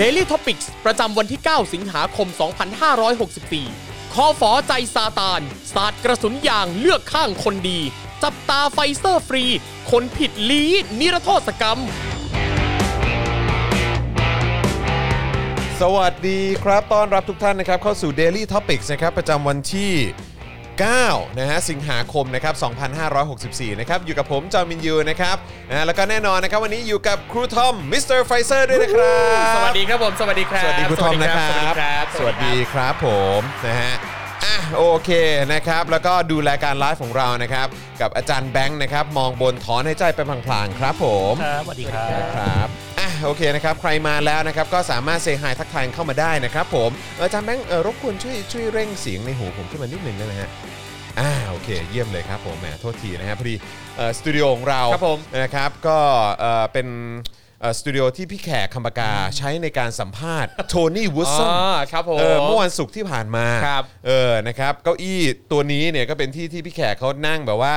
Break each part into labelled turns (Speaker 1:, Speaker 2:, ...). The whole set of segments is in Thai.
Speaker 1: Daily Topics ประจำวันที่ 9 สิงหาคม 2564 คอฝอใจซาตาน สาดกระสุนยางเลือกข้างคนดี จับตาไฟเซอร์ฟรี คนผิดลี้นิรโทษกรรม
Speaker 2: สวัสดีครับ ต้อนรับทุกท่านนะครับ เข้าสู่ Daily Topics นะครับ ประจำวันที่ 9 นะฮะ สิงหาคม นะครับ 2564 นะครับ อยู่กับผมจอมินยู นะครับนะฮะแล้วก็แน่นอนนะครับ วันนี้อยู่กับครูทอม มิสเตอร์ไฟเซอร์ด้วยนะครับ
Speaker 1: สวัสดีครับผม สวัสดีครับ
Speaker 2: สวัสดีครูทอมนะครับ
Speaker 1: สวัสดีครับ
Speaker 2: สวัสดีครับผมนะฮะ อ่ะโอเคนะครับ แล้วก็ดูรายการไลฟ์ของเรานะครับ กับอาจารย์แบงค์นะครับ มองบนถอนให้ใจไปพลางๆครับผม
Speaker 3: ครับสวัสดีครับ
Speaker 2: ครับอ่ะโอเคนะครับใครมาแล้วนะครับก็สามารถเซฮายทักทายเข้ามาได้นะครับผมเอออาจารย์แบงค์เออรบกวนช่วยช่วยเร่งเสียงในหูผมขึ้นมานิดหนึงได้ไหมฮะอ่าโอเค เยี่ยมเลยครับผมแหมโทษทีนะฮะพอดีเอ่อสตูดิโอของเรา
Speaker 1: ครับผม
Speaker 2: นะครับก็เอ่อเป็นเอ่อสตูดิโอที่พี่แขกคำปากาใช้ในการสัมภาษณ์โทนี่วูดสัน
Speaker 1: อ่าครับผม
Speaker 2: เออเมื่อวันศุกร์ที่ผ่านมา
Speaker 1: ครับ
Speaker 2: เออนะครับเก้าอี้ตัวนี้เนี่ยก็เป็นที่ที่พี่แขกเขานั่งแบบว่า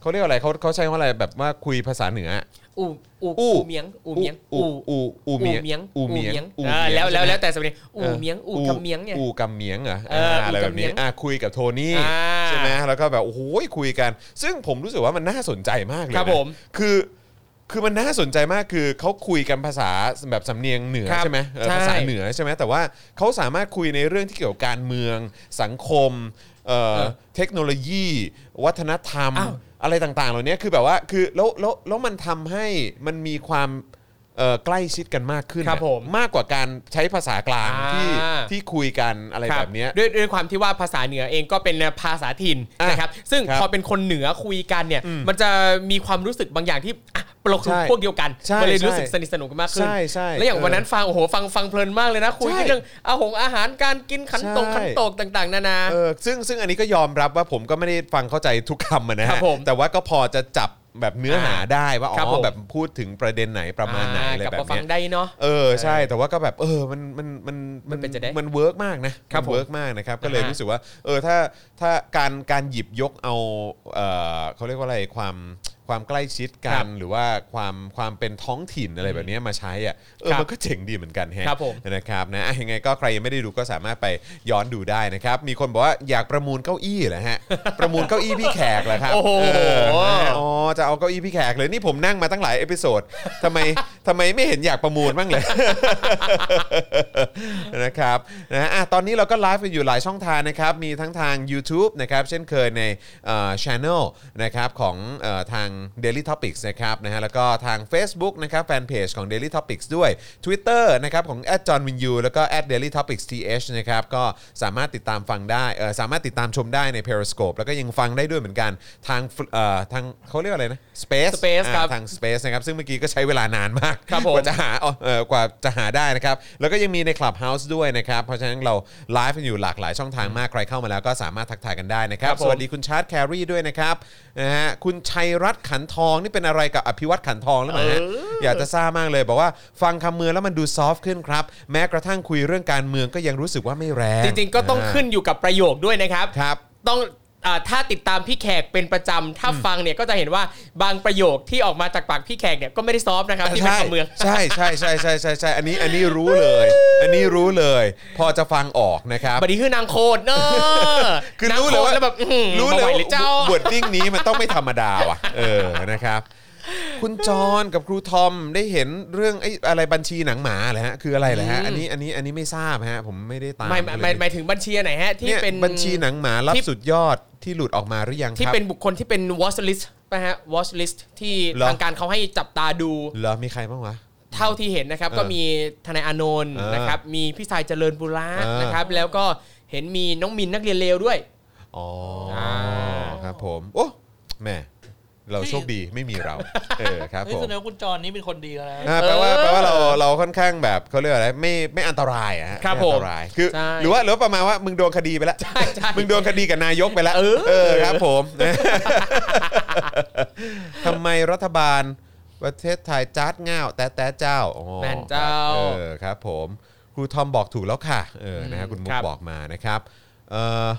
Speaker 2: เขาเรียกว่าอะไรเขาเขาใช้คำว่าอะไรแบบว่าคุยภาษาเหนือ
Speaker 1: อูอู
Speaker 2: อู
Speaker 1: อูเมียงอูเมียง
Speaker 2: อูอูอูเมียง
Speaker 1: อูเมียง
Speaker 2: อู
Speaker 1: อ่า
Speaker 2: เมียง
Speaker 1: แล้วแล้วแล้วแต่สำเนียง
Speaker 2: ใช่
Speaker 1: อู
Speaker 2: ไห
Speaker 1: เมียงอูคำเมียงเนี่ย
Speaker 2: อูกำเมียงเหรอ
Speaker 1: เอออู่
Speaker 2: อะไรแบบนี้
Speaker 1: กำเมียง
Speaker 2: อ่ะคุยกับโทนี่
Speaker 1: อ่า
Speaker 2: ใช่ไหมแล้วก็แบบโอ้โหคุยกัน ซึ่งผมรู้สึกว่ามันน่าสนใจมากเลยนะครับ
Speaker 1: ผม
Speaker 2: คือคือมันน่าสนใจมากคือเขาคุยกันภาษาแบบสำเนียงเหนือ
Speaker 1: ครับ
Speaker 2: ใช่ไหมเออ
Speaker 1: ใช่
Speaker 2: ภาษาเหนือใช่ไหมแต่ว่าเขาสามารถคุยในเรื่องที่เกี่ยวกับการเมือง สังคมเอ่อ
Speaker 1: เออ
Speaker 2: เทคโนโลยี วัฒนธรรม
Speaker 1: อ้าว
Speaker 2: อะไรต่างๆ เหล่านี้คือแบบว่าคือแล้วแล้วแล้วมันทำให้มันมีความเอ่อใกล้ชิดกันมากขึ้น
Speaker 1: ครับผม
Speaker 2: มากกว่าการใช้ภาษากลางที่
Speaker 1: อ่า
Speaker 2: ที่คุยกันอะไรแบบเนี้ย
Speaker 1: ด้วยด้วยความที่ว่าภาษาเหนือเองก็เป็นภาษาถิ่น
Speaker 2: อ่ะ
Speaker 1: นะครับซึ่ง
Speaker 2: ครับ
Speaker 1: พอเป็นคนเหนือคุยกันเนี่ยมันจะมีความรู้สึกบางอย่างที่อ่ะเราคือ
Speaker 2: ใช่
Speaker 1: พวกเดียวกัน
Speaker 2: ใช่
Speaker 1: มันเลยรู้
Speaker 2: ใช่
Speaker 1: สึกสนิทสนมกันมากขึ้น
Speaker 2: ใช่ใช่
Speaker 1: และอย่างวันนั้นฟังโอ้โหฟังฟังเพลินมากเลยนะคุย
Speaker 2: ใช่
Speaker 1: กันเรื่องอาหงอาหารการกินขันตก
Speaker 2: ใช่
Speaker 1: ขันโตกต่าง ๆ นานา
Speaker 2: เออซึ่งซึ่งอันนี้ก็ยอมรับว่าผมก็ไม่ได้ฟังเข้าใจทุกคำอะนะ
Speaker 1: ครั
Speaker 2: ฮะ
Speaker 1: บผม
Speaker 2: แต่ว่าก็พอจะจับแบบเนื้อหาได้ว่า
Speaker 1: ครับ
Speaker 2: อ๋
Speaker 1: ผ
Speaker 2: อ
Speaker 1: ม
Speaker 2: แบบพูดถึงประเด็นไหนประมาณไหนอะไร
Speaker 1: กับ
Speaker 2: แบบ
Speaker 1: ฟั
Speaker 2: เนี้
Speaker 1: ง
Speaker 2: ย
Speaker 1: ได้เนาะ
Speaker 2: เออใช่แต่ว่าก็แบบเออมันมันมัน
Speaker 1: มันเป็นจะได้
Speaker 2: มันเวิร์กมากนะครับ
Speaker 1: ผม
Speaker 2: เวิร์กมากนะครับ ก็เลย
Speaker 1: นะฮะ
Speaker 2: รู้สึกว่าเออถ้าถ้าการการหยิบยกเอาเออเขาเรียกว่าอะไรความความใกล้ชิดกั
Speaker 1: ครั
Speaker 2: น
Speaker 1: บ
Speaker 2: หรือว่าความความเป็นท้องถิ่นอะไรแบบเนี้ยมาใช้อ่ะเออ
Speaker 1: ครับ
Speaker 2: มันก็เจ๋งดีเหมือนกันแฮะ
Speaker 1: ครับผม
Speaker 2: นะครับนะอ่ะยังไงก็ใครยังไม่ได้ดูก็สามารถไปย้อนดูได้นะครับ มีคนบอกว่าอยากประมูลเก้าอี้เหรอฮะ ประมูลเก้าอี้พี่แขกเหรอครับ
Speaker 1: โอ้โห
Speaker 2: เอนะฮะอ๋อจะเอาเก้าอี้พี่แขกเลยนี่ผมนั่งมาตั้งหลายเอพิโซดทำไมทำไมไม่เห็นอยากประมูลบ้างเลย นะครับนะอ่ะตอนนี้เราก็ไลฟ์กันอยู่หลายช่องทางนะครับ มีทั้งทาง YouTube นะครับ เช่นเคยในช่องนะครับของเออทาง Daily Topics นะครับนะฮะแล้วก็ทาง Facebook นะครับแฟนเพจของ Daily Topics ด้วย Twitter นะครับของ j o h n w i n y u แล้วก็ @daily topics th นะครับ ก็สามารถติดตามฟังได้เออสามารถติดตามชมได้ใน Periscope แล้วก็ยังฟังได้ด้วยเหมือนกันทางเอ่อทางเขาเรียกว่าอะไรนะ Space
Speaker 1: Space
Speaker 2: อ่า
Speaker 1: ครับ
Speaker 2: ทาง Space นะครับซึ่งเมื่อกี้ก็ใช้เวลานานมาก
Speaker 1: ครับผม
Speaker 2: กว่าจะหาเอ่อกว่าจะหาได้นะครับ แล้วก็ยังมีใน Clubhouse ด้วยนะครับ เพราะฉะนั้นเราไลฟ์กันอยู่หลากหลายช่องทางมาก ใครเข้ามาแล้วก็สามารถทักทายกันได้นะครั
Speaker 1: ค
Speaker 2: บ
Speaker 1: รับผม
Speaker 2: สวัสดีคุณชาร์ตแครีด้วยนะครับนะฮะคุณชัยรัตน์ขันทองนี่เป็นอะไรกับอภิวัตขันทองหรือเปล่าฮะอยากจะทราบมากเลย บอกว่าฟังคำเมืองแล้วมันดูซอฟต์ขึ้นครับ แม้กระทั่งคุยเรื่องการเมืองก็ยังรู้สึกว่าไม่แรง
Speaker 1: จริงๆก็ต้องขึ้นอยู่กับประโยคด้วยนะครับ
Speaker 2: ครับ
Speaker 1: ต้องอ่าถ้าติดตามพี่แขกเป็นประจำถ้าฟังเนี่ยก็จะเห็นว่าบางประโยคที่ออกมาจากปากพี่แขกเนี่ยก็ไม่ได้ซอฟต์นะครับที่เป็นคำเมือง
Speaker 2: ใช่ใช่ใช่ใช่ใช่ใช่ใช่อันนี้อันนี้รู้เลย อันนี้รู้เลย พอจะฟังออกนะครับ
Speaker 1: บัดนี้คือนางโคตรเนอะ
Speaker 2: คือ
Speaker 1: นา
Speaker 2: รู้
Speaker 1: งโค
Speaker 2: เลย
Speaker 1: ต
Speaker 2: ว่า
Speaker 1: แล้วแบบอื้อหือ
Speaker 2: รู้เลย
Speaker 1: บ่ไหว
Speaker 2: ว่า
Speaker 1: หรือเจ้า
Speaker 2: บวดดิ้งนี้มันต้องไม่ธรรมดาว่ะ เออนะครับ คุณจอนกับครูทอมได้เห็นเรื่องไอ้อะไรบัญชีหนังหมาเหรอฮะคืออะไรเหรอฮะ
Speaker 1: อืม
Speaker 2: อันนี้อันนี้อันนี้ไม่ทราบฮะ ผมไม่ได้ตาม
Speaker 1: ไม่ไม่ไม่หมายถึงบัญชีไหนฮะ ที่
Speaker 2: ที่
Speaker 1: เป็
Speaker 2: เป็น นยบัญชีหนังหมารับ
Speaker 1: ที่
Speaker 2: สุดยอดที่หลุดออกมาหรือยัง
Speaker 1: ที่
Speaker 2: ครับ
Speaker 1: เป็นบุคคลที่เป็น watch list นะฮะ watch list ที่
Speaker 2: เหรอ
Speaker 1: ทางการเขาให้จับตาดู
Speaker 2: เหรอมีใครบ้างวะ
Speaker 1: เท่าที่เห็นนะครับ
Speaker 2: เออ
Speaker 1: ก็มีทนายอานนท์
Speaker 2: เออ
Speaker 1: นะครับ มีพี่สายเจริญบุระ
Speaker 2: เออ
Speaker 1: นะครับ แล้วก็เห็นมีน้องมินนักเรียนเลวด้วย
Speaker 2: อ๋อ
Speaker 1: อ่า
Speaker 2: ครับผมโอ้แหม่เราโชคดีไม่มีเรา เออครับ
Speaker 3: เฮ้ย
Speaker 2: ผม
Speaker 3: แสดงว่าคุณจรนี่เป็นคนดีแล้วนะ
Speaker 2: อ่าแปลว่าแปลว่าเราเราค่อนข้างแบบเขาเรียกว่าอะไรไม่ไม่อันตรายอะฮะ
Speaker 1: ครับ
Speaker 2: ไม่อันตรายคือ
Speaker 1: ใช่
Speaker 2: หรือว่าหรือว่าประมาณว่ามึงโดนคดีไปแล้ว
Speaker 1: ใช่ใช่
Speaker 2: มึงโดนคดีกับนายกไปแล้ว
Speaker 1: เออ
Speaker 2: เออครับผม ทำไมรัฐบาลประเทศไทยจัดง่าว แต่แต่เจ้าอ๋อ
Speaker 1: แม่นเจ้า
Speaker 2: เออครับผม ครูทอมบอกถูกแล้วค่ะ เออนะฮะคุณมุ
Speaker 1: ค
Speaker 2: ก
Speaker 1: รับ
Speaker 2: บอกมานะครับ เออ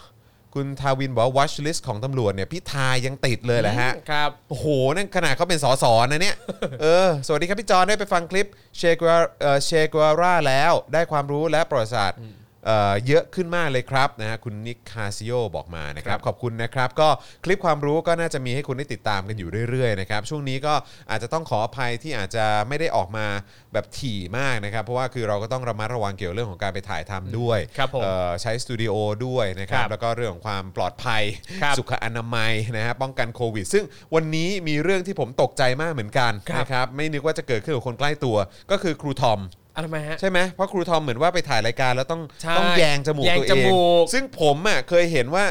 Speaker 2: คุณทาวินบอกว่า watch list ของตำรวจเนี่ยพิธายังติดเลยแหละฮะ
Speaker 1: ครับ
Speaker 2: โอ้โห นั่นขนาดเขาเป็นสส นะเนี่ย เออ สวัสดีครับพี่จอนได้ไปฟังคลิปเชกวาเอ่อเชกวาร่าแล้ว ได้ความรู้และประวัติศาสตร์เอ่อเยอะขึ้นมากเลยครับนะฮะคุณนิคคาซิโอบอกมานะครับ ขอบคุณนะครับ ก็คลิปความรู้ก็น่าจะมีให้คุณได้ติดตามกันอยู่เรื่อยๆนะครับ ช่วงนี้ก็อาจจะต้องขออภัยที่อาจจะไม่ได้ออกมาแบบถี่มากนะครับ เพราะว่าคือเราก็ต้องระมัดระวังเกี่ยวเรื่องของการไปถ่ายทำด้วย
Speaker 1: ครับผม
Speaker 2: เอ่อใช้สตูดิโอด้วยนะครั
Speaker 1: ค
Speaker 2: บ
Speaker 1: รับ
Speaker 2: แล้วก็เรื่องของความปลอดภัย
Speaker 1: ครับ
Speaker 2: สุขอนามัยนะฮะป้องกันโควิด ซึ่งวันนี้มีเรื่องที่ผมตกใจมากเหมือนกัน
Speaker 1: ครับ
Speaker 2: นะครับไม่นึกว่าจะเกิดขึ้นกับคนใกล้ตัว ก็คือครูทอม
Speaker 1: อะไรมาฮะ
Speaker 2: ใช่ไหมเพราะครูทอมเหมือนว่าไปถ่ายรายการแล้วต้อง
Speaker 1: ใช่
Speaker 2: ต้องแยงจมูก
Speaker 1: แยง
Speaker 2: ตัว
Speaker 1: จ
Speaker 2: เอ
Speaker 1: มู
Speaker 2: ง
Speaker 1: ก
Speaker 2: ซึ่งผมอ่ะเคยเห็นว่า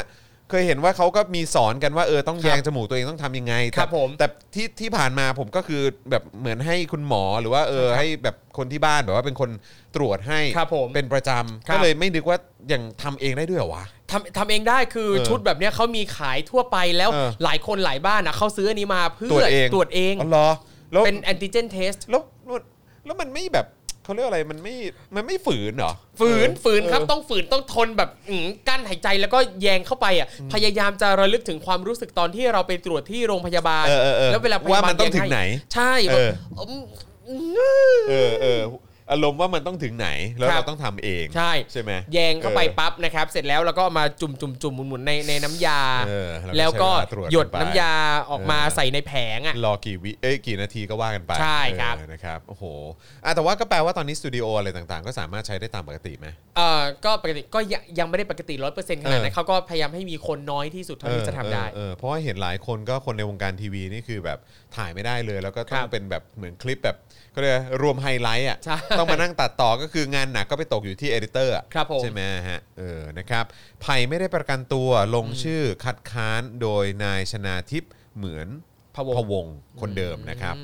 Speaker 2: เคยเห็นว่าเขาก็มีสอนกันว่าเออต้อง
Speaker 1: ครับ
Speaker 2: แยงจมูกตัวเองต้องทำยังไง
Speaker 1: ครั
Speaker 2: แต่
Speaker 1: บผม
Speaker 2: แต่ที่ที่ผ่านมาผมก็คือแบบเหมือนให้คุณหมอหรือว่าเออให้แบบคนที่บ้านแบบว่าเป็นคนตรวจให้
Speaker 1: ครับผม
Speaker 2: เป็นประจำ
Speaker 1: ครับ
Speaker 2: ก็เลยไม่นึกว่ายังทำเองได้ด้วยเหรอวะ
Speaker 1: ทำทำเองได้คือ
Speaker 2: เออ
Speaker 1: ชุดแบบเนี้ยเขามีขายทั่วไปแล้ว
Speaker 2: เออ
Speaker 1: หลายคนหลายบ้านนะเขาซื้ออันนี้มาเพื่อ
Speaker 2: ตรวจเอง
Speaker 1: ตรวจเอง
Speaker 2: อ๋อเหรอแล้ว
Speaker 1: เป็นแอนติเจนเทส
Speaker 2: แล้วแล้วแล้วมันไม่แบบเขาเรียกอะไรมันไม่มันไม่ฝืนเหรอ
Speaker 1: ฝืน
Speaker 2: เออ
Speaker 1: ฝืนครับ
Speaker 2: เออ
Speaker 1: ต้องฝืนต้องทนแบบอืมกั้นหายใจแล้วก็แยงเข้าไปอ่ะพยายามจะระลึกถึงความรู้สึกตอนที่เราไปตรวจที่โรงพยาบาล
Speaker 2: เออเออเออ
Speaker 1: แล้วเวลาพยาบาล
Speaker 2: ว่ามันต้อง
Speaker 1: แย
Speaker 2: ถึงไหน
Speaker 1: ใช่
Speaker 2: เออ
Speaker 1: แบบม
Speaker 2: เออเอออารมณ์ว่ามันต้องถึงไหนแล้ว
Speaker 1: ครับ
Speaker 2: เราต้องทำเอง
Speaker 1: ใช่
Speaker 2: ใช่ไหม
Speaker 1: แยงเข้าไป
Speaker 2: เออ
Speaker 1: ปั๊บนะครับ เสร็จแล้วเราก็เอามาจุ่มจุ่มจุ่มหมุนหมุนๆในในน้ำยา
Speaker 2: เออ
Speaker 1: แล้วก็
Speaker 2: ใช้เาตรจ
Speaker 1: หยด
Speaker 2: ไป
Speaker 1: น้ำยาออกมา
Speaker 2: เออ
Speaker 1: ใส่ในแผงอ่ะ
Speaker 2: รอกี่วิเอ้ยกี่นาทีก็ว่ากันไป
Speaker 1: ใช่ครับ
Speaker 2: เออนะครับโอ้โหอ่ะแต่ว่าก็แปลว่าตอนนี้สตูดิโออะไรต่างๆ ก็สามารถใช้ได้ตามปกติไหม
Speaker 1: เออก็ปกติก็ยังยังไม่ได้ปกติร้อยเปอร์เซ็นต์ขนาดนั้
Speaker 2: เออ
Speaker 1: นเขาก็พยายามให้มีคนน้อยที่สุดเท่าที่จะทำได้
Speaker 2: เออเออเออเพราะว่าเห็นหลายคนก็คนในวงการทีวีนี่คือแบบถ่ายไม่ได้เลย แล้วก็ต้
Speaker 1: ค
Speaker 2: อง
Speaker 1: รับ
Speaker 2: เป็นแบบเหมือนคลิปแบบก็เลยกรวมไฮไลท์อ่ะ
Speaker 1: ใช่
Speaker 2: ต้องมานั่งตัดต่อก็คืองานหนักก็ไปตกอยู่ที่เอดิเตอร์
Speaker 1: ครับผม
Speaker 2: ใช่ไหมฮะเออนะครับไผ่ไม่ได้ประกันตัวลงชื่อคัดค้านโดยนายชนาทิพย์เหมือน
Speaker 1: พะวง
Speaker 2: พะวงคนเดิมนะครับ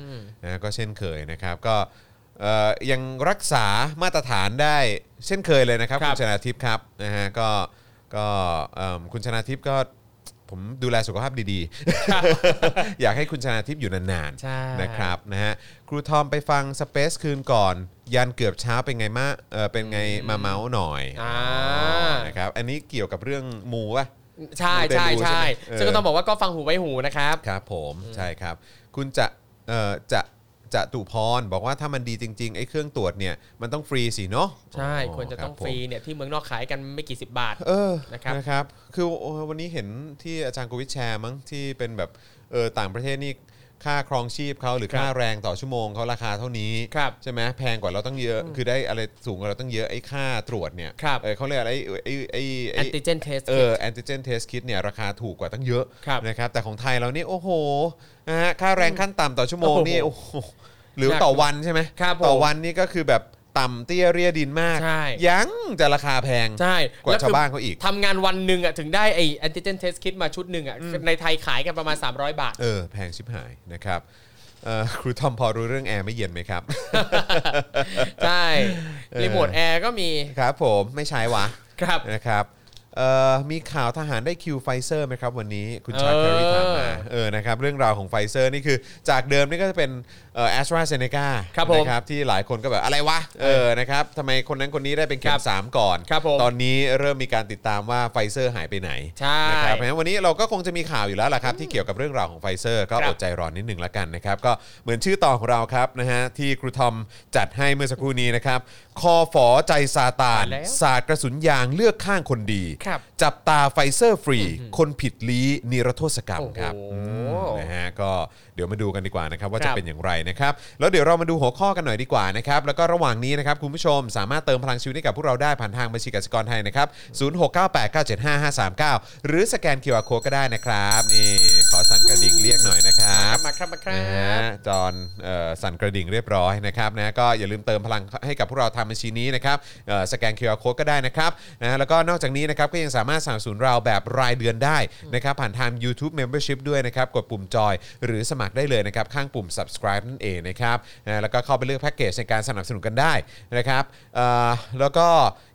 Speaker 2: นะก็เช่นเคยนะครับก็เอ่อยังรักษามาตรฐานได้เช่นเคยเลยนะครับ
Speaker 1: ครับ
Speaker 2: คุณชนาทิพย์ครับนะฮะก็ก็เอิ่มคุณชนาทิพย์ก็ผมดูแลสุขภาพดีๆ อยากให้คุณชนาทิพย์อยู่นาน
Speaker 1: ใช่
Speaker 2: ๆนะครับนะฮะครูทอมไปฟังสเปซคืนก่อน ยันเกือบเช้าเป็นไงมาเออเป็นไงมาเมาส์หน่อย
Speaker 1: อ่า
Speaker 2: นะครับอันนี้เกี่ยวกับเรื่องมูป่ะ
Speaker 1: ใช่ใช่
Speaker 2: มูเตลูใช่
Speaker 1: ใช่
Speaker 2: ไหมเออ
Speaker 1: ซึ่งก็ต้องบอกว่าก็ฟังหูไว้หูนะครับ
Speaker 2: ครับผมใช่ครับ คุณจะเอ่อจะจะตุพรบอกว่าถ้ามันดีจริงๆไอ้เครื่องตรวจเนี่ยมันต้องฟรีสิเนาะ
Speaker 1: ใช่
Speaker 2: อ๋อ
Speaker 1: ควรจะต้อง
Speaker 2: บ
Speaker 1: ฟ
Speaker 2: ผม
Speaker 1: รีเนี่ยที่เมืองนอกขายกันไม่กี่สิบบาท
Speaker 2: เออ
Speaker 1: นะครับ
Speaker 2: นะครับ คือวันนี้เห็นที่อาจารย์โกวิทแชร์มั้งที่เป็นแบบเออต่างประเทศนี่ค่าครองชีพเขาหรือค่าแรงต่อชั่วโมงเขาราคาเท่านี้
Speaker 1: ครับ
Speaker 2: ใช่ไหมแพงกว่าเราต้องเยอะ คือได้อะไรสูงกว่าเราต้องเยอะไอ้ค่าตรวจเนี่ย
Speaker 1: ครับ
Speaker 2: เออเขาเรียกอะไรไอ้ไอ้ไอ้
Speaker 1: antigen test
Speaker 2: เออแอนติเจนเทสคิดเนี่ยราคาถูกกว่าตั้งเยอะ
Speaker 1: ครับ
Speaker 2: นะครับแต่ของไทยเรานี่โอ้โหนะฮะค่าแรงขั้นต่ำต่อชั่วโมง
Speaker 1: โอ้โห
Speaker 2: นี่โอ้โหหรือต่อวันใช่ไหม
Speaker 1: ครับผม
Speaker 2: ต่อวันนี่ก็คือแบบต่ำเตี้ยเรียดินมาก
Speaker 1: ใช่
Speaker 2: ยังจะราคาแพง
Speaker 1: ใช่
Speaker 2: กว่า
Speaker 1: แล้ว
Speaker 2: ชาว
Speaker 1: คือ
Speaker 2: บ้านเขาอีก
Speaker 1: ทำงานวันหนึ่งอ่ะถึงได้ไอแอนติเจนเทสคิดมาชุดหนึ่งอ่ะในไทยขายกันประมาณ 300 บาท
Speaker 2: เออแพงชิบหายนะครับเอ่อครูทอมพอรู้เรื่องแอร์ไม่เย็นไหมครับ
Speaker 1: ใช่รีโมทแอร์ก็มี
Speaker 2: ครับผมไม่ใช้วะ
Speaker 1: ครับ
Speaker 2: นะครับเอ่อมีข่าวทหารได้คิวไฟเซอร์ไหมครับวันนี้คุณชาร์ลส์แคร์รีถามมา
Speaker 1: เออ
Speaker 2: เออนะครับเรื่องราวของไฟเซอร์นี่คือจากเดิมนี่ก็จะเป็นแอสตราเซเนกา
Speaker 1: ครับผม
Speaker 2: นะครับที่หลายคนก็แบบอะไรวะเออนะครับทำไมคนนั้นคนนี้ได้เป็นเข็
Speaker 1: ครั
Speaker 2: ม
Speaker 1: บ
Speaker 2: สามก่อน
Speaker 1: ครับผม
Speaker 2: ตอนนี้เริ่มมีการติดตามว่าไฟเซอร์หายไปไหน
Speaker 1: ใช่
Speaker 2: นะครับเพราะฉะนั้นวันนี้เราก็คงจะมีข่าวอยู่แล้วล่ะครับที่เกี่ยวกับเรื่องราวของไฟเซอร์ก็
Speaker 1: ครั
Speaker 2: อบ ดใจรอนิดหนึ่งละกันนะครับก็เหมือนชื่อตอนของเราครับนะฮะที่ครูทอมจัดให้เมื่อสักครู่นี้นะครับคอฝอใจซาตาน
Speaker 1: มาแล้ว
Speaker 2: ศาสตร์กระสุนยางเลือกข้างคนดี
Speaker 1: ครับ
Speaker 2: จับตาไฟเซอร์ฟรี คนผิดลี้นิรโทษกรรม
Speaker 1: โอ้โห
Speaker 2: ครับอืมนะฮะก็เดี๋ยวมาดูกันดีกว่านะครับ ว่า
Speaker 1: ค
Speaker 2: จะ
Speaker 1: รับ
Speaker 2: เป็นอย่างไรนะครับ แล้วเดี๋ยวเรามาดูหัวข้อกันหน่อยดีกว่านะครับ แล้วก็ระหว่างนี้นะครับ คุณผู้ชมสามารถเติมพลังชีวิตให้กับพวกเราได้ผ่านทางบัญชีกสิกรไทยนะครับ 0698975539 หรือสแกน QR Code ก็ได้นะครับ นี่ขอสั่นกระดิ่งเรียกหน่อยนะครับ
Speaker 1: มาครับมาครั
Speaker 2: นะฮะ
Speaker 1: บ
Speaker 2: จอห์นเอ่อสั่นกระดิ่งเรียบร้อยนะครับนะก็อย่าลืมเติมพลังให้กับพวกเราทำบัญชีนี้นะครับเอ่อสแกน QR Code ก็ได้นะครับนะฮะแล้วก็นอกจากนี้นะครับก็ยังสามารถสนับสนุนเราแบบรายเดือนได้นะครับผ่านทาง YouTube Membership ด้วยนะครับกดปุ่มจอยหรือสมัครได้เลยนะครับข้างปุ่ม subscribe นั่นเองนะครับนะแล้วก็เข้าไปเลือกแพ็กเกจในการสนับสนุนกันได้นะครับเอ่อแล้วก็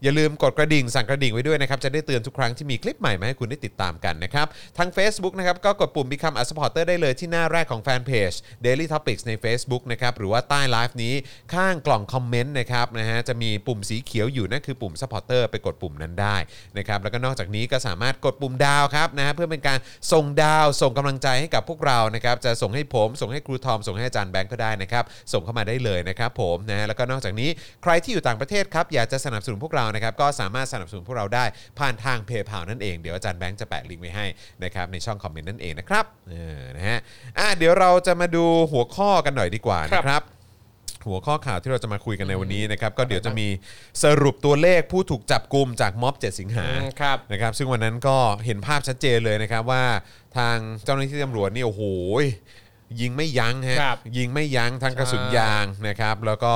Speaker 2: อย่าลืมกดกระดิ่งสั่นกระดิ่งไว้ด้วยนะครับจะได้เตือนทุกครั้งที่มีคลิปใหม่มาให้คุณได้ติดตามกันนะครับทาง Facebook นะครับก็กดปุ่ม Become a supporter ได้เลยที่หน้าแรกของแฟนเพจ Daily Topics ใน Facebook นะครับหรือว่าใต้ไลฟ์นี้ข้างกล่องคอมเมนต์นะครับนะฮะจะมีปุ่มสีเขียวอยู่นั่นคือปุ่ม Supporter ไปกดปุ่มนั้นได้นะครับแล้วก็นอกจาก จากนี้ก็สามารถกดปุ่มดาวครับนะฮะเพื่อเป็นการส่งดาวส่งกำลังใจให้กับพวกเรานะครับจะส่งให้ผมส่งให้ครูทอมส่งให้อาจารย์แบงค์ก็ได้นะครับส่งเข้ามาได้เลยนะครับผมนะฮะแล้วก็นอกจากนี้ใครที่อยู่ต่างประเทศครับอยากจะสนับสนุนพวกเรานะครับก็สามารถสนับสนุนพวกเราได้ผ่านทางเพย์พานั่นเองเดี๋ยวอาจารย์แบงค์จะแปะลิงก์ไว้ให้นะครับในช่องคอมเมนต์นั่นเองนะครับเออนะฮะอ่ะเดี๋ยวเราจะมาดูหัวข้อกันหน่อยดีกว่านะครับ หัวข้อข่าวที่เราจะมาคุยกันในวันนี้นะครับ ก็เดี๋ยวจะมีสรุปตัวเลขผู้ถูกจับกลุ่มจากม็อบ 7 สิงหา
Speaker 4: ครับ
Speaker 2: นะครับ ซึ่งวันนั้นก็เห็นภาพชัดเจนเลยนะครับว่าทางเจ้าหน้าที่ตำรวจนี่โอ้โหยิงไม่ยั้งฮะ
Speaker 4: ครับ
Speaker 2: ยิงไม่ยั้งทั้งกระสุนยางนะครับ แล้วก็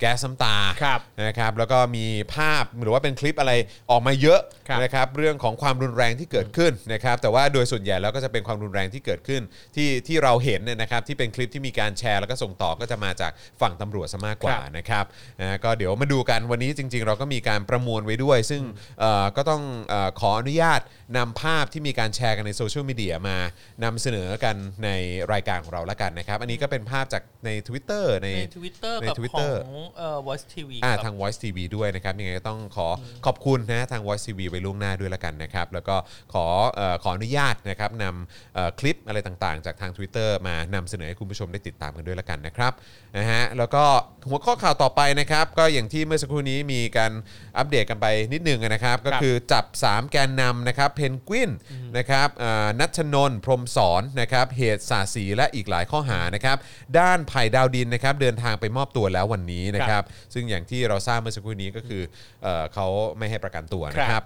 Speaker 2: แก๊สซ้ำตา
Speaker 4: ครับ
Speaker 2: นะครับ แล้วก็มีภาพหรือว่าเป็นคลิปอะไรออกมาเยอะ
Speaker 4: ครับ
Speaker 2: นะครับเรื่องของความรุนแรงที่เกิดขึ้นนะครับ แต่ว่าโดยส่วนใหญ่แล้วก็จะเป็นความรุนแรงที่เกิดขึ้นที่ที่เราเห็นเนี่ยนะครับที่เป็นคลิปที่มีการแชร์แล้วก็ส่งต่อก็จะมาจากฝั่งตำรวจซะมากกว่า
Speaker 4: ครับ
Speaker 2: นะครับนะฮะก็เดี๋ยวมาดูกันวันนี้จริง ๆ เราก็มีการประมวลไว้ด้วย ซึ่งเอ่อก็ต้องเออขออนุญาตนำภาพที่มีการแชร์กันในโซเชียลมีเดียมานำเสนอกันในรายการของเราละกันนะครับ อันนี้ก็เป็นภาพจากใน Twitter ใน
Speaker 3: ในทวิตเตอร์
Speaker 2: ใน
Speaker 3: กับ
Speaker 2: Twitter
Speaker 3: ของเอ่อ Voice TV
Speaker 2: อ่า
Speaker 3: ค
Speaker 2: ทา
Speaker 3: รับ
Speaker 2: ง Voice TV ด้วยนะครับยังไงก็ต้องขอขอบคุณนะทาง Voice TV ไว้ล่วงหน้าด้วยละกันนะครับ แล้วก็ขอเอ่อขออนุญาตนะครับนำเอ่อคลิปอะไรต่างๆ จากทาง Twitter มานำเสนอให้คุณผู้ชมได้ติดตามกันด้วยละกันนะครับนะฮะแล้วก็หัวข้อข่าวต่อไปนะครับ ก็อย่างที่เมื่อสักครู่นี้มีการอัปเดตกันไปนิดนึงนะครับ ก็คือจับ 3 แกนนำนะครับเพนกวินนะครับเอ่อนัชนนท์พรหมสอนนะครับเหตุสาสีและอีกหลายข้อหานะครับด้านไผ่ดาวดินนะครับเดินทางไปมอบตัวแล้ววันนี้นะครับ นะครับซึ่งอย่างที่เราทราบเมื่อสักครู่นี้ก็คือเอ่อเขาไม่ให้ประกันตัวนะครับ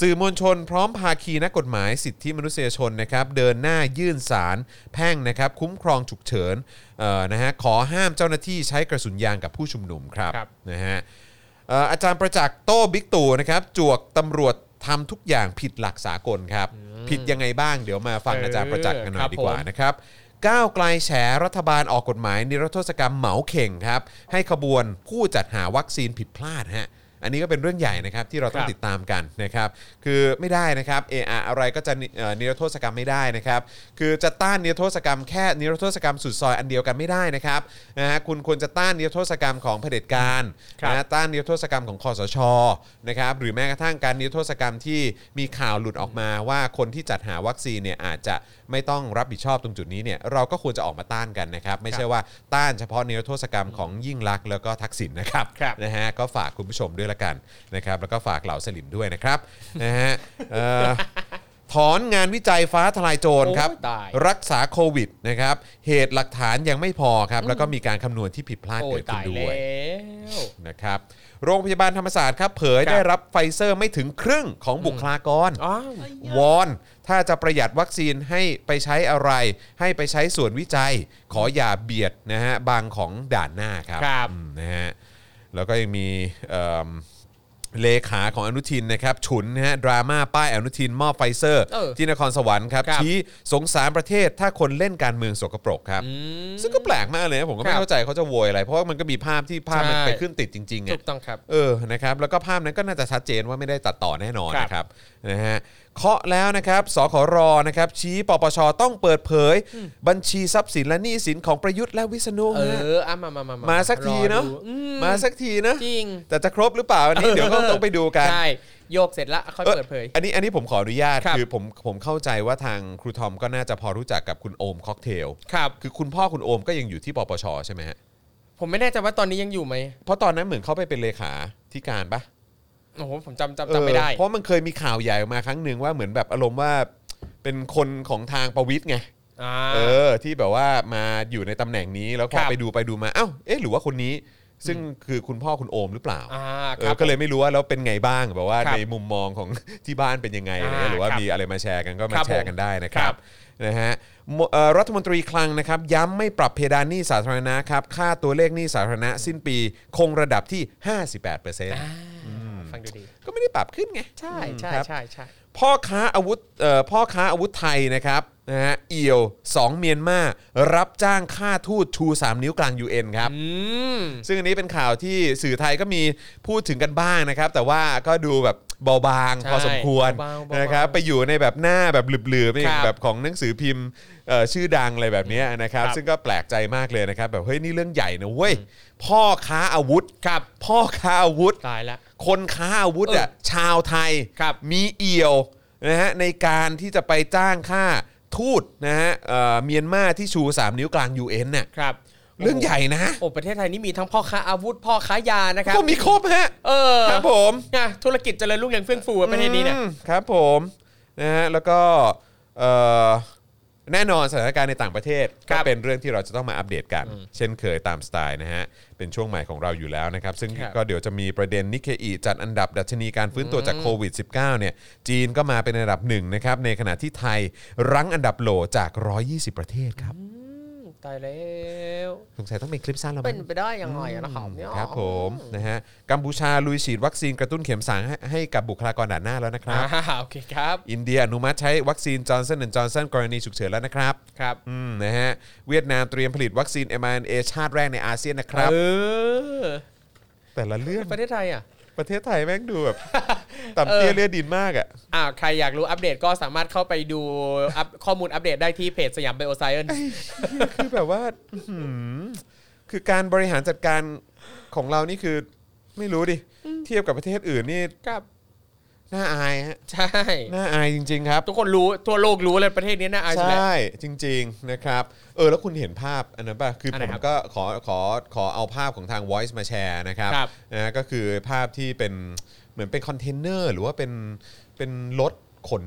Speaker 2: สื่อมวลชนพร้อมภาคีนักกฎหมายสิทธิมนุษยชนนะครับ เดินหน้ายื่นสารแพ่งนะครับ คุ้มครองฉุกเฉินเอ่อนะฮะขอห้ามเจ้าหน้าที่ใช้กระสุนยางกับผู้ชุมนุมครับ
Speaker 4: ครับ
Speaker 2: นะฮะเอ่ออาจารย์ประจักษ์โต้บิ๊กตู่นะครับจวกตำรวจทำทุกอย่างผิดหลักสากลครับ ผิดยังไงบ้างเดี๋ยวมาฟังอาจารย์ประจักษ์กันหน่อยดีกว่า ดีกว่านะครับก้าวไกลแฉรัฐบาลออกกฎหมายนิรโทษกรรมเหมาเข่งครับ ให้ขบวนผู้จัดหาวัคซีนผิดพลาดฮะอันนี้ก็เป็นเรื่องใหญ่นะครับที่เราต้
Speaker 4: ค
Speaker 2: อง
Speaker 4: รับ
Speaker 2: ติดตามกันนะครับคือไม่ได้นะครับเอออะไรก็จะนิเอ่อนิรโทษกรรมไม่ได้นะครับคือจะต้านนิรโทษกรรมแค่นิรโทษกรรมสุดซอยอันเดียวกันไม่ได้นะครับนะฮะคุณควรจะต้านนิรโทษกรรมของเผด็จการ
Speaker 4: ครับ
Speaker 2: นะ ต้านนิรโทษกรรมของคอสชนะครับหรือแม้กระทั่งการนิรโทษกรรมที่มีข่าวหลุดออกมาว่าคนที่จัดหาวัคซีนเนี่ยอาจจะไม่ต้องรับผิดชอบตรงจุดนี้เนี่ยเราก็ควรจะออกมาต้านกันนะครับ ไม่ใช่ว่าต้านเฉพาะนิรโทษกรรมของยิ่งลักษณ์แล้วก็ทักษิณนะครับ
Speaker 4: ครับ
Speaker 2: นะฮะก็ฝากคุณผู้ชมด้วยละกันนะครับแล้วก็ฝากเหล่าสลิมด้วยนะครับนะฮะเอ่อถอนงานวิจัยฟ้าทลายโจรครับ
Speaker 4: โอ้ยตาย
Speaker 2: รักษาโควิดนะครับเหตุหลักฐานยังไม่พอครับแล้วก็มีการคำนวณที่ผิดพลาด
Speaker 4: โอ้
Speaker 2: เกิ
Speaker 4: ย
Speaker 2: ดขึ้
Speaker 4: ตาน ย
Speaker 2: ด้
Speaker 4: แล้ว
Speaker 2: ยว นะครับโรงพยาบาลธรรมศาสตร์ครับเผย
Speaker 4: ครับ
Speaker 2: ได้รับไฟเซอร์ไม่ถึงครึ่งของบุคลากร
Speaker 4: อ้าว
Speaker 2: วอน ถ้าจะประหยัดวัคซีนให้ไปใช้อะไร ให้ไปใช้ส่วนวิจัย ขออย่าเบียดนะฮะบางของด่านหน้าครับ
Speaker 4: ครับ
Speaker 2: อืมนะฮะแล้วก็ยังมีเอิ่มเลขาของอนุทินนะครับฉุนนะฮะดราม่าป้ายอนุทินมอบไฟเซอร์
Speaker 4: เออ
Speaker 2: ที่นครสวรรค์ครับ
Speaker 4: ครับ
Speaker 2: ชี้สงสารประเทศถ้าคนเล่นการเมืองสกปรกครับ
Speaker 4: อืม
Speaker 2: ซึ่งก็แปลกมากเลยนะผมก็ไม่
Speaker 4: ครับ
Speaker 2: เข้าใจเขาจะโวยอะไร เพราะว่ามันก็มีภาพที่ภาพมัน
Speaker 4: ใช่
Speaker 2: ไปขึ้นติดจริงๆอะ
Speaker 4: ถูกต้องครับ
Speaker 2: เออ นะครับ แล้วก็ภาพนั้นก็น่าจะชัดเจนว่าไม่ได้ตัดต่อแน่นอน
Speaker 4: ครับ
Speaker 2: นะครับ นะฮะ เคาะแล้วนะครับ สขรนะครับ ชี้ปปชต้องเปิดเผย บัญชีทรัพย์สินและหนี้สินของประยุทธ์และวิษณุ
Speaker 4: เอ
Speaker 2: ฮะ
Speaker 4: ออ่ะมามามามา
Speaker 2: มา
Speaker 4: มา
Speaker 2: สักทีเนาะ มาสักทีนะ
Speaker 4: จริง
Speaker 2: แต่จะครบหรือเปล่าอันนี้เดี๋ยวก็ต้องไปดูกัน
Speaker 4: ใช่โยกเสร็จละค่อยเปิดเผย
Speaker 2: เอ่ออันนี้อันนี้ผมขออนุญาต
Speaker 4: ครับ
Speaker 2: คือผมผมเข้าใจว่าทางครูทอมก็น่าจะพอรู้จักกับคุณโอมค็อกเทล
Speaker 4: ครับ
Speaker 2: คือคุณพ่อคุณโอมก็ยังอยู่ที่ปปชใช่ไหมฮะ
Speaker 4: ผมไม่แน่ใจว่าตอนนี้ยังอยู่ไหม
Speaker 2: เพราะตอนนั้นเหมือนเขาไปเป็นเลขาธิการปะ
Speaker 4: โอ้โหผมจำจำจำไม่ได้
Speaker 2: เออเพราะมันเคยมีข่าวใหญ่ออกมาครั้งหนึ่งว่าเหมือนแบบอารมณ์ว่าเป็นคนของทางประวิทย์ไง
Speaker 4: อ่า
Speaker 2: เออที่แบบว่ามาอยู่ในตำแหน่งนี้แล้วพอ
Speaker 4: ครับ
Speaker 2: ไปดูไปดูมาเอ้าเอ๊ะหรือว่าคนนี้ ซึ่งคือคุณพ่อคุณโอมหรือเปล่า
Speaker 4: อ่า
Speaker 2: เอ
Speaker 4: ครั
Speaker 2: อบ ก็เลยไม่รู้ว่าแล้วเป็นไงบ้างแบบว่า
Speaker 4: ครับ
Speaker 2: ในมุมมองของ ที่บ้านเป็นยังไงอะไรเงี้ย
Speaker 4: อ่า
Speaker 2: หรือว่า
Speaker 4: ครับ
Speaker 2: มีอะไรมาแชร์กันก็
Speaker 4: ครั
Speaker 2: มา
Speaker 4: บ
Speaker 2: แชร์กันได้นะค
Speaker 4: ค
Speaker 2: รั
Speaker 4: รั
Speaker 2: บบ นะฮะมเอ่อรัฐมนตรีคลังนะครับ ย้ำไม่ปรับเพดานหนี้สาธารณะครับค่าตัวเลขหนี้สาธารณะสิ้นปีคงระดับที่ 58%
Speaker 4: อ่าฟังดูดี
Speaker 2: ก็ไม่ได้ปรับขึ้นไง
Speaker 4: ใช่ใช่
Speaker 2: ครับ
Speaker 4: ใช่ใช่
Speaker 2: พ่อค้าอาวุธเอ่อพ่อค้าอาวุธไทยนะครับนะฮะเอี่ยว 2 เมียนมารับจ้างค่าทูตชู 3 นิ้วกลาง UN ครับ
Speaker 4: อืม
Speaker 2: ซึ่งอันนี้เป็นข่าวที่สื่อไทยก็มีพูดถึงกันบ้างนะครับ แต่ว่าก็ดูแบบเบาบาง
Speaker 4: ใช่
Speaker 2: พอสมควร
Speaker 4: เบาๆเบาๆ
Speaker 2: นะครับไปอยู่ในแบบหน้าแบบหลืบๆไป
Speaker 4: ครับ
Speaker 2: แบบของหนังสือพิมพ์เอ่อชื่อดังอะไรแบบเนี้ยนะครับ
Speaker 4: ครับ
Speaker 2: ซึ่งก็แปลกใจมากเลยนะครับ แบบเฮ้ยนี่เรื่องใหญ่นะเว้ยพ่อค้าอาวุธ
Speaker 4: ครับ
Speaker 2: พ่อค้าอาวุธ
Speaker 4: ตายละ
Speaker 2: คนค้าอาวุธอ่ะชาวไทย
Speaker 4: ครับ
Speaker 2: มีเอี่ยวนะฮะในการที่จะไปจ้างค่าทูตนะฮะเอ่อเมียนมาที่ชู 3 นิ้วกลาง UN เนี่ย
Speaker 4: ครับ
Speaker 2: เรื่องใหญ่นะ
Speaker 4: โอ้ประเทศไทยนี่มีทั้งพ่อค้าอาวุธพ่อค้ายานะครับ
Speaker 2: ก็มีครบฮะ
Speaker 4: เออ
Speaker 2: ครับผม
Speaker 4: นะธุรกิจเจริญรุ่งเรืองเฟื่องฟูอะประเทศนี้เนี่ย
Speaker 2: อืมครับผมนะฮะแล้วก็เอ่อแน่นอนสถานการณ์ในต่างประเทศ
Speaker 4: ครั
Speaker 2: ก็
Speaker 4: บ
Speaker 2: เป็นเรื่องที่เราจะต้องมาอัปเดตกัน เช่นเคยตามสไตล์นะฮะ เป็นช่วงใหม่ของเราอยู่แล้วนะครับ ซึ่ง
Speaker 4: ครับ
Speaker 2: ก็เดี๋ยวจะมีประเด็นนิเคอีจัดอันดับดัชนีการฟื้นตัวจากโควิด -19 เนี่ยจีนก็มาเป็นอันดับหนึ่งนะครับ ในขณะที่ไทยรั้งอันดับโหลจาก 120 ประเทศครับ
Speaker 4: ตายแล้ว
Speaker 2: สงสัยต้องเป็นคลิปสั้นแล้ว
Speaker 4: เป็
Speaker 2: มั้
Speaker 4: น
Speaker 2: ง
Speaker 4: ไปได้ยังไงอะนะครับเนี่ย
Speaker 2: ครับผมนะฮะกัมพูชาลุยฉีดวัคซีนกระตุ้นเข็มสามให้ให้กับบุคลากรด่านหน้าแล้วนะครับ
Speaker 4: อ่าโอเคครับ
Speaker 2: อินเดียอนุมัติใช้วัคซีนจอร์นสันและจอร์นสันกรณีฉุกเฉินแล้วนะครับ
Speaker 4: ครับ
Speaker 2: อืมนะฮะเวียดนามเตรียมผลิตวัคซีน mRNA ชาติแรกในอาเซียนนะครับ
Speaker 4: เออ
Speaker 2: แต่ละเรื่อง
Speaker 4: ประเทศไทยอ่ะ
Speaker 2: ประเทศไทยแม่งดู แบบ ต่ำเตี้ยเลือดดินมากอ่ะ
Speaker 4: อ่าใครอยากรู้อัปเดตก็สามารถเข้าไปดูอัป ข้อมูลอัปเดตได้ที่เพจสยามไบโอไซเอนซ์
Speaker 2: คือแบบว่าอื้อหือคือการบริหารจัดการของเรานี่คือไม่รู้ดิ เทียบกับประเทศอื่นนี่
Speaker 4: ครับ
Speaker 2: น่าอายฮะ
Speaker 4: ใช่
Speaker 2: น่าอายจริงๆครับ
Speaker 4: ทุกคนรู้ทั่วโลกรู้เลยประเทศนี้น่าอาย
Speaker 2: ใช
Speaker 4: สุดแล้ว
Speaker 2: ่ จริง ๆ นะครับ เออ แล้วคุณเห็นภาพอันนั้นป่ะ คืออน
Speaker 4: ไห
Speaker 2: ผ
Speaker 4: น
Speaker 2: ม
Speaker 4: ครับ
Speaker 2: ก็ขอขอขอเอาภาพของทาง Voice มาแชร์นะครับ
Speaker 4: ครับ
Speaker 2: นะก็คือภาพที่เป็นเหมือนเป็นคอนเทนเนอร์หรือว่าเป็นเป็นรถขน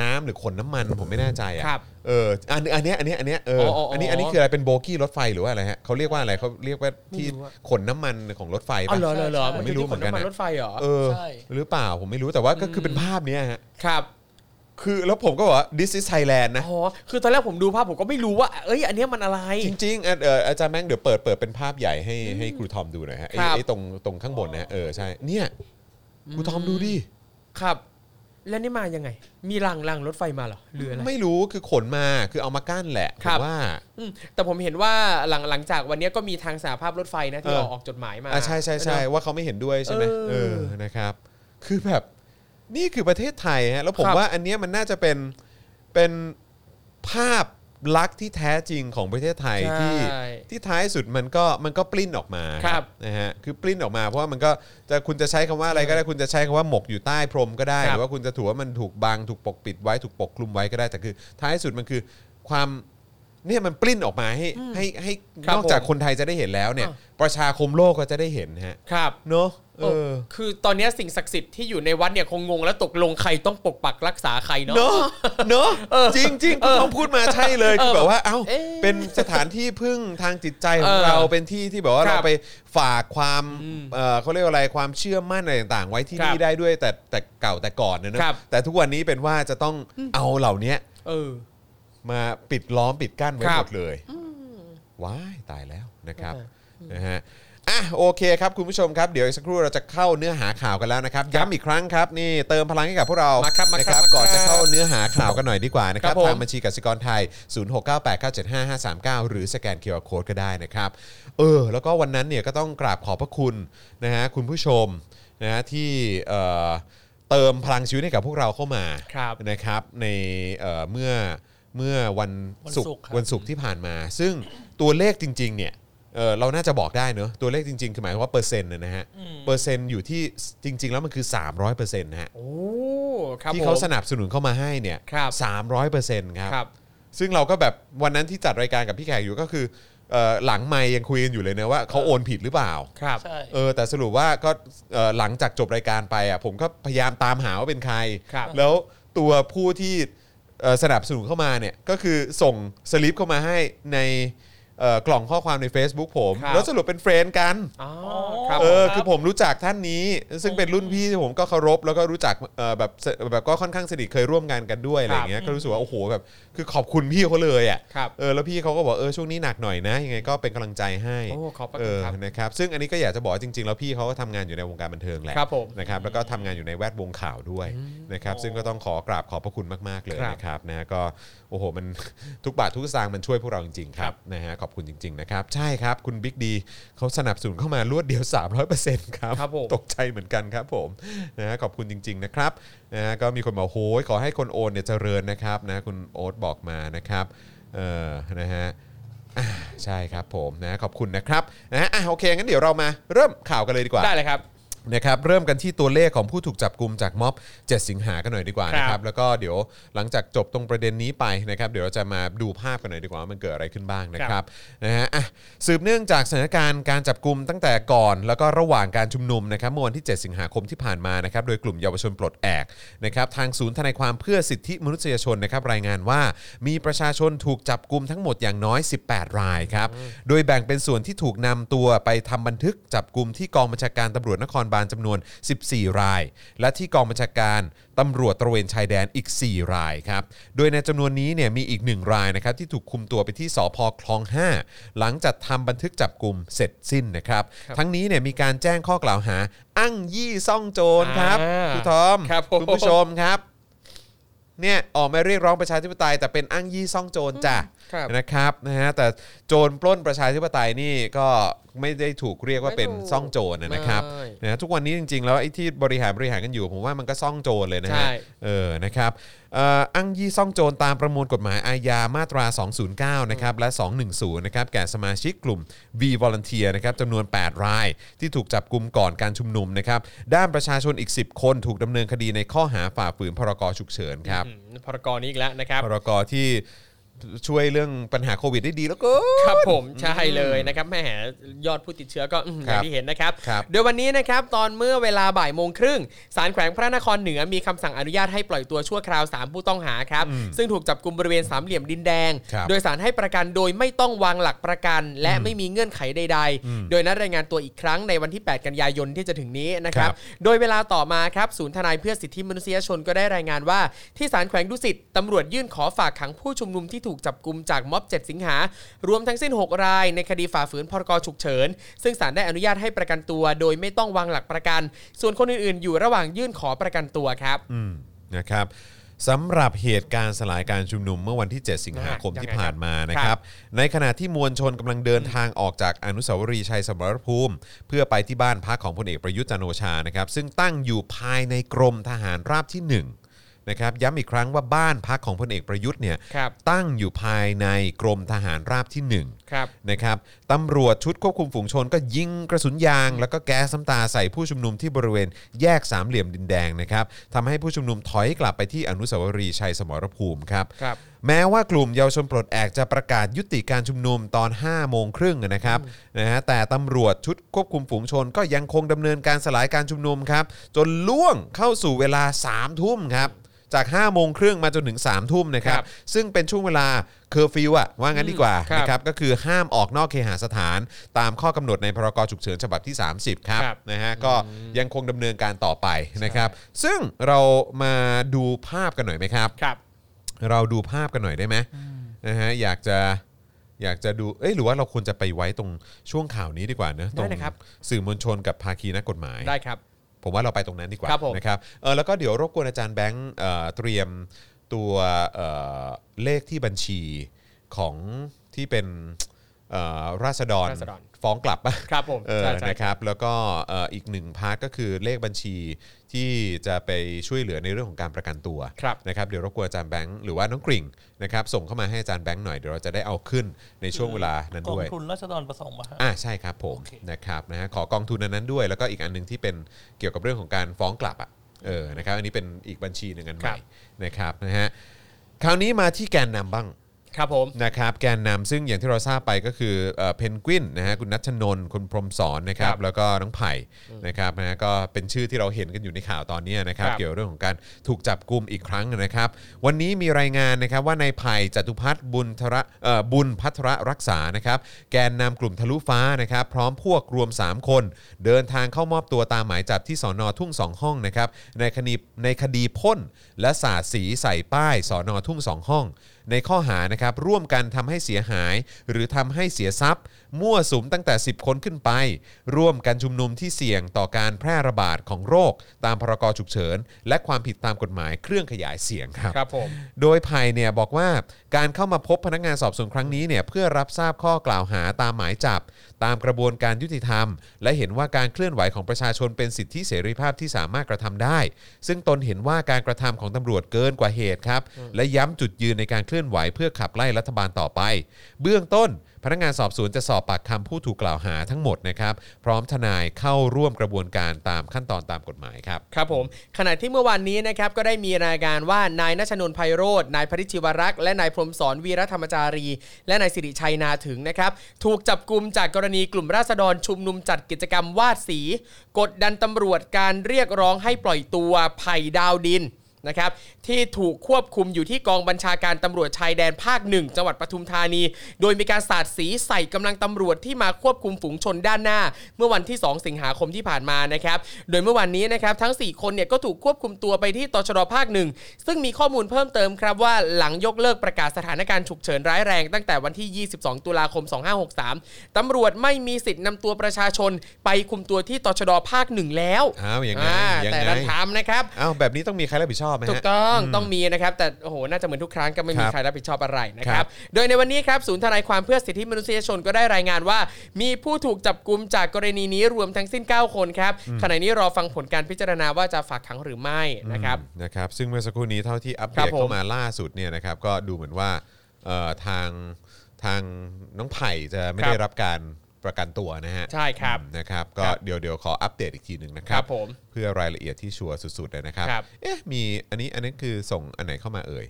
Speaker 2: น้ำหรือขนน้ำมันผมไม่แน่ใจอะ
Speaker 4: ครับ
Speaker 2: เอออันอันเนี้ยอันเนี้ยอันเนี้ยเออ
Speaker 4: ออ๋ออ๋ออั
Speaker 2: อันนี้อันนี้คืออะไรเป็นโบกี้รถไฟหรือว่าอะไรฮะเขาเรียกว่าอะไรเขาเรียกว่าที่
Speaker 4: ไม่รู้อะ
Speaker 2: ขนน้ำมันของรถไฟ
Speaker 4: อ๋อ
Speaker 2: ป่ะ
Speaker 4: เหรอเหรอเหรอ
Speaker 3: ใช่
Speaker 4: น
Speaker 2: ไม่รู้เหมือนกัน
Speaker 4: ที่ขำมั
Speaker 2: นะ
Speaker 4: รถไฟเหรอ
Speaker 2: เออ
Speaker 3: ใช่
Speaker 2: หรือเปล่าผมไม่รู้แต่ว่าก็คือเป็นภาพเนี้ยฮะ
Speaker 4: ครับ
Speaker 2: คือแล้วผมก็บอกว่า this is Thailand นะ
Speaker 4: อ๋อคือตอนแรกผมดูภาพผมก็ไม่รู้ว่า เอ้ย อันเนี้ยมันอะไร
Speaker 2: จริงๆอ่ะเอ่ออาจารย์แม่งเดี๋ยวเปิดเปิดเป็นภาพใหญ่ให้ให้ครูทอมดูหน่อยฮะไอ้
Speaker 4: ครับ
Speaker 2: ไอ้ตรงตรงข้างบนนะเออใช่เนี่ยครูทอมดูดิ
Speaker 4: ครับ แล้วนี่มายังไง มีรางรางรถไฟมาเหรอหรืออะไร
Speaker 2: ไม่รู้คือขนมาคือเอามากั้นแหละ
Speaker 4: ครับ
Speaker 2: ผมว่า
Speaker 4: อืมแต่ผมเห็นว่าหลังหลังจากวันเนี้ยก็มีทางสาภาพรถไฟนะที่
Speaker 2: เออ
Speaker 4: ออกออกจดหมายมา
Speaker 2: อ่ะใช่ใช่ใช่
Speaker 4: เนอะ
Speaker 2: ว่าเขาไม่เห็นด้วยใช่ไหม
Speaker 4: เออ
Speaker 2: เออนะครับ คือแบบนี่คือประเทศไทยฮะแล้วผม
Speaker 4: ครับ
Speaker 2: ว่าอันเนี้ยมันน่าจะเป็นเป็นภาพลักษณ์ที่แท้จริงของประเทศไทยที่
Speaker 4: ใช่
Speaker 2: ที่ท้ายสุดมันก็มันก็ปลิ้นออกมา
Speaker 4: ครับ
Speaker 2: นะฮะคือปลิ้นออกมาเพราะว่ามันก็จะคุณจะใช้คำว่าอะไรก็ได้คุณจะใช้คำว่าหมกอยู่ใต้พรมก็ได้
Speaker 4: ค
Speaker 2: ห
Speaker 4: รับ
Speaker 2: รือว่าคุณจะถือว่ามันถูกบังถูกปกปิดไว้ถูกปกคลุมไว้ก็ได้แต่คือ ท้ายสุดมันคือความเนี่ยมันปลิ้นออกมาให้ให้ให้
Speaker 4: ครับ
Speaker 2: นอกจาก
Speaker 4: ผม
Speaker 2: คนไทยจะได้เห็นแล้วเนี่ย
Speaker 4: อ่ะ
Speaker 2: ประชาคมโลกก็จะได้เห็นฮะ
Speaker 4: ครับ
Speaker 2: เนาะเอ
Speaker 4: เอ
Speaker 2: อ
Speaker 4: อคือตอนเนี้ยสิ่งศักดิ์สิทธิ์ที่อยู่ในวัดเนี่ยคงงงแล้วตกลงใครต้องปกปักรักษาใครเนาะ
Speaker 2: เนาะเนาะจริงจริงๆ
Speaker 4: เออ
Speaker 2: ต้องพูดมาใช่เลยคือแบบว่าเอ้า
Speaker 4: เอ๊ะ
Speaker 2: เป็นสถานที่พึ่งทางจิตใจของ
Speaker 4: เออ
Speaker 2: เราเป็นที่ที่แบบว่า
Speaker 4: ครั
Speaker 2: เรา
Speaker 4: บ
Speaker 2: ไป ฝากความเอ่อเขาเรียกว่าอะไรความเชื่อมั่นอะไรต่างๆ ไว้ที่
Speaker 4: ครับ
Speaker 2: นี่ได้ด้วยแต่แต่เก่าแต่ก่อนนะเนอะ
Speaker 4: ครับ
Speaker 2: แต่ทุกวันนี้เป็นว่าจะต้องเอาเหล่าเนี้ย
Speaker 4: เออ
Speaker 2: มาปิดล้อมปิดกั้นไว้
Speaker 4: ครั
Speaker 2: ห
Speaker 4: บ
Speaker 2: มดเลยว้ายตายแล้วนะครับ
Speaker 4: เออ
Speaker 2: นะฮะอ่ะโอเคครับคุณผู้ชมครับเดี๋ยวอีกสักครู่เราจะเข้าเนื้อหาข่าวกันแล้วนะครับ ย้ำอีกครั้งครับนี่เติมพลังให้กับพวกเรา
Speaker 4: มาครับมา
Speaker 2: นะครับ
Speaker 4: มาครับ
Speaker 2: ก่อนจะเข้าเนื้อหาข่าวกันหน่อยดีกว่านะครับ
Speaker 4: ครับผม
Speaker 2: ทางบัญชีกสิกรไทย 0698975539 หรือสแกน QR Code ก็ได้นะครับ เออแล้วก็วันนั้นเนี่ยก็ต้องกราบขอบพระคุณนะฮะคุณผู้ชมนะฮะที่เอ่อเติมพลังชีวิตให้กับพวกเราเข้ามา
Speaker 4: ครับ
Speaker 2: นะครับในเอ่อเมื่อเมื่อวันศุก
Speaker 3: วันศุก
Speaker 2: ร์
Speaker 3: ร์ครับ
Speaker 2: วันศุกร์ที่ผ่านมา ซึ่งตัวเลขจริงๆเนี่ยเออเราน่าจะบอกได้เนอะตัวเลขจริงๆ คือหมายความว่าเปอร์เซ็นต์นะฮะเปอร์เซ็นต์อยู่ที่จริง ๆ แล้วมันคือ 300%นะฮะ
Speaker 4: โอ้ครับ
Speaker 2: ที่เขา
Speaker 4: ผม
Speaker 2: สนับสนุนเข้ามาให้เนี่ย
Speaker 4: ครับ
Speaker 2: สามร้อยเปอร์เซ็นต์ครับ
Speaker 4: ครับ
Speaker 2: ซึ่งเราก็แบบวันนั้นที่จัดรายการกับพี่แขกอยู่ก็คือเอ่อหลังไม่ยังคุยกันอยู่เลยนะว่าเขาโอนผิดหรือเปล่า
Speaker 4: ครับ
Speaker 3: ใช่
Speaker 2: เออแต่สรุปว่าก็เอ่อหลังจากจบรายการไปอ่ะผมก็พยายามตามหาว่าเป็นใคร
Speaker 4: ครับ
Speaker 2: แล้วตัวผู้ที่เอ่อสนับสนุนเข้ามาเนี่ยก็คือส่งสลิปเข้ามาให้ในเอ่อกล่องข้อความใน Facebook ผม
Speaker 4: ครับ
Speaker 2: แล้วสรุปเป็นเฟรนด์กัน
Speaker 4: อ๋อครับ
Speaker 2: เออ
Speaker 3: ครับ
Speaker 2: คือผมรู้จักท่านนี้ ซึ่งเป็นรุ่นพี่ที่ผมก็เคารพแล้วก็รู้จักเอ่อแบบแบบก็ค่อนข้างสนิทเคยร่วมงานกันด้วยอะไรอย่างเงี้ยก็รู้สึกว่าโอ้โหแบบคือขอบคุณพี่เขาเลยอ่ะ
Speaker 4: ครับ
Speaker 2: เออแล้วพี่เขาก็บอกเออช่วงนี้หนักหน่อยนะ ยังไงก็เป็นกำลังใจให้
Speaker 4: โอ้ขอบพระ
Speaker 2: เอ
Speaker 4: คุณครับ
Speaker 2: อนะครับ ซึ่งอันนี้ก็อยากจะบอกว่าจริง ๆ แล้วพี่เขาก็ทำงานอยู่ในวงการบันเทิงแหละ
Speaker 4: ครับผม
Speaker 2: นะครับแล้วก็ทำงานอยู่ในแวดวงข่าวด้วยนะครับ
Speaker 3: โอ้
Speaker 2: ซึ่งก็ต้องขอกราบขอบพระคุณมากๆเลย
Speaker 4: ครับ
Speaker 2: นะครับนะก็โอ้โหมัน ทุกบาททุกสตางค์มันช่วยพวกเราจริงๆค
Speaker 4: ครั
Speaker 2: รับบ นะฮะขอบคุณจริง ๆ นะครับ ใช่ครับคุณบิ๊กดีเขาสนับสนุนเข้ามารวดเดียว 300%ครับ
Speaker 4: ครับผม
Speaker 2: ตกใจเหมือนกันครับผมนะฮะขอบคุณจริง ๆ นะครับนะฮะก็มีคนบอกโอ้ยขอให้คนโอนเนี่ยเจริญนะครับนะคุณโอ๊ตบอกมานะครับเออนะฮะอ่าใช่ครับผมนะขอบคุณนะครับนะฮะอ่ะโอเคงั้นเดี๋ยวเรามาเริ่มข่าวกันเลยดีกว่า
Speaker 4: ได้เลยครับ
Speaker 2: นะครับเริ่มกันที่ตัวเลขของผู้ถูกจับกลุ่มจากม็อบ 7 สิงหากันหน่อยดีกว่านะค
Speaker 3: ค
Speaker 2: รั
Speaker 3: รับ บ
Speaker 2: แล้วก็เดี๋ยวหลังจากจบตรงประเด็นนี้ไปนะครับ เดี๋ยวเราจะมาดูภาพกันหน่อยดีกว่าว่ามันเกิดอะไรขึ้นบ้างนะครับนะฮะอ่ะสืบเนื่องจากสถานการณ์การจับกลุ่มตั้งแต่ก่อน แล้วก็ระหว่างการชุมนุมนะครับเมื่อวันที่ 7 สิงหาคมที่ผ่านมานะครับโดยกลุ่มเยาวชนปลดแอกนะครับทางศูนย์ทนายความเพื่อสิทธิมนุษยชนนะครับรายงานว่ามีประชาชนถูกจับกลุ่มทั้งหมดอย่างน้อย 18 รายครับโดยแบ่งเป็นส่วนที่ถูกนำตัวไปทำบันทึกจับกลุ่มที่กองบัญชาการตำรวจนครบาลจำนวน 14 ราย และที่กองบัญชาการตำรวจตระเวนชายแดนอีก 4 รายครับ โดยในจำนวนนี้เนี่ยมีอีก 1 รายนะครับที่ถูกคุมตัวไปที่สพคลอง 5 หลังจากทำบันทึกจับกลุ่มเสร็จสิ้นนะครับ ทั้งนี้เนี่ยมีการแจ้งข้อกล่าวหาอ้างยี่ซ่องโจรครับ
Speaker 4: อ่า
Speaker 2: คุณทอม
Speaker 4: ครับผม
Speaker 2: คุณผู้ชมครับเนี่ยออกมาเรียกร้องประชาธิปไตย แต่เป็นอ้างยี่ซ่องโจรจ้ะ
Speaker 4: ครับ
Speaker 2: นะครับนะฮะแต่โจรปล้นประชาธิปไตยนี่ก็ไม่ได้ถูกเรียกว่าเป็น
Speaker 1: ไม่ถูก
Speaker 2: ซ่องโจรนะนะครับ
Speaker 4: ไม่
Speaker 2: นะฮะทุกวันนี้จริง ๆ แล้วไอ้ที่บริหารบริหารกันอยู่ผมว่ามันก็ซ่องโจรเลยนะฮะ
Speaker 4: ใช่
Speaker 2: เออนะครับเอ่ออ้างยี่ซ่องโจรตามประมวลกฎหมายอาญามาตรา 209 นะครับและ 210 นะครับแก่สมาชิกกลุ่ม V Volunteer นะครับจำนวน 8 ราย ที่ถูกจับกลุ่มก่อนการชุมนุมนะครับด้านประชาชนอีก 10 คนถูกดำเนินคดีในข้อหาฝ่าฝืนพรกฉุกเฉินครับ
Speaker 4: อืมพรกรนี้อีกแล้วนะครับ
Speaker 2: พรกที่ช่วยเรื่องปัญหาโควิดได้ดีแล้วก็
Speaker 4: ครับผมใช่เลยนะครับแหมยอดผู้ติดเชื้อก็อืม
Speaker 2: ค
Speaker 4: อ
Speaker 2: รับ
Speaker 4: ย่างที่เห็นนะครับ
Speaker 2: ครับ
Speaker 4: โดยวันนี้นะครับตอนเมื่อเวลาบ่ายโมงครึ่งศาลแขวงพระนครเหนือมีคำสั่งอนุญาตให้ปล่อยตัวชั่วคราว 3 ผู้ต้องหาครับ ซึ่งถูกจับกลุ่มบริเวณสามเหลี่ยมดินแดง
Speaker 2: ครับ
Speaker 4: โดยสารให้ประกันโดยไม่ต้องวางหลักประกัน และไม่มีเงื่อนไขใด
Speaker 2: อืม
Speaker 4: ๆ โดยนัดรายงานตัวอีกครั้งในวันที่ 8 กันยายนที่จะถึงนี้นะค
Speaker 2: ครั
Speaker 4: รับ บ โดยเวลาต่อมาครับศูนย์ทนายเพื่อสิทธิมนุษยชนก็ได้รายงานว่า ที่ศาลแขวงดุสิตตำรวจยื่นขอฝากขังผู้ชุมนุมที่ถูกจับกลุมจากม็อบ 7 สิงหา รวมทั้งสิ้น 6 ราย ในคดีฝ่าฝืนพรกฉุกเฉิน ซึ่งศาลได้อนุญาตให้ประกันตัว โดยไม่ต้องวางหลักประกัน ส่วนคนอื่น ๆ อยู่ระหว่างยื่นขอประกันตัวครับ
Speaker 2: อืมนะครับสำหรับเหตุการณ์สลายการชุมนุมเมื่อวันที่ 7 สิงหาคม
Speaker 4: ยังไง
Speaker 2: ที่ผ่านมา
Speaker 4: ครับ
Speaker 2: นะค
Speaker 4: ครั
Speaker 2: รับ
Speaker 4: บ
Speaker 2: ในขณะที่มวลชนกำลังเดินทางออกจากอนุสาวรีย์ชัยสมรภูมิ เพื่อไปที่บ้านพักของพลเอกประยุทธ์จันทร์โอชานะครับซึ่งตั้งอยู่ภายในกรมทหารราบที่หนึ่งนะครับย้ำอีกครั้งว่าบ้านพักของพลเอกประยุทธ์เนี่ย
Speaker 4: ครับ
Speaker 2: ตั้งอยู่ภายในกรมทหารราบที่หนึ่ง
Speaker 4: ครับ
Speaker 2: นะครับตำรวจชุดควบคุมฝูงชนก็ยิงกระสุนยาง แล้วก็แก๊สน้ำตาใส่ผู้ชุมนุมที่บริเวณแยกสามเหลี่ยมดินแดงนะครับทำให้ผู้ชุมนุมถอยกลับไปที่อนุสาวรีย์ชัยสมรภูมิครับ
Speaker 4: ครับ
Speaker 2: แม้ว่ากลุ่มเยาวชนปลดแอกจะประกาศยุติการชุมนุมตอน 5 โมงครึ่งนะครับนะฮะแต่ตำรวจชุดควบคุมฝูงชนก็ยังคงดำเนินการสลายการชุมนุมครับ จนล่วงเข้าสู่เวลา 3 ทุ่มครับ จาก 5 โมงครึ่งมาจนถึง 3 ทุ่มนะครับ
Speaker 4: ครับ
Speaker 2: ซึ่งเป็นช่วงเวลาเคอร์ฟิวอะว่างั้นดีกว่า
Speaker 4: อืมครับ
Speaker 2: นะครับก็คือห้ามออกนอกเคหสถาน ตามข้อกำหนดในพรกฉุกเฉินฉบับที่ 30 ครับ
Speaker 4: ครับ
Speaker 2: นะฮะก็ยังคงดำเนินการต่อไปนะครับ ซึ่งเรามาดูภาพกันหน่อยไหมครับ
Speaker 4: ครับ
Speaker 2: เราดูภาพกันหน่อยได้ไหมนะฮะอยากจะอยากจะดูเอ้ยหรือว่าเราควรจะไปไว้ตรงช่วงข่าวนี้ดีกว่าเนอะต
Speaker 4: ได้
Speaker 2: รง
Speaker 4: เลยครับ
Speaker 2: สื่อมวลชนกับภาคีนักกฎหมาย
Speaker 4: ได้ครับ
Speaker 2: ผมว่าเราไปตรงนั้นดีกว่า
Speaker 4: ครับผม
Speaker 2: นะครับเออแล้วก็เดี๋ยวรบกวนอาจารย์แบงค์เอ่อเตรียมตัวเอ่อเลขที่บัญชีของที่เป็นเอ่อราษฎร
Speaker 4: ราษฎร
Speaker 2: ฟ้องกลั บปะ
Speaker 4: ครับผม
Speaker 2: เออ
Speaker 4: ใช่ใช่
Speaker 2: นะครับ แล้วก็เอ่ออีกหนึ่งพาร์ทก็คือเลขบัญชีที่จะไปช่วยเหลือในเรื่องของการประกันตัว
Speaker 4: ครับ
Speaker 2: นะครับ เดี๋ยวรบกวนอาจารย์แบงค์หรือว่าน้องกริ่งนะครับส่งเข้ามาให้อาจารย์แบงค์หน่อย เดี๋ยวเราจะได้เอาขึ้นในช่วงเวลานั้น
Speaker 3: กอง
Speaker 2: ด้วย
Speaker 3: ทุนราษฎรประสงค์มาฮะ
Speaker 2: อ่าใช่ครับผม
Speaker 3: โอเค
Speaker 2: นะครับนะฮะขอกองทุนอันนั้นด้วย แล้วก็อีกอันหนึงที่เป็นเกี่ยวกับเรื่องของการฟ้องกลับอ่ะเออนะครับอันนี้เป็นอีกบัญชีหนึ่งอันให
Speaker 4: ครั
Speaker 2: ม่
Speaker 4: บ
Speaker 2: นะครับนะฮะคราวนี้มาที่แกนนำบ้าง
Speaker 4: ครับผม
Speaker 2: นะครับแกนนำซึ่งอย่างที่เราทราบไปก็คือเพนกวินนะฮะคุณนัชนนท์คุณพรหมสอนนะครั
Speaker 4: ค
Speaker 2: บ
Speaker 4: รับ
Speaker 2: แล้วก็น้องไผ่นะครับนะฮะก็เป็นชื่อที่เราเห็นกันอยู่ในข่าวตอนเนี้ยนะครับ
Speaker 4: ครับ
Speaker 2: เกี่ยวเรื่องของการถูกจับกลุ่มอีกครั้งนะครับวันนี้มีรายงานนะครับว่านายไผ่จตุพัฒน์บุญธระเอ่อบุญพัทรรักษานะครับแกนนำกลุ่มทะลุฟ้านะครับพร้อมพวกรวม 3 คน เดินทางเข้ามอบตัวตามหมายจับที่สอนอทุ่งสองห้องนะครับในคดีในคดีพ่นและสาดสีใส่ป้ายสอนอทุ่งสองห้อง ในข้อหานะครับร่วมกันทำให้เสียหาย หรือทำให้เสียทรัพย์ มั่วสุมตั้งแต่ 10 คนขึ้นไป ร่วมกันชุมนุมที่เสี่ยงต่อการแพร่ระบาดของโรค ตามพรกฉุกเฉิน และความผิดตามกฎหมายเครื่องขยายเสียงครับ
Speaker 4: ครับผม
Speaker 2: โดยไผ่เนี่ยบอกว่าการเข้ามาพบพนักงานสอบสวนครั้งนี้เนี่ยเพื่อรับทราบข้อกล่าวหาตามหมายจับ ตามกระบวนการยุติธรรม และเห็นว่าการเคลื่อนไหวของประชาชนเป็นสิทธิเสรีภาพที่สามารถกระทำได้ ซึ่งตนเห็นว่าการกระทำของตำรวจเกินกว่าเหตุครับ และย้ำจุดยืนในการเคลื่อนไหวเพื่อขับไล่รัฐบาลต่อไป เบื้องต้นพ พนักงานสอบสวนจะสอบปากคำผู้ถูกกล่าวหาทั้งหมดนะครับ พร้อมทนายเข้าร่วมกระบวนการตามขั้นตอนตามกฎหมายครับ
Speaker 1: ครับผมขณะที่เมื่อวานนี้นะครับก็ได้มีรายงานว่านายนัชนนท์ไพโรธนายพริชชิวรักษ์และนายพรหมสอนวีรธรรมจารี และนายสิริชัยนาถึงนะครับถูกจับกลุมจากกรณีกลุ่มราษฎรชุมนุมจัดกิจกรรมวาดสี กดดันตำรวจการเรียกร้องให้ปล่อยตัวไผ่ดาวดินนะครับที่ถูกควบคุมอยู่ที่กองบัญชาการตำรวจชายแดนภาคหนึ่งจังหวัดปทุมธานี โดยมีการสาดสีใส่กำลังตำรวจที่มาควบคุมฝูงชนด้านหน้า เมื่อวันที่ 2 สิงหาคมที่ผ่านมานะครับโดยเมื่อวันนี้นะครับทั้ง 4 คนเนี่ยก็ถูกควบคุมตัวไปที่ตชรภาคหนึ่งซึ่งมีข้อมูลเพิ่มเติมครับว่าหลังยกเลิกประกาศสถานการณ์ฉุกเฉินร้ายแรงตั้งแต่วันที่ 22 ตุลาคม 2563ตำรวจไม่มีสิทธิ์นำตัวประชาชน ไปคุมตัวที่ตชดภาคหนึ่งแล้ว
Speaker 2: อ้าวยังไง
Speaker 1: อ่า
Speaker 2: ยังไง
Speaker 1: แต่รัฐธรรมนะครับ
Speaker 2: อ้าวแบบนี้ต้องมีใครรับผิดชอบไหมฮะ
Speaker 1: ถูกต้องต้องมีนะครับ แต่โอ้โหน่าจะเหมือนทุกครั้งก็ไม่มี
Speaker 2: ครับ
Speaker 1: ใครรับผิดชอบอะไรนะค
Speaker 2: ครั
Speaker 1: รับ บ โดยในวันนี้ครับศูนย์ทนายความเพื่อสิทธิมนุษยชนก็ได้รายงานว่า มีผู้ถูกจับกลุมจากกรณีนี้รวมทั้งสิ้น 9 คนครับขณะนี้รอฟังผลการพิจารณาว่าจะฝากขังหรือไม่นะครับ
Speaker 2: นะครับซึ่งเมื่อสักครู่นี้เท่าที่อัปเด
Speaker 1: ครับ
Speaker 2: ต
Speaker 1: ผม
Speaker 2: เข้ามาล่าสุดเนี่ยนะครับก็ดูเหมือนว่าเอ่อทางทางน้องไผ่จะไม่
Speaker 1: ครับ
Speaker 2: ได้รับการประกันตัวนะฮะ
Speaker 1: ใช่ครับ
Speaker 2: อืมนะครับก็
Speaker 1: ครับ
Speaker 2: เดี๋ยวเดี๋ยวขออัปเดตอีกทีหนึ่งนะครั
Speaker 1: ค
Speaker 2: บ
Speaker 1: รับผม
Speaker 2: เพื่อรายละเอียดที่ชัวร์สุดๆเลยนะครับ
Speaker 1: ครับ
Speaker 2: เอ๊ะมีอันนี้อันนี้คือส่งอันไหนเข้ามาเอ่ย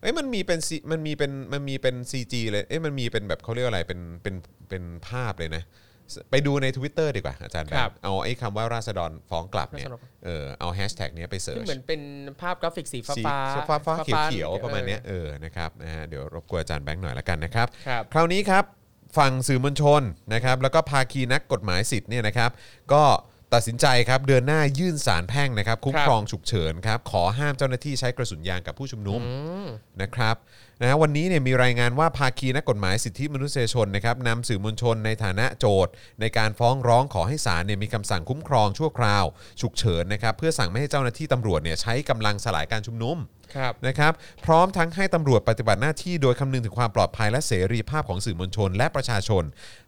Speaker 2: เอ้ยมันมีเป็น C- มันมีเป็นมันมีเป็น CG เลยเอ้ยมันมีเป็นแบบเขาเรียกอะไรเป็นเป็นเป็นภาพเลยนะ ไปดูใน Twitter ดีกว่าอาจารย์แบ
Speaker 1: ครับ
Speaker 2: บเอาไอ้คำว่าราษฎรฟ้องกลับเนี่ย
Speaker 1: ราษฎร
Speaker 2: เออเอาแฮชแท็กเนี้ยไปเสิร์
Speaker 1: ที่
Speaker 2: ช
Speaker 1: เหมือนเป็นภาพกราฟิกสีฟ้า
Speaker 2: สี
Speaker 1: ฟ้า
Speaker 2: ฟ้าฟ้าเขียว
Speaker 1: ๆ
Speaker 2: เขียวๆประมาณเนี้ย
Speaker 1: ออ
Speaker 2: เออนะครับนะฮะเดี๋ยวรบกวนอาจารย์แบงค์หน่อยละกันนะครับ
Speaker 1: ครับ
Speaker 2: คราวนี้ครับฝั่งสื่อมวลชนนะครับแล้วก็ภาคีนักกฎหมายสิทธิ์เนี่ยนะครับ ก็ตัดสินใจครับเดือนหน้ายื่นสารแพ่งนะครับ คุ้ม
Speaker 1: ครับ
Speaker 2: ครองฉุกเฉินครับ ขอห้ามเจ้าหน้าที่ใช้กระสุนยางกับผู้ชุมนุมนะครับนะฮะวันนี้เนี่ยมีรายงานว่าภาคีนักกฎหมายสิทธิมนุษยชนนะครับนำสื่อมวลชนในฐานะโจทย์ ในการฟ้องร้องขอให้ศาลเนี่ยมีคำสั่งคุ้มครองชั่วคราว ฉุกเฉินนะครับเพื่อสั่งไม่ให้เจ้าหน้าที่ตำรวจเนี่ยใช้กำลังสลายการชุมนุม
Speaker 1: ครับ
Speaker 2: นะครับพร้อมทั้งให้ตำรวจปฏิบัติหน้าที่โดยคำนึงถึงความปลอดภัยและเสรีภาพของสื่อมวลชน และประชาชน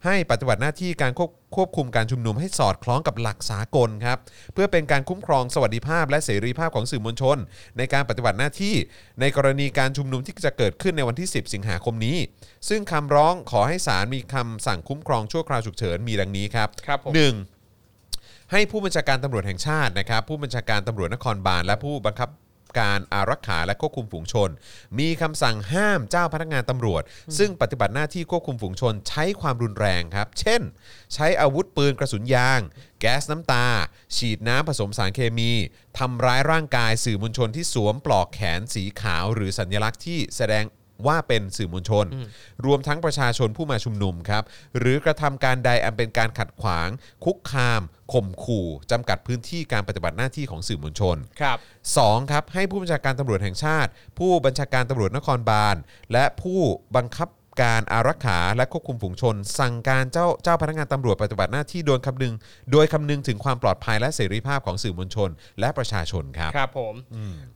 Speaker 2: ให้ปฏิบัติหน้าที่การควบควบคุมการชุมนุมให้สอดคล้องกับหลักสากลครับเพื่อเป็นการคุ้มครองสวัสดิภาพ และเสรีภาพของสื่อมวลชน ในการปฏิบัติหน้าที่ในกรณีการชุมนุมที่จะเกิดขึ้นในวันที่ 10 สิงหาคมนี้ ซึ่งคำร้องขอให้ศาลมีคำสั่งคุ้มครองชั่วคราวฉุกเฉินมีดังนี้ครับ
Speaker 1: ครับผม
Speaker 2: หนึ่ง ให้ผู้บัญชาการตำรวจแห่งชาตินะครับ ผู้บัญชาการตำรวจนครบาลและผู้บังคับการอารักขาและควบคุมฝูงชน มีคำสั่งห้ามเจ้าพนักงานตำรวจ ซึ่งปฏิบัติหน้าที่ควบคุมฝูงชน ใช้ความรุนแรงครับ เช่น ใช้อาวุธปืนกระสุนยาง แก๊สน้ำตา ฉีดน้ำผสมสารเคมีทำร้ายร่างกายสื่อมวลชนที่สวมปลอกแขนสีขาว หรือสัญลักษณ์ที่แสดง ว่าเป็นสื่อมวลชน รวมทั้งประชาชนผู้มาชุมนุมครับ หรือกระทำการใดอันเป็นการขัดขวาง คุกคามข่มขู่จำกัดพื้นที่การปฏิบัติหน้าที่ของสื่อมวลชน
Speaker 1: ครับ
Speaker 2: 2ครับให้ผู้บัญชาการตำรวจแห่งชาติ ผู้บัญชาการตำรวจนครบาล และผู้บังคับการอารักขาและควบคุมฝูงชน สั่งการเจ้าเจ้าพนักงานตำรวจปฏิบัติหน้าที่โดยคำนึง โดยคำนึงถึงความปลอดภัยและเสรีภาพของสื่อมวลชน และประชาชนครับ
Speaker 1: ครับผม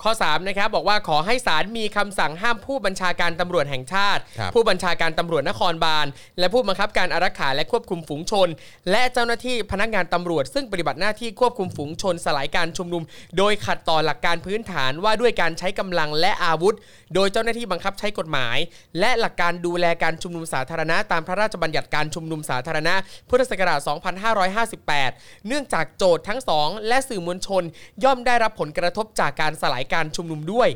Speaker 1: ข้อ3นะครับบอกว่าขอให้ศาลมีคำสั่งห้ามผู้บัญชาการตำรวจแห่งชาติ
Speaker 2: ครับ
Speaker 1: ผู้บัญชาการตำรวจนครบาล และผู้บังคับการอารักขาและควบคุมฝูงชน และเจ้าหน้าที่พนักงานตำรวจ ซึ่งปฏิบัติหน้าที่ควบคุมฝูงชน สลายการชุมนุม โดยขัดต่อหลักการพื้นฐานว่าด้วยการใช้กำลังและอาวุธ โดยเจ้าหน้าที่บังคับใช้กฎหมาย และหลักการดูแลการชุมนุมสาธารณะ ตามพระราชบัญญัติการชุมนุมสาธารณะ พุทธศักราช 2558 เนื่องจากโจทย์ทั้งสองและสื่อมวลชน ย่อมได้รับผลกระทบจากการสลายการชุมนุมด้วย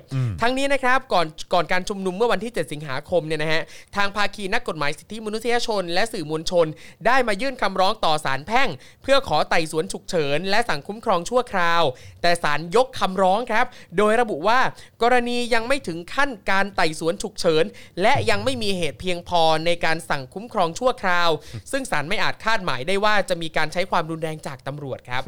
Speaker 1: ทั้งนี้นะครับก่อนก่อนการชุมนุมเมื่อวันที่ 7 สิงหาคมเนี่ยนะฮะทางภาคีนักกฎหมายสิทธิมนุษยชน และสื่อมวลชน ได้มายื่นคำร้องต่อศาลแพ่ง เพื่อขอไต่สวนฉุกเฉิน และสั่งคุ้มครองชั่วคราว แต่ศาลยกคำร้องครับ โดยระบุว่า กรณียังไม่ถึงขั้นการไต่สวนฉุกเฉิน และยังไม่มีเหตุเพียงพอในการสั่งคุ้มครองชั่วคราว ซึ่งศาลไม่อาจคาดหมายได้ว่าจะมีการใช้ความรุนแรงจากตำรวจค รับ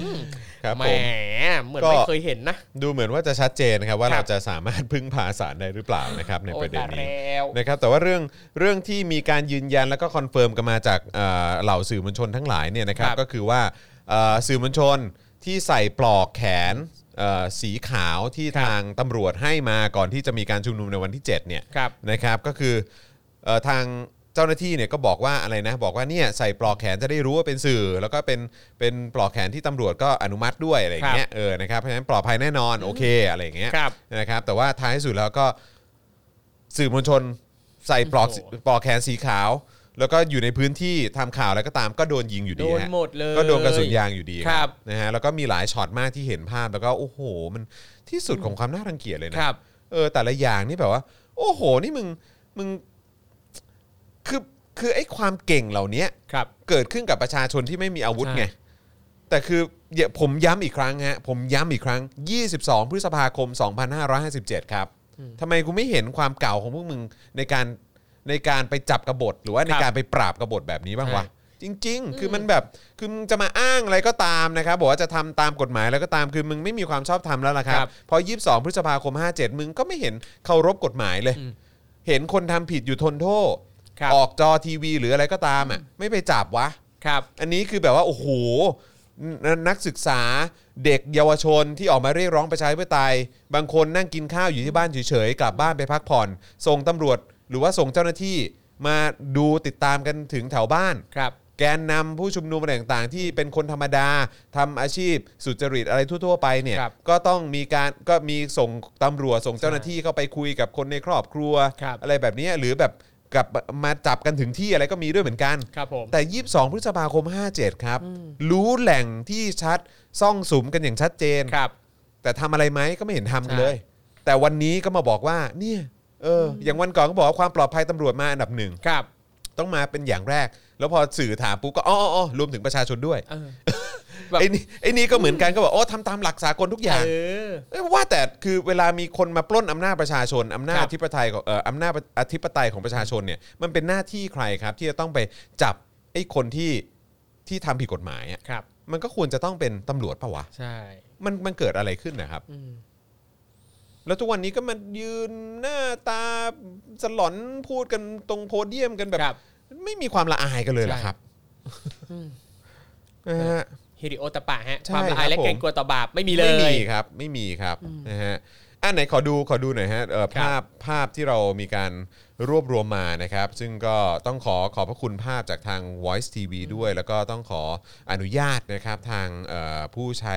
Speaker 1: อืม
Speaker 2: ครับ
Speaker 1: แหม
Speaker 2: ผม
Speaker 1: เหมือน
Speaker 2: ก็
Speaker 1: ไม่เคยเห็นนะ
Speaker 2: ดูเหมือนว่าจะชัดเจนนะครับว่า
Speaker 1: ครั
Speaker 2: เรา
Speaker 1: บ
Speaker 2: จะสามารถพึ่งพาศาลได้หรือเปล่านะครับใน
Speaker 1: โอ้
Speaker 2: ประเด็น
Speaker 1: ตาย
Speaker 2: นี้
Speaker 1: แล้ว
Speaker 2: นะครับแต่ว่าเรื่องเรื่องที่มีการยืนยันแล้วก็คอนเฟิร์มกันมาจากเอ่อเหล่าสื่อมวลชนทั้งหลายเนี่ยนะครับ
Speaker 1: ครับ
Speaker 2: ก็คือว่าเอ่อสื่อมวลชนที่ใส่ปลอกแขนเอ่อสีขาวที่
Speaker 1: ครับ
Speaker 2: ทางตำรวจให้มาก่อนที่จะมีการชุมนุมในวันที่7เนี่ย
Speaker 1: ครับ
Speaker 2: นะครับก็คือเอ่อทางเจ้าหน้าที่เนี่ยก็บอกว่าอะไรนะบอกว่าเนี่ยใส่ปลอกแขนจะได้รู้ว่าเป็นสื่อ แล้วก็เป็นเป็นปลอกแขนที่ตำรวจก็อนุมัติด้วยอะไรอย่างเงี้ยเออนะครับเพราะฉะนั้นปลอดภัยแน่นอนโอเคอะไรอย่างเงี้ย
Speaker 1: ครับ
Speaker 2: นะครับแต่ว่าท้ายสุดแล้วก็ สื่อมวลชน ใส่ปลอกปลอกแขนสีขาว แล้วก็อยู่ในพื้นที่ทำข่าวแล้วก็ตามก็โดนยิงอยู่
Speaker 1: โด
Speaker 2: ดี
Speaker 1: น
Speaker 2: ฮะ
Speaker 1: หมดเลย
Speaker 2: ก็โดนกระสุนยางอยู่ดี
Speaker 1: ครับ
Speaker 2: นะฮะแล้วก็มีหลายช็อตมากที่เห็นภาพแล้วก็โอ้โห มันที่สุดของความน่ารังเกียจเลยนะ
Speaker 1: ครับ
Speaker 2: เออแต่ละอย่างนี่แบบว่า โอ้โหนี่มึงมึงคือคือไอ้ความเก่งเหล่านี้
Speaker 1: ครับ
Speaker 2: เกิดขึ้นกับประชาชนที่ไม่มีอาวุธ
Speaker 1: ใช่
Speaker 2: ไง แต่คืออย่าผมย้ำอีกครั้งฮะผมย้ำอีกครั้ง 22 พฤษภาคม 2557 ครับทำไมกูไม่เห็นความเก่าของพวกมึงในการในการไปจับกบฏหรือว่าในการไปปราบกบฏแบบนี้บ้างวะ จริง ๆ คือมันแบบคือมึงจะมาอ้างอะไรก็ตามนะครับบอกว่าจะทำตามกฎหมายแล้วก็ตามคือมึงไม่มีความชอบธรรมแล้วล่ะครั
Speaker 1: ครับ บ
Speaker 2: พอ 22 พฤษภาคม 57 มึงก็ไม่เห็นเคารพกฎหมายเลย เห็นคนทำผิดอยู่ทนโทษ
Speaker 1: ครับ
Speaker 2: ออกจอทีวีหรืออะไรก็ตามอ่ะไม่ไปจับวะ
Speaker 1: ครับ
Speaker 2: อันนี้คือแบบว่า โอ้โหนนักศึกษาเด็กเยาวชนที่ออกมาเรียกร้องประชาธิปไตย บางคนนั่งกินข้าวอยู่ที่บ้านเฉยๆ กลับบ้านไปพักผ่อน ส่งตำรวจหรือว่าส่งเจ้าหน้าที่มาดูติดตามกันถึงแถวบ้าน
Speaker 1: ครับ
Speaker 2: แกนนำผู้ชุมนุมอะไรต่างๆ ที่เป็นคนธรรมดาทำอาชีพสุจริตอะไรทั่วๆ ไปเนี่ย
Speaker 1: ครับ
Speaker 2: ก็ต้องมีการก็มีส่งตำรวจส่งเจ้าหน้าที่เข้าไปคุยกับคนในครอบครัว
Speaker 1: ครับ
Speaker 2: อะไรแบบเนี้ยหรือแบบกลับมาจับกันถึงที่อะไรก็มีด้วยเหมือนกัน
Speaker 1: ครับผม
Speaker 2: แต่ 22 พฤษภาคม 57 ครับ รู้แหล่งที่ชัดซ่องสุมกันอย่างชัดเจน
Speaker 1: ครับ
Speaker 2: แต่ทำอะไรไหมก็ไม่เห็นทำกันเลย
Speaker 1: ใช่
Speaker 2: แต่วันนี้ก็มาบอกว่าเนี่ยเอออ อย่างวันก่อนก็บอกว่าความปลอดภัยตำรวจมาอันดับหนึ่ง
Speaker 1: ครับ
Speaker 2: ต้องมาเป็นอย่างแรก แล้วพอสื่อถามปุ๊บก็อ๋ออ๋ออ๋อรวมถึงประชาชนด้วย
Speaker 1: เออ แบบ
Speaker 2: ไอ้นี่ไอ้นี่ก็เหมือนกันก็บอกโอ้ทำตามหลักสากลทุกอย่าง
Speaker 1: เออ
Speaker 2: เอ้ยว่าแต่คือเวลามีคนมาปล้นอำนาจประชาชนอำนาจ
Speaker 1: ครั
Speaker 2: อบ ธิปไตยของเอ่ออำนาจอธิปไตยของประชาชนเนี่ยมันเป็นหน้าที่ใครครับ ที่จะต้องไปจับไอ้คนที่ที่ทำผิดกฎหมายอะ
Speaker 1: ครับ
Speaker 2: มันก็ควรจะต้องเป็นตำรวจปะวะ
Speaker 1: ใช่
Speaker 2: มันมันเกิดอะไรขึ้นนะครับ
Speaker 1: อืม
Speaker 2: แล้วทุกวันนี้ก็มายืนหน้าตาสลอนพูดกันตรงโพเดียมกันแบบ
Speaker 1: ครับ
Speaker 2: ไม่มีความละอายกันเลยเหรอครับ นะฮะ
Speaker 1: ฮิริโอตปปะฮะ
Speaker 2: ใช่
Speaker 1: ความละอายและ
Speaker 2: ครับผม
Speaker 1: เกรงกลัวต่อบาปไม่มีเลย
Speaker 2: ไม่มีครับไม่มีครับนะฮะอันไหนขอดูขอดูหน่อยฮะเอ่อ
Speaker 1: ครับ
Speaker 2: ภาพภาพที่เรามีการรวบรวมมานะครับ ซึ่งก็ต้องขอขอบพระคุณภาพจากทาง Voice TV ด้วย แล้วก็ต้องขออนุญาตนะครับทางเอ่อผู้ใช้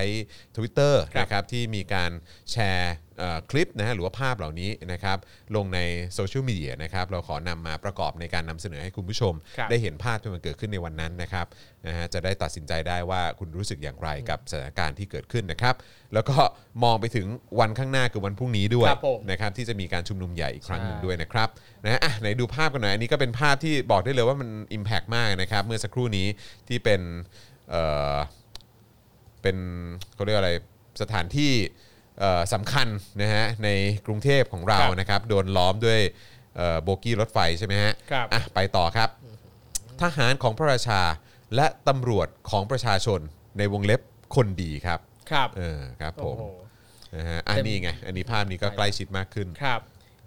Speaker 2: Twitter
Speaker 1: ครับ
Speaker 2: นะครับที่มีการแชร์เอ่อคลิปนะฮะหรือว่าภาพเหล่านี้นะครับลงในโซเชียลมีเดียนะครับเราขอนำมาประกอบในการนำเสนอให้คุณผู้ชม
Speaker 1: ครับ
Speaker 2: ได้เห็นภาพที่มันเกิดขึ้นในวันนั้นนะครับนะฮะจะได้ตัดสินใจได้ว่าคุณรู้สึกอย่างไรกับสถานการณ์ที่เกิดขึ้นนะครับ แล้วก็มองไปถึงวันข้างหน้าคือวันพรุ่งนี้ด้วย
Speaker 1: ครับผม
Speaker 2: นะครับที่จะมีการชุมนุมใหญ่อีกครั้งหนึ่ง
Speaker 1: ใช่
Speaker 2: ด้วยนะครับนะฮะอ่ะไหนดูภาพกันหน่อยอันนี้ก็เป็นภาพที่บอกได้เลยว่ามัน Impact มากนะครับเมื่อสักครู่นี้ที่เป็นเอ่อเป็นเขาเรียกอะไรสถานที่เอ่อสำคัญนะฮะในกรุงเทพของเรา
Speaker 1: ครับ
Speaker 2: นะครับโดนล้อมด้วยเอ่อโบกี้รถไฟใช่ไหมฮะ
Speaker 1: ครับ
Speaker 2: อ่ะไปต่อครับ ทหารของพระราชาและตำรวจของประชาชนในวงเล็บคนดีครับ
Speaker 1: ครับ
Speaker 2: เออครับผ
Speaker 1: โอ้
Speaker 2: ม
Speaker 1: โห
Speaker 2: นะฮะอัน
Speaker 1: เต็ม
Speaker 2: นี้ไง อันนี้ภาพนี้ก็ใกล้ชิดมากขึ้น
Speaker 1: ครับ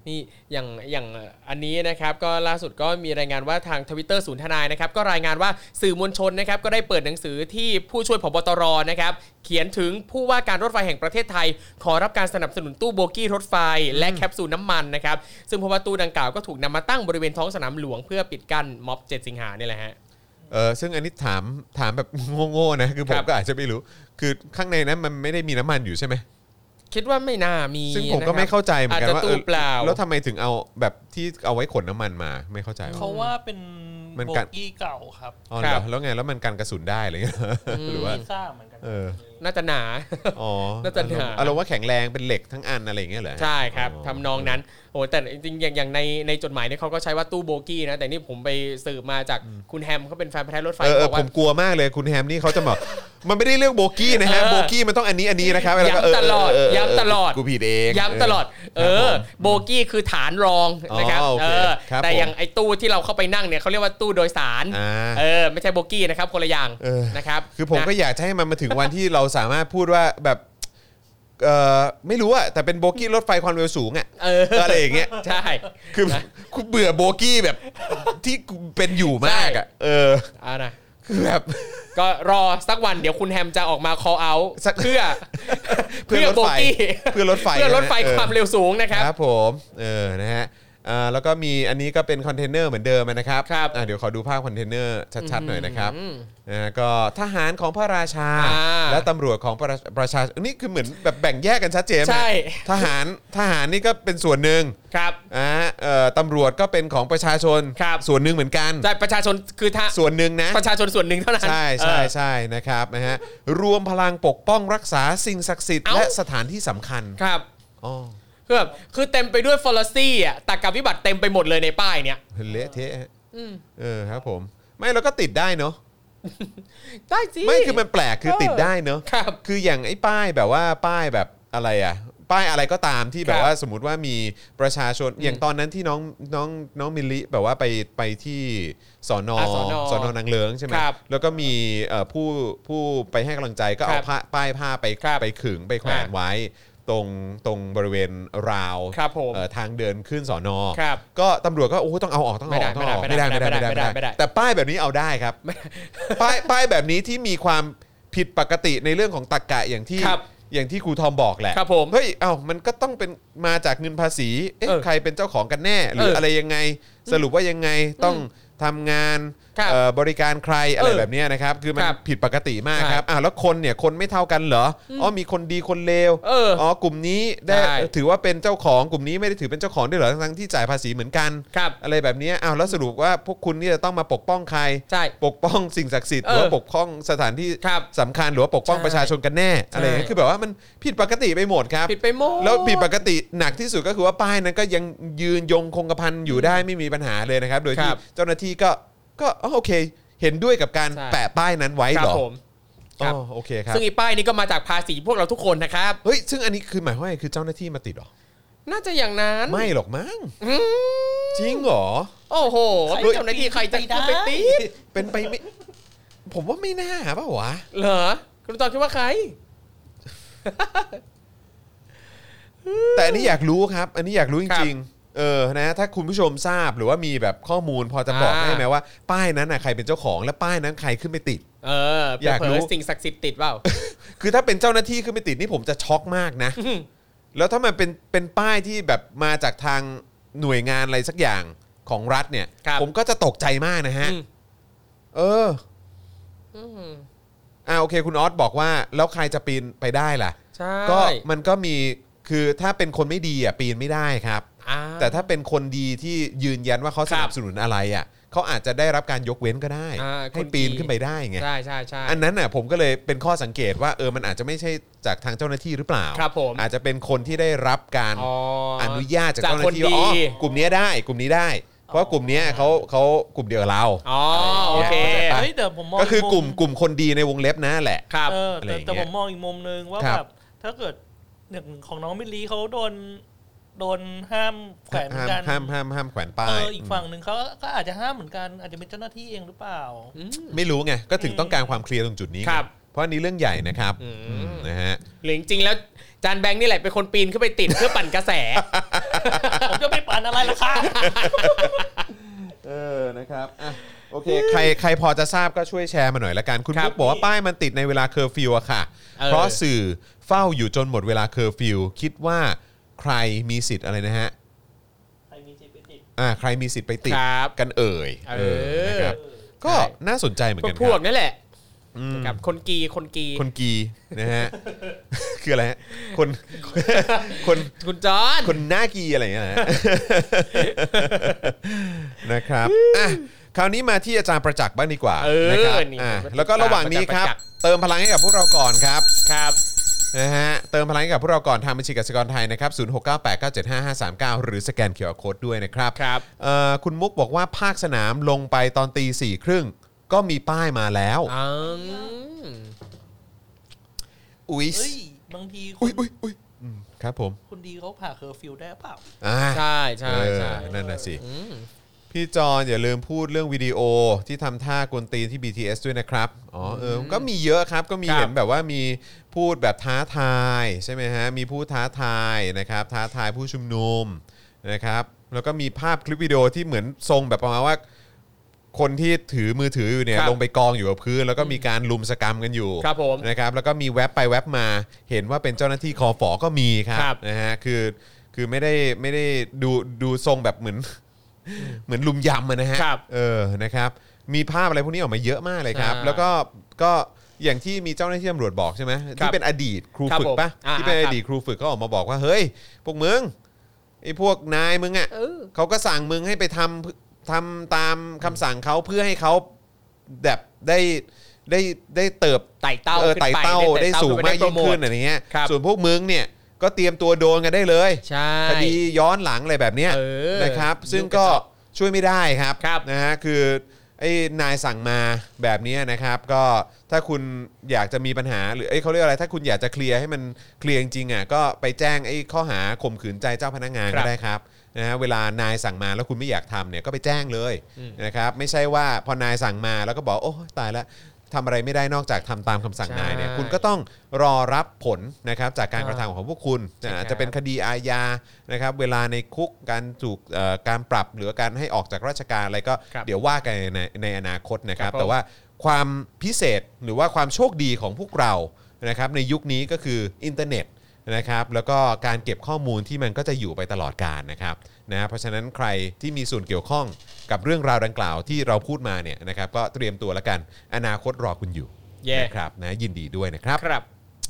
Speaker 1: นี่อย่างอย่างอันนี้นะครับก็ล่าสุดก็มีรายงานว่าทางทวิตเตอร์ศูนย์ทนายนะครับก็รายงานว่าสื่อมวลชนนะครับก็ได้เปิดหนังสือที่ผู้ช่วยผบตรนะครับเขียนถึงผู้ว่าการรถไฟแห่งประเทศไทย ขอรับการสนับสนุนตู้โบกี้รถไฟ และแคปซูลน้ำมันนะครับซึ่งเพราะว่าตู้ดังกล่าวก็ถูกนำมาตั้งบริเวณท้องสนามหลวงเพื่อปิดกั้นม็อบ 7 สิงหาเนี่ยแหละฮะ
Speaker 2: เออซึ่งอันนี้ถามถามแบบโง่ๆนะ คือผ
Speaker 1: ค
Speaker 2: ม
Speaker 1: รับ
Speaker 2: ก็อาจจะไม่รู้ คือข้างในนั้นมันไม่ได้มีน้ำมันอยู่ใช่ไหม
Speaker 1: คิดว่าไม่น่ามี
Speaker 2: ซึ่งผมก็ไม่เข้าใจเหมือน
Speaker 1: อาจ
Speaker 2: กัน
Speaker 1: จะ
Speaker 2: ว่าเอ
Speaker 1: ตู้
Speaker 2: อ
Speaker 1: เปล่า
Speaker 2: แล้วทำไมถึงเอาแบบที่เอาไว้ขนน้ำมันมาไม่เข้าใจว่ะ
Speaker 3: เขาว่าเป็น
Speaker 2: มัน
Speaker 3: โบ
Speaker 2: กัด
Speaker 3: กี้เก่าครับ
Speaker 2: อ๋อเหร
Speaker 1: ครั
Speaker 2: อบ แล้วไงแล้วมันกันกระสุนได้อะไรเงี้ยหรือว่า
Speaker 3: ไม่ทราบเหมือนกัน
Speaker 2: เออ
Speaker 1: น่าจะหนา
Speaker 2: อ๋อ
Speaker 1: น่าจะหนา
Speaker 2: อารมณ์ว่าแข็งแรงเป็นเหล็กทั้งอันอะไรอย่างเงี้ยเหรอฮะ
Speaker 1: ใช่ครับ
Speaker 2: อ๋อ
Speaker 1: ทำนองนั้นโอ้แต่จริงๆอย่างอย่างในในจดหมายเนี่ยเขาก็ใช้ว่าตู้โบกี้นะ แต่นี่ผมไปสืบมาจากคุณแฮมเขาเป็นแฟนพันธุ์แท้รถไฟ
Speaker 2: เออเอ
Speaker 1: บอก
Speaker 2: อผ
Speaker 1: ว่า
Speaker 2: มกลัวมากเลยคุณแฮมนี่เขาจะบอก มันไม่ได้เรื่องโบกี้นะฮะ
Speaker 1: เออ
Speaker 2: โบกี้มันต้องอันนี้อันนี้นะครับแล้วก็เ
Speaker 1: ย้ำตลอด
Speaker 2: เเเ
Speaker 1: ย้ำตลอด
Speaker 2: กูผิดเอง
Speaker 1: ย้ำตลอด เออ โบกี้คือฐานรองนะครับ
Speaker 2: อ๋อโอ
Speaker 1: เอ
Speaker 2: เค
Speaker 1: อ
Speaker 2: ครับ
Speaker 1: แต่
Speaker 2: ผม
Speaker 1: อย่างไอ้ตู้ที่เราเข้าไปนั่งเนี่ยเขาเรียกว่าตู้โดยสาร
Speaker 2: อ่า
Speaker 1: เออไม่ใช่โบกี้นะครับคนละอย่าง
Speaker 2: เออ
Speaker 1: นะครับ
Speaker 2: คือผมก็
Speaker 1: นะ
Speaker 2: อยากจะให้มันมาถึงวันที่เราสามารถพูดว่าแบบเออไม่รู้อะแต่เป็นโบกี้รถไฟความเร็วสูงอะ
Speaker 1: เออ
Speaker 2: อะไรอย่างเงี้ย
Speaker 1: ใช่
Speaker 2: คือกูเบื่อโบกี้แบบที่กูเป็นอยู่มากอะเออ
Speaker 1: เอานะ
Speaker 2: คือแบบ
Speaker 1: ก็รอสักวันเดี๋ยวคุณแฮมจะออกมา call out
Speaker 2: สัก
Speaker 1: เพื่อ
Speaker 2: เพื่อรถ
Speaker 1: เพื่อ
Speaker 2: ไฟ
Speaker 1: โบกี้
Speaker 2: เพื่อรถไฟ
Speaker 1: เพื่อรถไฟ
Speaker 2: นะฮะ
Speaker 1: ความ
Speaker 2: เออ
Speaker 1: เร็วสูงนะครับ
Speaker 2: ครับผมเออนะฮะ อ่าแล้วก็มีอันนี้ก็เป็นคอนเทนเนอร์เหมือนเดิมนะครับ
Speaker 1: ครับ
Speaker 2: อ่าเดี๋ยวขอดูภาพคอนเทนเนอร์ชัดๆหน่อยนะครับนะฮะก็ทหารของพระราชา
Speaker 1: อ่า
Speaker 2: และตำรวจของประประชาชนนี่คือเหมือนแบบแบ่งแยกกันชัดเจนนะ
Speaker 1: ใช่
Speaker 2: ทหารทหารนี่ก็เป็นส่วนหนึ่ง
Speaker 1: ครับ
Speaker 2: อ่าเอ่อตำรวจก็เป็นของประชาชน
Speaker 1: ครับ
Speaker 2: ส่วนหนึ่งเหมือนกัน
Speaker 1: ใช่ประชาชนคือถ้า
Speaker 2: ส่วนหนึ่งนะ
Speaker 1: ประชาชนส่วนหนึ่งเท่านั้น
Speaker 2: ใช่ใช่
Speaker 1: เออ
Speaker 2: ใช่นะครับนะฮะรวมพลังปกป้องรักษาสิ่งศักดิ์สิทธิ์
Speaker 1: เอ้า
Speaker 2: และสถานที่สำคัญ
Speaker 1: ครับ
Speaker 2: อ๋อ
Speaker 1: คือแบบคือเต็มไปด้วยฟอลซี่อ่ะตากาวิบัติเต็มไปหมดเลยในป้ายเนี่ย
Speaker 2: เละเทะฮะเออครับผม ไม่เราก็ติดได้เนาะ
Speaker 1: ได้สิ
Speaker 2: ไม่คือมันแปลกคือติดได้เนาะ
Speaker 1: ครับ
Speaker 2: คืออย่างไอ้ป้ายแบบว่าป้ายแบบอะไรอะป้ายอะไรก็ตามที่แบ
Speaker 1: ค
Speaker 2: บ
Speaker 1: รับ
Speaker 2: ว่าสมมติว่ามีประชาชนอย่างตอนนั้นที่น้องน้องน้องมิลลิแบบว่าไปไปที่สอนอ
Speaker 1: อ่าสอนอ
Speaker 2: สอนอนางเลิ้งใช่ไหม
Speaker 1: ครับ
Speaker 2: แล้วก็มีเอ่อผู้ผู้ไปให้กำลังใจก็
Speaker 1: ค
Speaker 2: เอา
Speaker 1: รับ
Speaker 2: ผ้าป้ายผ้าไป
Speaker 1: ครับ
Speaker 2: ไปขึงไปแขวน
Speaker 1: อ่า
Speaker 2: ไว้ ตรงตรงบริเวณราว
Speaker 1: ครับผม
Speaker 2: เอ่อทางเดินขึ้นสอนอ
Speaker 1: ครับ
Speaker 2: ก็ตำรวจก็โอ้โหต้องเอาออกต้องเอาออก
Speaker 1: ไม่ได้
Speaker 2: ต้องเอาออก
Speaker 1: ไม่ได้ไม่ได้ไม่ได้ไม่ได้
Speaker 2: แต่ป้ายแบบนี้เอาได้ครับ ป้ายป้ายแบบนี้ที่มีความผิดปกติในเรื่องของตรกกะอย่างที่
Speaker 1: ครับ
Speaker 2: อย่างที่ครูทอมบอกแหละ
Speaker 1: ครับผม
Speaker 2: เฮ้ยเอ้ามันก็ต้องเป็นมาจากเงินภาษีเอ๊ะ
Speaker 1: เออ
Speaker 2: ใครเป็นเจ้าของกันแน่ หรือ
Speaker 1: เอออ
Speaker 2: อะไรยังไงสรุปว่ายังไงต้องทำงาน
Speaker 1: ครับ
Speaker 2: เอ่อบริการใครอะไร
Speaker 1: เออ
Speaker 2: แบบเนี้ยนะครับ คือมัน
Speaker 1: ครับ
Speaker 2: ผิดปกติมากครับอ่าแล้วคนเนี่ยคนไม่เท่ากันเหรออ๋อมีคนดีคนเลว
Speaker 1: เอออ๋
Speaker 2: กลุ่มนี้ได้
Speaker 1: ใช่
Speaker 2: ถือว่าเป็นเจ้าของกลุ่มนี้ไม่ได้ถือเป็นเจ้าของด้วยเหรอทั้งๆที่จ่ายภาษีเหมือนกัน
Speaker 1: ครับ
Speaker 2: อะไรแบบเนี้ยอ้าวแล้วสรุปว่าพวกคุณนี่จะต้องมาปกป้องใคร
Speaker 1: ใช่
Speaker 2: ปกป้องสิ่งศักดิ์สิทธิ์ห
Speaker 1: เอ
Speaker 2: รือ
Speaker 1: อ
Speaker 2: ว่าปกป้องสถานที่
Speaker 1: ครับ
Speaker 2: สำคัญหรือว่าปกป้อง
Speaker 1: ใช่
Speaker 2: ประชาชนกันแน่อะไรอย่างเงี้ย
Speaker 1: ใช่
Speaker 2: คือแบบว่ามันผิดปกติไปหมดครับ
Speaker 1: ผิดไปหมด
Speaker 2: แล้วผิดปกติหนักที่สุดก็คือว่าป้ายนั้นก็ยังยืนยงคงกระพันอยู่ได้ไม่มีปัญหาเลยนะครับ โดยที่
Speaker 1: ครับ
Speaker 2: เจ้าหน้าที่ก็ก็อ๋อโอเค เห็นด้วยกับการ
Speaker 1: ใช่
Speaker 2: แปะป้ายนั้นไว้
Speaker 1: ครั
Speaker 2: เหรอบ
Speaker 1: ผม ค
Speaker 2: อ๋
Speaker 1: รั
Speaker 2: อบ โอเคครับ
Speaker 1: ซึ่งอีป้ายนี้ก็มาจากภาษีพวกเราทุกคนนะครับ
Speaker 2: เฮ้ยซึ่งอันนี้คือหมายความว่าไงคือเจ้าหน้าที่มาติดเหรอ
Speaker 1: น่าจะอย่างนั้น
Speaker 2: ไม่หรอกมั้ง
Speaker 1: อืม
Speaker 2: จริงเหรอ
Speaker 1: โอ้โห
Speaker 3: ใคร
Speaker 1: เจ้าหน้าที่ใครจะ
Speaker 3: จะ
Speaker 1: ไป
Speaker 3: ไปตี
Speaker 1: ตี
Speaker 2: เป็นไปไม่ผมว่าไม่น่าเปล่าวะ
Speaker 1: เหรอคุณตอบคิดว่าใคร
Speaker 2: แต่อันนี้อยากรู้ครับ อันนี้อยากรู้จ
Speaker 1: ครั
Speaker 2: ริง
Speaker 1: บ
Speaker 2: ๆ เออ นะ ถ้าคุณผู้ชมทราบหรือว่ามีแบบข้อมูลพอจะบอก
Speaker 1: อ่า
Speaker 2: ได้ไหมว่า ป้ายนั้นน่ะใครเป็นเจ้าของและป้ายนั้นใครขึ้นไปติด
Speaker 1: เออ
Speaker 2: อยากรู้
Speaker 1: เผลสิ่งศักดิ์สิทธิ์ติดเปล่า
Speaker 2: คือถ้าเป็นเจ้าหน้าที่ขึ้นไปติดนี่ผมจะช็อกมากนะ แล้วถ้ามันเป็นเป็นป้ายที่แบบมาจากทางหน่วยงานอะไรสักอย่างของรัฐเนี่ย
Speaker 1: ครับ
Speaker 2: ผมก็จะตกใจมากนะฮะ
Speaker 1: อืม
Speaker 2: เออ
Speaker 1: อืม
Speaker 2: อ่าโอเค คุณออสบอกว่าแล้วใครจะปีนไปได้ล่ะ
Speaker 1: ใช่
Speaker 2: ก็มันก็มีคือถ้าเป็นคนไม่ดีอ่ะปีนไม่ได้ครับ
Speaker 1: อ่า
Speaker 2: แต่ถ้าเป็นคนดีที่ยืนยันว่าเขาสนับสนุนอะไรอ่ะเขาอาจจะได้รับการยกเว้นก็ได้
Speaker 1: อ่า
Speaker 2: ให้
Speaker 1: คนดี
Speaker 2: ปีนขึ้นไปได้ไง
Speaker 1: ใช่ใช่ใช่
Speaker 2: อันนั้นน่ะผมก็เลยเป็นข้อสังเกตว่าเออมันอาจจะไม่ใช่จากทางเจ้าหน้าที่หรือเปล่า
Speaker 1: ครับผม
Speaker 2: อาจจะเป็นคนที่ได้รับการ
Speaker 1: อ๋ออ
Speaker 2: อนุญาตจากเจ้าหน้าที่
Speaker 1: จากคนดี
Speaker 2: ว่าอ๋อกลุ่มเนี้ยได้ กลุ่มนี้ได้ เพราะว่ากลุ่มเนี้ยเขาเขากลุ่มเดียวกับเรา
Speaker 1: อ๋อโอเค
Speaker 2: อ่ะ
Speaker 3: เฮ้ยแต่ผมมอง
Speaker 2: ก็คือกลุ่ม
Speaker 3: ก
Speaker 2: กลุ่มคนดีในวงเล็บนะแหละ
Speaker 1: ครับ
Speaker 3: เออ
Speaker 2: อะไรอย่างเงี้ย
Speaker 3: แต่แต่ผมมองอีกมุมนึงว่า
Speaker 2: ครั
Speaker 3: แบบ บถ้าเกิดอย่างของน้องมิลลีเขาโดนโดนห้ามแขวนเหมือ
Speaker 2: ห้าม
Speaker 3: นกัน
Speaker 2: ห้ามห้ามห้ามแขวน
Speaker 3: เอ
Speaker 2: ป้าย
Speaker 3: ออีกฝั่งหนึ่งเขาก็อาจจะห้ามเหมือนกัน อาจจะเป็นเจ้าหน้าที่เองหรือเปล่า
Speaker 2: ไม่รู้ไงก็ถึงต้องการความเคลียร์ตรงจุดนี้ไง
Speaker 1: ครับ
Speaker 2: เพราะอันนี้เรื่องใหญ่นะครับ
Speaker 1: อืม
Speaker 2: อืมนะฮะ
Speaker 1: หรือจริงๆแล้วจานแบงค์นี่แหละเป็นคนปีนขึ้นไปติด เพื่อปั่นกระแส
Speaker 3: ผมจะไปปั่นอะไรล่ะคะ
Speaker 2: เออ นะครับอ่ะโอเค ใคร ใครพอจะทราบก็ช่วยแชร์มาหน่อยละกัน คุณ
Speaker 1: ครับ
Speaker 2: มุกบอกว่าป้ายมันติดในเวลาเคอร์ฟิวอะค่ะ
Speaker 1: เออ
Speaker 2: เพราะสื่อเฝ้าอยู่จนหมดเวลาเคอร์ฟิว คิดว่าใครมีสิทธิ์อะไรนะฮะ
Speaker 3: ใครมีจิตไปติด
Speaker 2: อ่า ใครมีสิทธิ์ไปติด
Speaker 1: ครับ
Speaker 2: กันเอ่ย
Speaker 1: เออ
Speaker 2: นะครับ ก็น่าสนใจเหมือน
Speaker 1: พว
Speaker 2: กั
Speaker 1: ก
Speaker 2: น
Speaker 1: พ
Speaker 2: ควรั
Speaker 1: ก
Speaker 2: บ
Speaker 1: นั่นแหละ
Speaker 2: อืม
Speaker 1: ครับคนกีคนกี
Speaker 2: คนกี นะฮะ คืออะไรฮะคน คน
Speaker 1: คุณจอน
Speaker 2: คนหน้ากีอะไรอย่างเงี้ยนะ นะครับอ่ะคราวนี้มาที่อาจารย์ประจักษ์บ้างดีกว่า
Speaker 1: เออ
Speaker 2: นะครับ
Speaker 1: นี่
Speaker 2: อ่ะ
Speaker 1: ครับ
Speaker 2: แล้วก็ระหว่างนี้ครับ
Speaker 1: อาจารย์ประจักษ์
Speaker 2: เติมพลังให้กับพวกเราก่อนครับ
Speaker 1: ครับ
Speaker 2: นะฮะเติมพลังให้กับพวกเราก่อนทางบัญชีกสิกรไทยนะครับ 0698975539 หรือสแกนเคอร์โคดด้วยนะครับ
Speaker 1: ครับ
Speaker 2: เอ่อคุณมุกบอกว่าภาคสนามลงไปตอนตีสี่ครึ่งก็มีป้ายมาแล้ว
Speaker 1: อืม
Speaker 2: อุ๊ย
Speaker 3: เฮ้ย บางที
Speaker 2: อุ๊ยอุ๊ยอุ๊ยอืมครับผม
Speaker 3: คนดีเขาผ่าเคอร์ฟิวได้เปล่า
Speaker 2: อ่า
Speaker 1: ใช่ใช่
Speaker 2: เออ
Speaker 1: ใช่
Speaker 2: นั่นน่ะสิ
Speaker 1: อืม
Speaker 2: พี่จอนอย่าลืมพูดเรื่องวิดีโอที่ทำท่ากวนตีนที่ BTS ด้วยนะครับ อ๋อเออก็มีเยอะครับก็มี
Speaker 1: ครับ
Speaker 2: เห็นแบบว่ามีพูดแบบท้าทายใช่ไหมฮะ มีพูดท้าทายนะครับ ท้าทายผู้ชุมนุมนะครับ แล้วก็มีภาพคลิปวิดีโอที่เหมือนทรงแบบประมาณว่า คนที่ถือมือถืออยู่เนี่ย
Speaker 1: ครับ
Speaker 2: ลงไปกองอยู่กับพื้น แล้วก็มีการลุมสกรรมกันอยู่
Speaker 1: ครับผม
Speaker 2: นะครับ แล้วก็มีแว็บไปแว็บมา เห็นว่าเป็นเจ้าหน้าที่คอฝอก็มีครั
Speaker 1: ครับ บ
Speaker 2: นะฮะคือ คือไม่ได้ไม่ได้ดูดูทรงแบบเหมือน เหมือนลุมยำอะนะฮะ
Speaker 1: ครับ
Speaker 2: เออนะครับ มีภาพอะไรพวกนี้ออกมาเยอะมากเลยครับ
Speaker 1: อ่า
Speaker 2: แล้วก็ก็อย่างที่มีเจ้าหน้าที่ตำรวจบอกใช่ไหมที่เป็นอดีตครู
Speaker 1: ครับ
Speaker 2: ฝึก
Speaker 1: ผม
Speaker 2: ปะ
Speaker 1: อ่า
Speaker 2: ที่เป็น
Speaker 1: อ่าค
Speaker 2: อ
Speaker 1: รับ
Speaker 2: ดีตครูฝึกก็ออกมาบอกว่าเฮ้ย พวกมึงไอ้พวกนายมึงอ่ะ
Speaker 1: เออ
Speaker 2: เขาก็สั่งมึงให้ไปทำทำตามคำสั่งเขาเพื่อให้เขาแบบได้ได้ได้เติบ
Speaker 1: ไต่เต้า
Speaker 2: เออ
Speaker 1: ขึ้น
Speaker 2: ไต่
Speaker 1: ป
Speaker 2: เต้าได้สูงมาก
Speaker 1: โปร
Speaker 2: ยิ่ง
Speaker 1: โท
Speaker 2: ขึ้นอะไรเงี้ย
Speaker 1: ครับ
Speaker 2: ส่วนพวกมึงเนี่ยก็เตรียมตัวโดนกันได้เลย
Speaker 1: ใช่
Speaker 2: คดีย้อนหลังอะไรแบบเนี้ย
Speaker 1: เออ
Speaker 2: นะครับ
Speaker 1: ดู
Speaker 2: ซึ่งก็
Speaker 1: กระจอก
Speaker 2: ช่วยไม่ได้ครับ
Speaker 1: ครับ
Speaker 2: นะฮะคือไอ้นายสั่งมาแบบเนี้ยนะครับ ก็ถ้าคุณอยากจะมีปัญหาหรือไอ้ยเขาเรียกอะไร ถ้าคุณอยากจะเคลียร์ให้มันเคลียร์จริงๆอ่ะก็ไปแจ้งไอ้ข้อหาข่มขืนใจเจ้าพนักงาน
Speaker 1: ครั
Speaker 2: ก็
Speaker 1: บ
Speaker 2: ได้ ได้ครับนะฮะเวลานายสั่งมาแล้วคุณไม่อยากทำเนี่ยก็ไปแจ้งเลยนะครับไม่ใช่ว่าพอนายสั่งมาแล้วก็บอกโอ้ตายละทำอะไรไม่ได้นอกจากทำตามคำสั่งนายเนี่ย
Speaker 1: ใช่
Speaker 2: คุณก็ต้องรอรับผลนะครับจากการ
Speaker 1: อ่าก
Speaker 2: ระทำของพวกคุณจะ
Speaker 1: ใช่ครับ
Speaker 2: จะเป็นคดีอาญานะครับเวลาในคุกการถูกเอ่อการปรับหรือการให้ออกจากราชการอะไรก็
Speaker 1: ครับ
Speaker 2: เดี๋ยวว่ากันในในอนาคตนะครับ
Speaker 1: ครับผม
Speaker 2: แต่ว่าความพิเศษหรือว่าความโชคดีของพวกเรานะครับในยุคนี้ก็คืออินเทอร์เน็ต นะครับแล้วก็การเก็บข้อมูลที่มันก็จะอยู่ไปตลอดกาลนะครับนะเพราะฉะนั้นใครที่มีส่วนเกี่ยวข้องกับเรื่องราวดังกล่าวที่เราพูดมาเนี่ยนะครับก็เตรียมตัวแล้วกันอนาคตรอคุณอยู่
Speaker 1: แย่
Speaker 2: นะครับนะยินดีด้วยนะครับ
Speaker 1: ครับ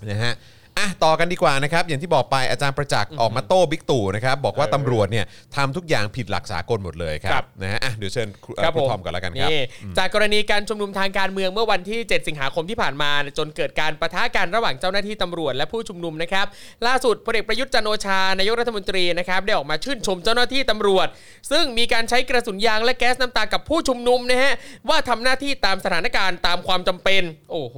Speaker 2: นะฮะอ่ะต่อกันดีกว่านะครับ อย่างที่บอกไปอาจารย์ประจักษ์ออกมาโต้บิ๊กตู่นะครับ บอกว่า
Speaker 1: เออ
Speaker 2: ตำรวจเนี่ยทำทุกอย่างผิดหลักสากลหมดเลยค
Speaker 1: ครั
Speaker 2: รับบ นะฮะอ่ะเดี๋ยวเชิญครูเอ่อ
Speaker 1: ครับ
Speaker 2: คุณ
Speaker 1: ผม
Speaker 2: ทอมก่อนแล้วกันครับ
Speaker 1: นี่จากกรณีการชุมนุมทางการเมืองเมื่อวันที่ 7 สิงหาคมที่ผ่านมา จนเกิดการประทะกันระหว่างเจ้าหน้าที่ตำรวจและผู้ชุมนุมนะครับ ล่าสุดพลเอกประยุทธ์จันทร์โอชานายกรัฐมนตรีนะครับได้ออกมาชื่นชมเจ้าหน้าที่ตำรวจ ซึ่งมีการใช้กระสุนยางและแก๊สน้ำตากับผู้ชุมนุมนะฮะว่าทำหน้าที่ตามสถานการณ์ตามความจำเป็น โอ้โห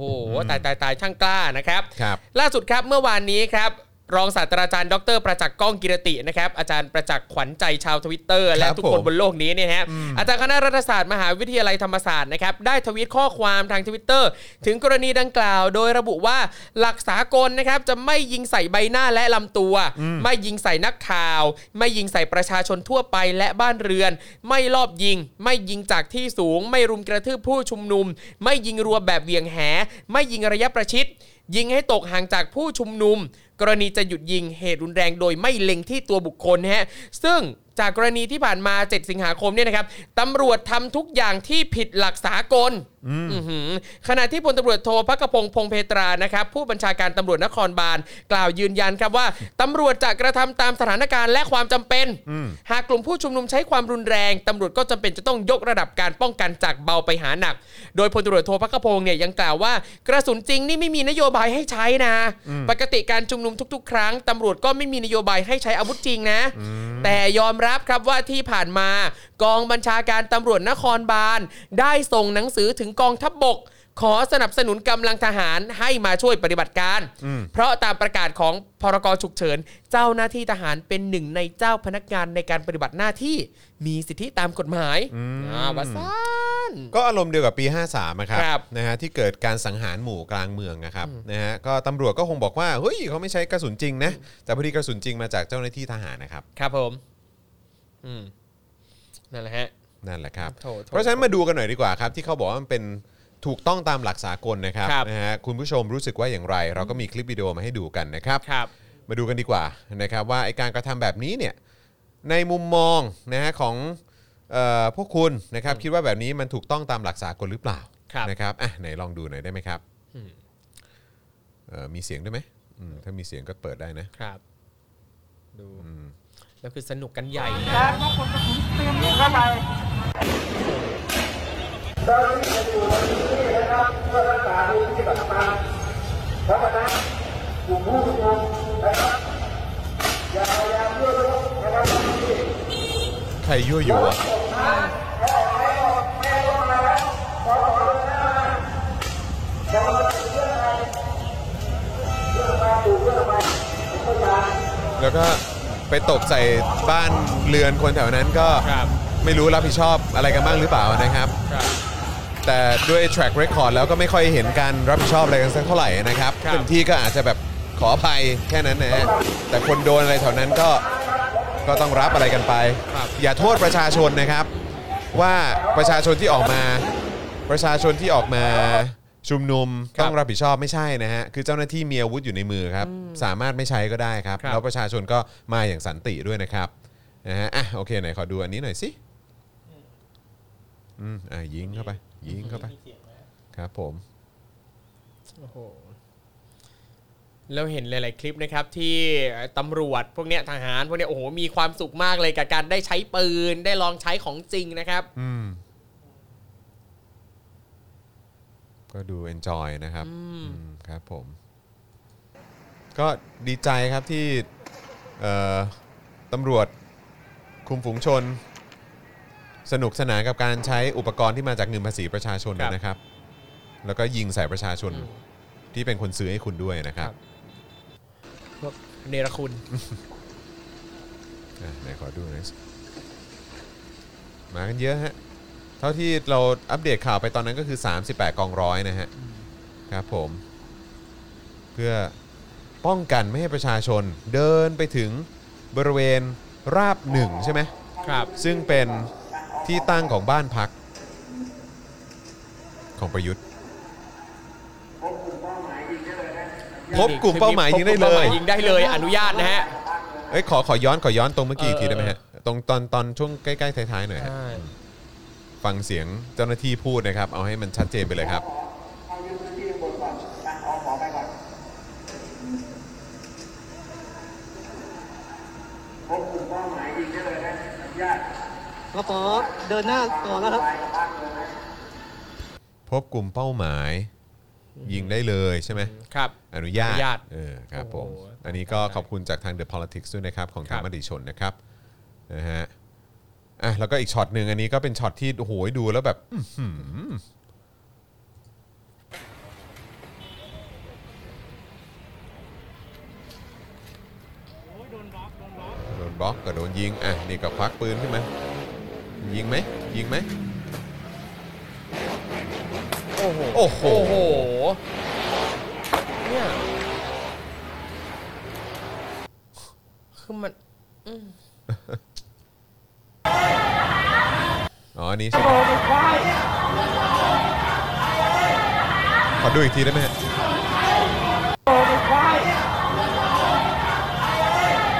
Speaker 1: ตายตายตายช่างกล้านะครับ
Speaker 2: ครับ
Speaker 1: ล่าสุดครับเมื่อวานนี้ครับ รองศาสตราจารย์ดรประจักษ์ก้องกิรตินะครับอาจารย์ประจักษ์ขวัญใจชาวทวิตเตอร์และทุก
Speaker 2: ผ
Speaker 1: ค
Speaker 2: ม
Speaker 1: นบนโลกนี้เนี่ยฮะอาจารย์คณะรัฐศาสตร์มหาวิทยาลัยธรรมศาสตร์นะครับได้ทวีตข้อความทางทวิตเตอร์ถึงกรณีดังกล่าว โดยระบุว่าหลักสากลนะครับจะไม่ยิงใส่ใบหน้าและลำตัว ไม่ยิงใส่นักข่าว ไม่ยิงใส่ประชาชนทั่วไปและบ้านเรือน ไม่ลอบยิง ไม่ยิงจากที่สูง ไม่รุมกระทืบผู้ชุมนุม ไม่ยิงรัวแบบเหวียงแห ไม่ยิงระยะประชิด ยิงให้ตกห่างจากผู้ชุมนุม กรณีจะหยุดยิงเหตุรุนแรงโดยไม่เล็งที่ตัวบุคคลนะฮะซึ่งจากกรณีที่ผ่านมา 7 สิงหาคมเนี่ยนะครับตำรวจทำทุกอย่างที่ผิดหลักสากลอื้อหือขณะที่พลตำรวจโทพักกระพงษ์พงเพตรานะครับ ผู้บัญชาการตำรวจนครบาลกล่าวยืนยันครับว่าตำรวจจะกระทำตามสถานการณ์และความจำเป็น หากกลุ่มผู้ชุมนุมใช้ความรุนแรงตำรวจก็จำเป็นจะต้องยกระดับการป้องกันจากเบาไปหาหนัก โดยพลตำรวจโทพักกระพงษ์เนี่ยยังกล่าวว่า กระสุนจริงนี่ไม่มีนโยบายให้ใช้นะ ปกติการชุมนุมทุกๆ ครั้งตำรวจก็ไม่มีนโยบายให้ใช้อาวุธจริงนะ แต่ยอมรับครับว่าที่ผ่านมา กองบัญชาการตำรวจนครบาลได้ส่งหนังสือถึงกองทัพบก ขอสนับสนุนกำลังทหารให้มาช่วยปฏิบัติการ เพราะตามประกาศของพรกฉุกเฉิน เจ้าหน้าที่ทหารเป็นหนึ่งในเจ้าพนักงานในการปฏิบัติหน้าที่มีสิทธิตามกฎหมายอ่าวาซาน
Speaker 2: ก็อารมณ์เดียวกับปี 53อะครั
Speaker 1: ครับ
Speaker 2: นะฮะที่เกิดการสังหารหมู่กลางเมืองนะครับนะฮะก็ตำรวจก็คงบอกว่าเฮ้ยเขาไม่ใช้กระสุนจริงนะแต่พอดีกระสุนจริงมาจากเจ้าหน้าที่ทหารนะครับ
Speaker 1: ครับผม อืม นั่นแหละฮะ
Speaker 2: นั่นแหละครับ
Speaker 1: โถโถ
Speaker 2: เพราะฉะนั้นมาดูกันหน่อยดีกว่าครับ ที่เขาบอกว่ามันเป็นถูกต้องตามหลักสากลนะครับ
Speaker 1: ครับ
Speaker 2: นะฮะคุณผู้ชมรู้สึกว่าอย่างไร เราก็มีคลิปวิดีโอมาให้ดูกันนะครับ
Speaker 1: ครับ
Speaker 2: มาดูกันดีกว่านะครับว่าไอการกระทำแบบนี้เนี่ยในมุมมองนะฮะของเออพวกคุณนะครับคิดว่าแบบนี้มันถูกต้องตามหลักสากลหรือเปล่า
Speaker 1: ครับ
Speaker 2: นะครับอ่ะไหนลองดูหน่อยได้ไหมครับเอ่อมีเสียงด้วยไหมอืมถ้ามีเสียงก็เปิดได้นะ
Speaker 1: ครับ ดู แล้วคือสนุกกันใหญ่
Speaker 5: แล้วก็คนกระสุนเตรียมยิงเข้าไปเจ้าหน้าที่จะอยู่ในพื้นที่นะครับเพื่อรักษาพื้นที่ปฏิบัติการเพราะฉะนั้นกลุ่มผู้ชุมนุมนะครับอย่าพยายามเลื่อนรถนะครับ
Speaker 2: ใครยั่วยุอ่ะแล้วก็ไปตกใส่บ้านเรือนคนแถวนั้นก็
Speaker 1: ครับ
Speaker 2: ไม่รู้รับผิดชอบอะไรกันบ้างหรือเปล่านะครับ
Speaker 1: ครับ
Speaker 2: แต่ด้วย track record แล้วก็ไม่ค่อยเห็นการรับผิดชอบอะไรกันสักเท่าไหร่นะครับ
Speaker 1: ครับ
Speaker 2: เต็มที่ก็อาจจะแบบขออภัยแค่นั้นนะฮะแต่คนโดนอะไรแถวนั้นก็ก็ต้องรับอะไรกันไป อย่าโทษประชาชนนะครับ ว่าประชาชนที่ออกมาประชาชนที่ออกมา ชุมนุม
Speaker 1: ครับ
Speaker 2: ต้องรับผิดชอบไม่ใช่นะฮะคือเจ้าหน้าที่มีอาวุธอยู่ในมือครับ สามารถไม่ใช้ก็ได้ครับ
Speaker 1: ครับ
Speaker 2: แล้วประชาชนก็มาอย่างสันติด้วยนะครับนะฮะอ่ะโอเคไหนขอดูอันนี้หน่อยสิอืมอ่ะยิงเข้าไป ยิงเข้าไป
Speaker 3: มีเสียงไหม
Speaker 2: ครับผม
Speaker 1: โอ้โหแล้วเห็นหลาย ๆ คลิปนะครับที่ตำรวจพวกเนี้ยทหารพวกเนี้ยโอ้โหมีความสุขมากเลยกับการได้ใช้ปืนได้ลองใช้ของจริงนะครับ
Speaker 2: อืมก็ดู enjoy นะครับอืมครับผม ก็ดีใจครับที่เอ่อตำรวจคุมฝูงชน สนุกสนานกับการใช้อุปกรณ์ที่มาจากเงินภาษีประชาชน
Speaker 1: ครับ
Speaker 2: นะครับ แล้วก็ยิงใส่ประชาชน
Speaker 1: อืม
Speaker 2: ที่เป็นคนซื้อให้คุณด้วยนะครับ
Speaker 1: พวกเนรคุณ
Speaker 2: อ่ะไหนขอดูหน่อยสิมากันเยอะฮะ เท่าที่เราอัปเดตข่าวไปตอนนั้นก็คือ 38 กองร้อยนะฮะครับผม เพื่อป้องกันไม่ให้ประชาชนเดินไปถึงบริเวณราบหนึ่งใช่ไหม
Speaker 1: ครับ
Speaker 2: ซึ่งเป็นที่ตั้งของบ้านพักของประยุทธ์ พบกลุ่มเป้าหมายยิงได้เล
Speaker 1: พบกลุ่มเป้าหมาย ยิงได้เลยอนุญาตนะฮะ
Speaker 2: เอ้ยขอขอย้อนขอย้อนตรงเมื่อกี้อีกที
Speaker 1: เออ
Speaker 2: ได้ไหมฮะ ตรงตอนตอนช่วงใกล้ๆท้ายๆหน่อยฮะ ฟังเสียงเจ้าหน้าที่พูดนะครับ เอาให้มันชัดเจนไปเลยครับ
Speaker 6: เราขอเดินหน้าต่อนะครับ
Speaker 2: พบกลุ่มเป้าหมาย ยิงได้เลยใช่ไหม
Speaker 1: ครับ
Speaker 2: อนุญาต
Speaker 1: อนุญาต
Speaker 2: เออครับผม
Speaker 1: โอ้โห
Speaker 2: อันนี้ก็ขอบคุณจากทาง The Politics ด้วยนะครับ ของทาง
Speaker 1: ครับ
Speaker 2: มติชนนะครับนะฮะอ่ะแล้วก็อีกช็อตหนึ่งอันนี้ก็เป็นช็อตที่โอ้โหดูแล้วแบบ อื้อหือโดนบล็อกก็โดนยิง อ่ะ นี่ก็ควักปืนขึ้นมา ยิงไหม ยิงไหม
Speaker 1: โอ้โห
Speaker 2: โอ้โห
Speaker 1: เนี่ยคือมัน
Speaker 2: อ๋ออันนี้ใช่ไหมขอดูอีกทีได้ไหมฮะ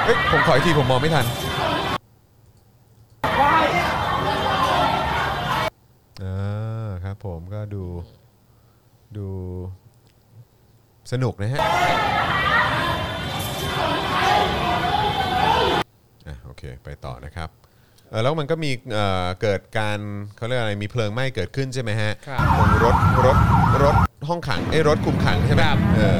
Speaker 2: เอ้ยผมขออีกที ผมมองไม่ทันอ่าครับผมก็ดู ดู สนุกนะฮะ อ่ะโอเค ไปต่อนะครับเออแล้วมันก็มีเอ่อเกิดการเขาเรียกอะไรมีเพลิงไหม้เกิดขึ้นใช่ไหมฮะ
Speaker 1: ครับ
Speaker 2: ตงรถรถรถห้องขังไอ้ยรถคุมขังใช่ไหม
Speaker 1: ครับ
Speaker 2: เออ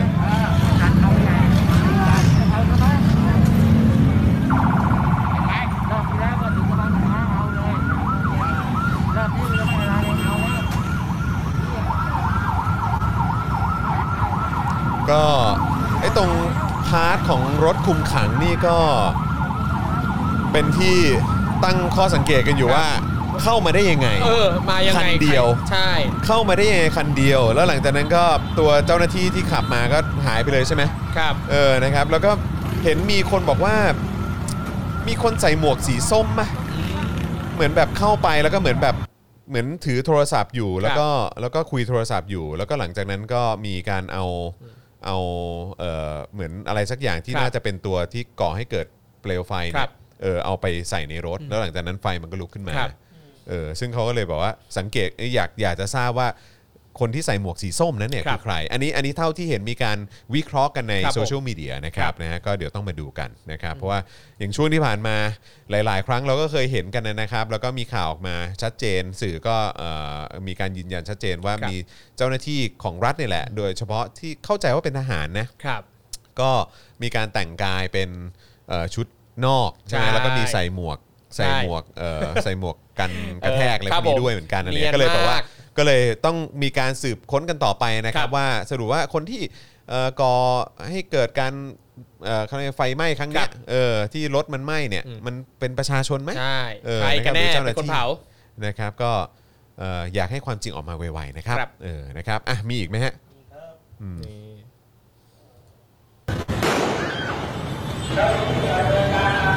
Speaker 2: ก็ไอ้ตรงพาร์ทของรถคุมขังนี่ก็ เป็นที่ตั้งข้อสังเกตกันอยู่ว่า เข้ามาได้ยังไง
Speaker 1: เออ มายัง
Speaker 2: คั
Speaker 1: ไง
Speaker 2: นเดียว
Speaker 1: ใช่
Speaker 2: เข้ามาได้ยังไงคันเดียว แล้วหลังจากนั้นก็ตัวเจ้าหน้าที่ที่ขับมาก็หายไปเลยใช่ไหม
Speaker 1: ครับ
Speaker 2: เออ นะครับ แล้วก็เห็นมีคนบอกว่า มีคนใส่หมวกสีส้มมะเหมือนแบบเข้าไปแล้วก็เหมือนแบบ เหมือนถือโทรศัพท์อยู่ แล้วก็ แล้วก็คุยโทรศัพท์อยู่ แล้วก็หลังจากนั้นก็มีการเอา เอา เออเหมือนอะไรสักอย่างที่
Speaker 1: ครับ
Speaker 2: น่าจะเป็นตัวที่ก่อให้เกิดเปลวไฟ
Speaker 1: ค
Speaker 2: เนี่
Speaker 1: รั
Speaker 2: ย
Speaker 1: บ
Speaker 2: เออ เอาไปใส่ในรถ แล้วหลังจากนั้นไฟมันก็ลุกขึ้นมา
Speaker 1: ครับ
Speaker 2: เออ ซึ่งเขาก็เลยบอกว่า สังเกตเอ้ยอยาก อยากจะทราบว่า คนที่ใส่หมวกสีส้มนั้นเนี่ย
Speaker 1: ครั
Speaker 2: คื
Speaker 1: บ
Speaker 2: อใคร อันนี้ อันนี้เท่าที่เห็นมีการวิเคราะห์กันใน
Speaker 1: ครับผม
Speaker 2: โซเชียลมีเดียนะครับนะฮะก็เดี๋ยวต้องมาดูกันนะครับ เพราะว่าอย่างช่วงที่ผ่านมาหลาย ๆ ครั้งเราก็เคยเห็นกันนะครับ แล้วก็มีข่าวออกมาชัดเจน สื่อก็เอ่อมีการยืนยันชัดเจนว่า
Speaker 1: ครับ
Speaker 2: มีเจ้าหน้าที่ของรัฐเนี่ยแหละ โดยเฉพาะที่เข้าใจว่าเป็นทหารนะ
Speaker 1: ครับ
Speaker 2: ก็มีการแต่งกายเป็นเอ่อชุดนอกใช่ไหม
Speaker 1: ใช่
Speaker 2: แล้วก็มีใส่หมวก
Speaker 1: ใช่
Speaker 2: ใส่หมวกเอ่อใส่หมวกกันกระแทกอะไร
Speaker 1: ค
Speaker 2: พ
Speaker 1: รั
Speaker 2: ว
Speaker 1: บผม
Speaker 2: กนี้ด้วยเหมือนกันอะไร
Speaker 1: เนีย
Speaker 2: เงี้
Speaker 1: น
Speaker 2: ยก็เลยแบบว่าม
Speaker 1: าก
Speaker 2: ก็เลยต้องมีการสืบค้นกันต่อไปนะครั
Speaker 1: ครับ บ
Speaker 2: ว่าสรุปว่าคนที่เอ่อก่อให้เกิดการเอ่อเขาเรียกไฟไหม้ครั้งเนี้
Speaker 1: ค
Speaker 2: ย
Speaker 1: รับ
Speaker 2: เออที่รถมันไหม้เนี่ย
Speaker 1: อืม
Speaker 2: มันเป็นประชาชนไหม
Speaker 1: ใช่
Speaker 2: เออ
Speaker 1: ใครกันแน่
Speaker 2: นะครับมีเจ้าห
Speaker 1: เป็
Speaker 2: น้าน
Speaker 1: คน
Speaker 2: ที่
Speaker 1: เผา
Speaker 2: นะครับก็เอ่ออยากให้ความจริงออกมาไวๆนะครับ
Speaker 1: ครับ
Speaker 2: เออนะครับอ่ะมีอีกไหมฮะ
Speaker 1: นี่
Speaker 5: เจ้าหน้าที่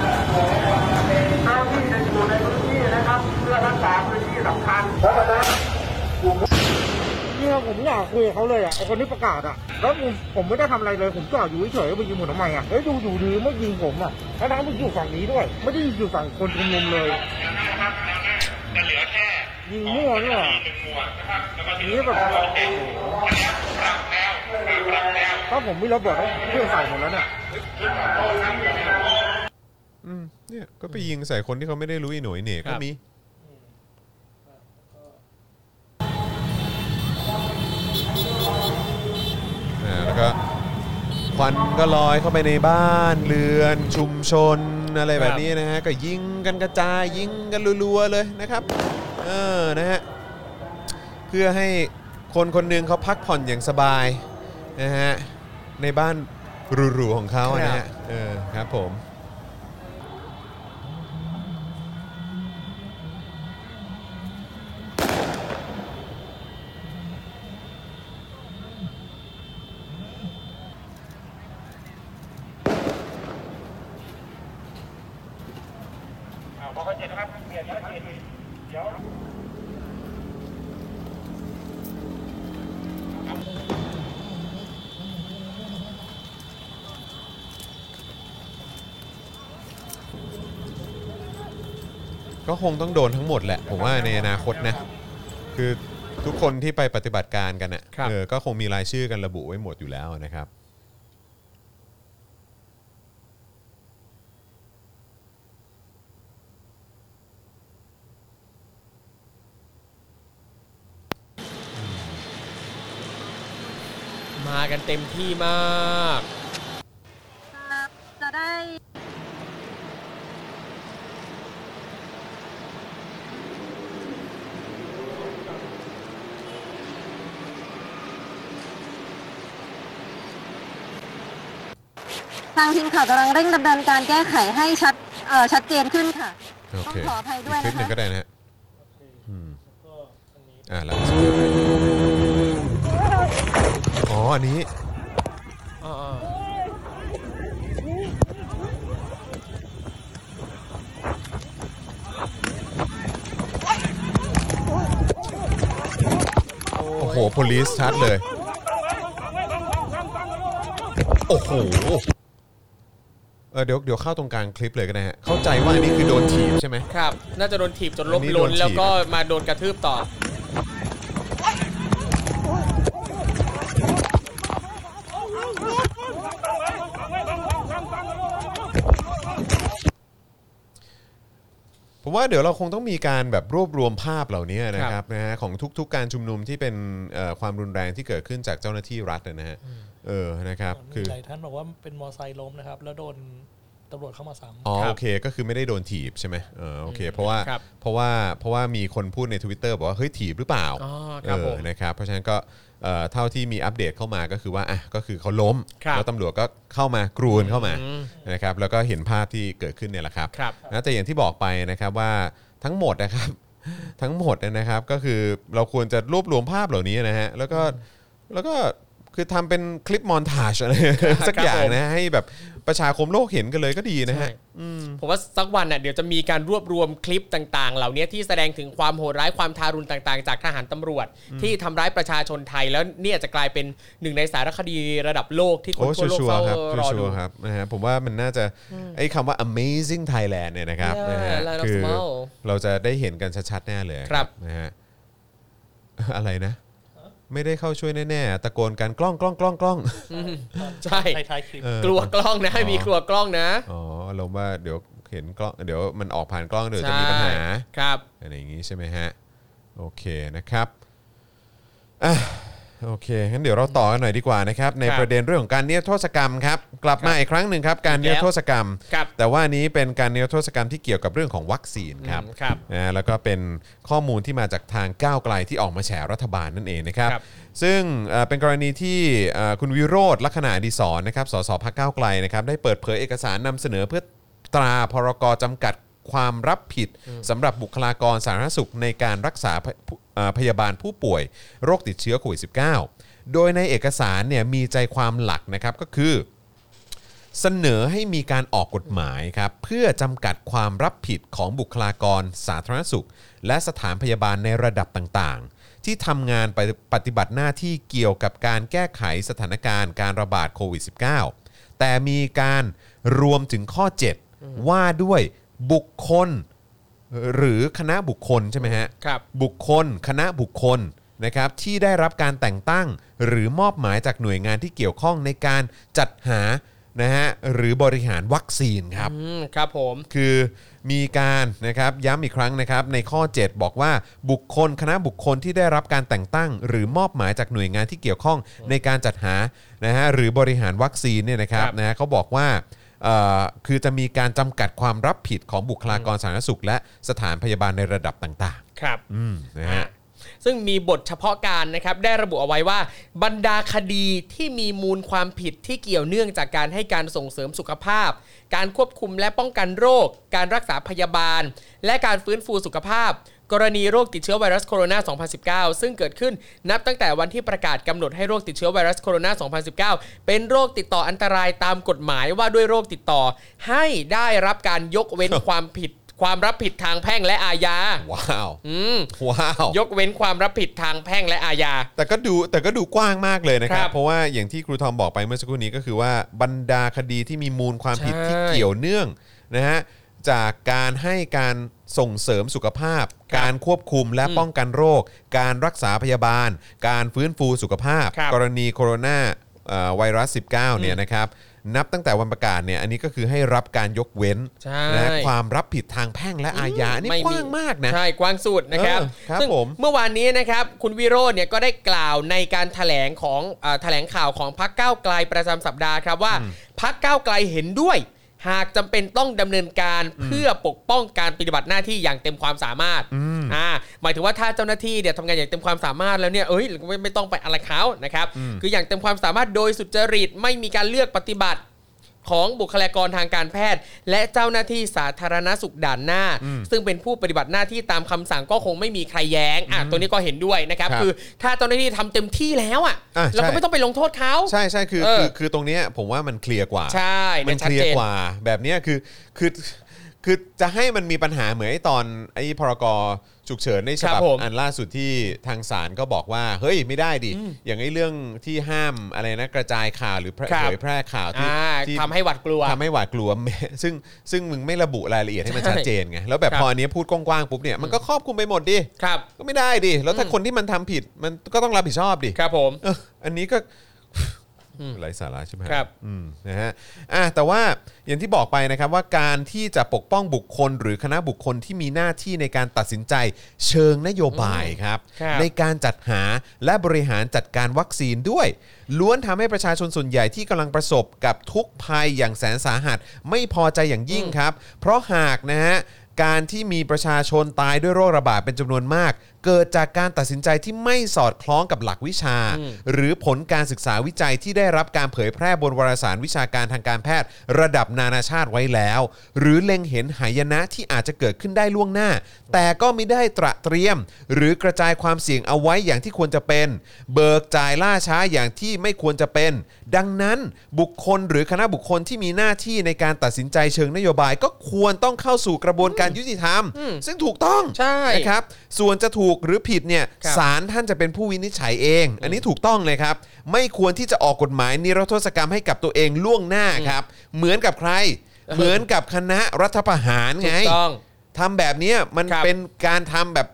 Speaker 5: จะอยู่ในพื้นที่นะครับ เพื่อรักษาพื้นที่สำคัญเพราะฉะนั้นกลุ่มผู้
Speaker 7: ริงๆอะผมอยากคุยกับเขาเลยอ่ะไอคนที่ประกาศอ่ะแล้วผมผมไม่ได้ทำอะไรเลยผมจอดอยู่เฉยๆมายิงผมทำไมอ่ะเฮ้ยดูอยู่ดีไม่ยิงผมอ่ะแล้วน้ำมันอยู่ฝั่งนี้ด้วย ไม่ได้อยู่ฝั่งคนชุมนุมเลยยิงมั่วเนี่ยอย่างนี่แบบถ้าผมไม่ระเบิดเครื่องใส่ผมแล้วเนี่ย
Speaker 2: อืมเนี่ยก็ไปยิงใส่คนที่เขาไม่ได้รู้อีหน่วยเนี่ยก็
Speaker 1: ครับ
Speaker 2: มี อ่าแล้วก็ควันก็ลอยเข้าไปในบ้านเรือนชุมชนอะไรแบบนี้นะฮะ ก็ยิงกันกระจายยิงกันรัวๆเลยนะครับ เออนะฮะ เพื่อให้คนคนหนึ่งเขาพักผ่อนอย่างสบายนะฮะ ในบ้านหรูๆของเขาอะนะฮะเออครับผม ก็คงต้องโดนทั้งหมดแหละ ผมว่าในอนาคตนะ คือทุกคนที่ไปปฏิบัติการกันน่ะ
Speaker 1: ครับ
Speaker 2: เออก็คงมีรายชื่อกันระบุไว้หมดอยู่แล้วนะครับ
Speaker 1: มากันเต็มที่มาก
Speaker 8: จะได้ ทางทีมข่าวกำลังเร่งดำเนินการแก้ไขให้ชัดเอ่อชัดเจนขึ้นค่ะ
Speaker 2: โอเค
Speaker 8: ต้องขออภัยด้วยนะคะ
Speaker 2: กคลิปหนึ่งก็ได้นะฮะอืมอ่าแล้วอ๋อ อันนี้ โอ้โห โพลิสชัดเลย โอ้โห เออเดี๋ยวเดี๋ยวเข้าตรงกลางคลิปเลยก็ได้ฮะ เข้าใจว่าอันนี้คือโดนถีบใช่ไหม
Speaker 1: ครับ น่าจะโดนถีบจนล้ม
Speaker 2: อันนี้
Speaker 1: ล้น
Speaker 2: โดนถีบ
Speaker 1: แล้วก็มาโดนกระทืบต่อ
Speaker 2: ผมว่าเดี๋ยวเราคงต้องมีการแบบรวบรวมภาพเหล่านี้นะครับนะฮะของทุก ๆ การชุมนุมที่เป็นเอ่อความรุนแรงที่เกิดขึ้นจากเจ้าหน้าที่รัฐนะฮะเออนะครับ
Speaker 3: มี
Speaker 2: คือ
Speaker 3: หลายท่านบอกว่าเป็นมอไซค์ล้มนะครับ แล้วโดนตำรวจเข้ามาซ้ำ
Speaker 2: อ๋อโอเคก็คือไม่ได้โดนถีบใช่ไหมเออโอเคเพราะว่า
Speaker 1: ครับ
Speaker 2: เพราะว่าเพราะว่ามีคนพูดใน Twitter บอกว่าเฮ้ยถีบหรือเปล่า
Speaker 1: อ๋อ
Speaker 2: เอ
Speaker 1: ครับผ
Speaker 2: อ
Speaker 1: ม
Speaker 2: นะครับเพราะฉะนั้นก็เอ่อเท่าที่มีอัปเดตเข้ามาก็คือว่าอ่ะก็คือเขาล้ม
Speaker 1: ครับ
Speaker 2: แล้วตำรวจก็เข้ามากรูนเข้ามา
Speaker 1: อืม
Speaker 2: นะครับแล้วก็เห็นภาพที่เกิดขึ้นเนี่ยแหละครับ
Speaker 1: ครับ
Speaker 2: นะแต่อย่างที่บอกไปนะครับว่าทั้งหมดนะครับ ทั้งหมดเนี่ยนะครับก็คือเราควรจะรวบรวมภาพเหล่านี้นะฮะแล้วก็แล้วก็คือทำเป็นคลิปมอนทาจอะไร สัก
Speaker 1: ครับ
Speaker 2: อย่า
Speaker 1: ผ
Speaker 2: ง
Speaker 1: ม
Speaker 2: นะให้แบบประชาคมโลกเห็นกันเลยก็ดีนะฮะ
Speaker 1: ใช่ผมว่าสักวันน่ะเดี๋ยวจะมีการรวบรวมคลิปต่างๆ เหล่านี้ที่แสดงถึงความโหดร้ายความทารุณต่างๆ จากทหารตำรวจ ที่ทำร้ายประชาชนไทย แล้วเนี่ยจะกลายเป็นหนึ่งในสารคดีระดับโลกที่คน
Speaker 2: โอ้
Speaker 1: ทั่วโลก
Speaker 2: ชัว
Speaker 1: เฝ้า
Speaker 2: ร์ๆครับ
Speaker 1: รอ
Speaker 2: ชั
Speaker 1: ดู
Speaker 2: วร์ๆครับนะฮะผมว่ามันน่าจะไอ้คำว่า amazing Thailand เนี่ยนะครับ
Speaker 1: Yeah,
Speaker 2: นะฮะ
Speaker 1: Land of
Speaker 2: คือ
Speaker 1: Smile
Speaker 2: เราจะได้เห็นกันชัดๆแน่เลย
Speaker 1: ครับ
Speaker 2: นะ ฮะ อะไรนะ ไม่ได้เข้าช่วยแน่ๆตะโกนกันกล้องกล้องกล้องกล้อง
Speaker 1: ใช่
Speaker 3: ไทายๆคลิป
Speaker 2: เออ
Speaker 1: กลัวกล้องนะมีกลัวกล้องนะ
Speaker 2: อ๋ออารมณ์ว่าเดี๋ยวเห็นกล้องเดี๋ยวมันออกผ่านกล้องเดี๋ยวจะมีปัญหา
Speaker 1: ใช่ครับ
Speaker 2: อะไรอย่างงี้ใช่ไหมฮะ โอเคนะครับอ่ะโอเคงั้นเดี๋ยวเราต่อกันหน่อยดีกว่านะครับ ใน
Speaker 1: ครับ
Speaker 2: ประเด็นเรื่องของการนิรโทษกรรมครับ กลับมาอีกครั้งหนึ่งครับ การนิรโทษกรรม
Speaker 1: ครับ
Speaker 2: แต่ว่านี้เป็นการนิรโทษกรรมที่เกี่ยวกับเรื่องของวัคซีนครับ
Speaker 1: อืมครับ
Speaker 2: นะฮะแล้วก็เป็นข้อมูลที่มาจากทางก้าวไกลที่ออกมาแฉรัฐบาลนั่นเองนะครับ
Speaker 1: ครับ
Speaker 2: ซึ่งเอ่อเป็นกรณีที่เอ่อคุณวิโรธลักษณะอดีศรนะครับสสพักก้าวไกลนะครับได้เปิดเผยเอกสารนำเสนอเพื่อตราพรกจำกัดความรับผิดสำหรับบุคลากรสาธารณสุขในการรักษาพเอ่อพยาบาลผู้ป่วยโรคติดเชื้อโควิด -19 โดยในเอกสารเนี่ยมีใจความหลักนะครับก็คือ เสนอให้มีการออกกฎหมายครับเพื่อจำกัดความรับผิดของบุคลากรสาธารณสุข และสถานพยาบาลในระดับต่าง ที่ทำงานไปปฏิบัติหน้าที่เกี่ยวกับการแก้ไขสถานการณ์การระบาดโควิด -19 แต่มีการรวมถึงข้อ 7 ว่าด้วยบุคคล หรือคณะบุคคลใช่ไหมฮะ
Speaker 1: ครับ
Speaker 2: บุคคล คณะบุคคลนะครับที่ได้รับการแต่งตั้ง หรือมอบหมายจากหน่วยงานที่เกี่ยวข้องในการจัดหานะฮะหรือบริหารวัคซีนครับ
Speaker 1: อืมครับผม
Speaker 2: คือมีการนะครับย้ำอีกครั้งนะครับในข้อ 7 บอกว่าบุคคลคณะบุคคลที่ได้รับการแต่งตั้ง หรือมอบหมายจากหน่วยงานที่เกี่ยวข้องในการจัดหานะฮะหรือบริหารวัคซีนเนี่ยนะครั
Speaker 1: ค
Speaker 2: บ
Speaker 1: รับ
Speaker 2: นะฮะเขาบอกว่าเอ่อคือจะมีการจำกัดความรับผิดของบุคลากรสาธารณสุข และสถานพยาบาลในระดับต่าง
Speaker 1: ครับ
Speaker 2: ๆอืมนะฮะ
Speaker 1: ซึ่งมีบทเฉพาะการนะครับได้ระบุเอาไว้ว่าบรรดาคดีที่มีมูลความผิดที่เกี่ยวเนื่องจากการให้การส่งเสริมสุขภาพ การควบคุมและป้องกันโรค การรักษาพยาบาล และการฟื้นฟูสุขภาพ กรณีโรคติดเชื้อไวรัสโคโรนา 2019 ซึ่งเกิดขึ้นนับตั้งแต่วันที่ประกาศกำหนดให้โรคติดเชื้อไวรัสโคโรนา 2019 เป็นโรคติดต่ออันตรายตามกฎหมายว่าด้วยโรคติดต่อ ให้ได้รับการยกเว้น ความผิด ความรับผิดทางแพ่งและอาญา
Speaker 2: ว้าว
Speaker 1: อืม
Speaker 2: ว้าว
Speaker 1: ยกเว้นความรับผิดทางแพ่งและอาญา
Speaker 2: แต่ก็ดูแต่ก็ดูกว้างมากเลยนะค
Speaker 1: ค
Speaker 2: รับ
Speaker 1: รับ
Speaker 2: เพราะว่าอย่างที่ครูทอมบอกไปเมื่อสักครู่นี้ก็คือว่าบรรดาคดีที่มีมูลความผิด
Speaker 1: ใช่
Speaker 2: ที่เกี่ยวเนื่องนะฮะจากการให้การส่งเสริมสุขภาพ
Speaker 1: ครับ
Speaker 2: การควบคุมและ
Speaker 1: อืม
Speaker 2: ป้องกันโรค การรักษาพยาบาล การฟื้นฟูสุขภาพ
Speaker 1: ครับ
Speaker 2: กรณีโคโรนาเอ่อไวรัส 19 เนี่ยนะครับ นับตั้งแต่วันประกาศเนี่ยอันนี้ก็คือให้รับการยกเว้น
Speaker 1: ใช่
Speaker 2: นะฮะความรับผิดทางแพ่งและอาญาอันนี้กว้างมากนะ
Speaker 1: ใช่ กว้างสุดนะครับ
Speaker 2: เออครับ
Speaker 1: ซึ่ง
Speaker 2: ผม
Speaker 1: เมื่อวานนี้นะครับ คุณวิโรจน์เนี่ยก็ได้กล่าวในการแถลงของเอ่อแถลงข่าวของพักก้าวไกลประจำสัปดาห์ครับว่าพักก้าวไกลเห็นด้วย หากจำเป็นต้องดำเนินการเพื่อปกป้องการปฏิบัติหน้าที่อย่างเต็มความสามารถอ่าหมายถึงว่าถ้าเจ้าหน้าที่เนี่ยทำงานอย่างเต็มความสามารถแล้วเนี่ยเอ้ยไม่ไม่ต้องไปอะไรเขานะครับ คืออย่างเต็มความสามารถโดยสุจริตไม่มีการเลือกปฏิบัติ ของบุคลากรทางการแพทย์ และเจ้าหน้าที่สาธารณสุขด่านหน้า ซึ่งเป็นผู้ปฏิบัติหน้าที่ตามคำสั่งก็คงไม่มีใครแย้งอ่ะตัวนี้ก็เห็นด้วยนะครับ
Speaker 2: ครับ
Speaker 1: คือถ้าเจ้าหน้าที่ทำเต็มที่แล้วอ่ะ
Speaker 2: อ่ะ
Speaker 1: เราก็
Speaker 2: ใช่
Speaker 1: ไม่ต้องไปลงโทษเขา
Speaker 2: ใช่ใช่คือ
Speaker 1: เออ
Speaker 2: คือคือตรงเนี้ยผมว่ามันเคลียร์กว่า
Speaker 1: ใช่
Speaker 2: มั
Speaker 1: เย
Speaker 2: น
Speaker 1: ชัด
Speaker 2: เคลีย
Speaker 1: จ
Speaker 2: ร์
Speaker 1: น
Speaker 2: กว่าแบบเนี้ยคือคือคือจะให้มันมีปัญหาเหมือนไอ้ตอนไอ้พรกฉุกเฉินใน
Speaker 1: ครับ
Speaker 2: ฉับ
Speaker 1: ผม
Speaker 2: อันล่าสุดที่ทางศาลก็บอกว่า เฮ้ยไม่ได้ดิ อย่างไอ้เรื่องที่ห้ามอะไรนะกระจายข่าวหรือแพร่
Speaker 1: ครับ
Speaker 2: เผยแพร่ข่าวที่
Speaker 1: อ่า
Speaker 2: ที่
Speaker 1: ทำให้หวัดกลัว
Speaker 2: ทำให้หวาดกลัว ซึ่งซึ่งมึงไม่ระบุรายละเอียดให้มัน
Speaker 1: ใช่
Speaker 2: ชัดเจนไงแล้วแบบ
Speaker 1: ครับ
Speaker 2: พออันเนี้ยพูดกว้างๆปุ๊บเนี่ยมันก็ครอบคลุมไปหมดดิ
Speaker 1: ครับ
Speaker 2: ก็ไม่ได้ดิแล้วถ้า
Speaker 1: อืม
Speaker 2: คนที่มันทำผิดมันก็ต้องรับผิดชอบดิ
Speaker 1: ครับผม
Speaker 2: เอออันนี้ก็
Speaker 1: อืม
Speaker 2: ไร้สาระใช่ไหมฮะ
Speaker 1: ครับ
Speaker 2: อืมนะฮะอ่ะแต่ว่าอย่างที่บอกไปนะครับว่าการที่จะปกป้องบุคคล หรือคณะบุคคลที่มีหน้าที่ในการตัดสินใจเชิงนโยบายครับ
Speaker 1: ครับ
Speaker 2: ในการจัดหาและบริหารจัดการวัคซีนด้วย ล้วนทำให้ประชาชนส่วนใหญ่ที่กำลังประสบกับทุกข์ภัยอย่างแสนสาหัส ไม่พอใจอย่างยิ่งครับ เพราะหากนะฮะการที่มีประชาชนตายด้วยโรคระบาดเป็นจำนวนมาก เกิดจากการตัดสินใจที่ไม่สอดคล้องกับหลักวิชา หรือผลการศึกษาวิจัยที่ได้รับการเผยแพร่บนวารสารวิชาการทางการแพทย์ ระดับนานาชาติไว้แล้ว หรือเล็งเห็นหายนะที่อาจจะเกิดขึ้นได้ล่วงหน้า แต่ก็ไม่ได้ตระเตรียม หรือกระจายความเสี่ยงเอาไว้อย่างที่ควรจะเป็น เบิกจ่ายล่าช้าอย่างที่ไม่ควรจะเป็น ดังนั้นบุคคลหรือคณะบุคคลที่มีหน้าที่ในการตัดสินใจเชิงนโยบาย ก็ควรต้องเข้าสู่กระบวนการยุติธรรม ซึ่งถูกต้อง
Speaker 1: ใช่
Speaker 2: นะครับ ส่วนจะถูกหรือผิดเนี่ย
Speaker 1: ครับ
Speaker 2: ศาลท่านจะเป็นผู้วินิจฉัยเอง อันนี้ถูกต้องเลยครับ ไม่ควรที่จะออกกฎหมายนิรโทษกรรมให้กับตัวเองล่วงหน้าครับเหมือนกับใคร เหมือนกับคณะรัฐประหาร
Speaker 1: ถู
Speaker 2: ไง
Speaker 1: กต้อง
Speaker 2: ทำแบบเนี้ยมัน
Speaker 1: ครับ
Speaker 2: เป็นการทำแบบ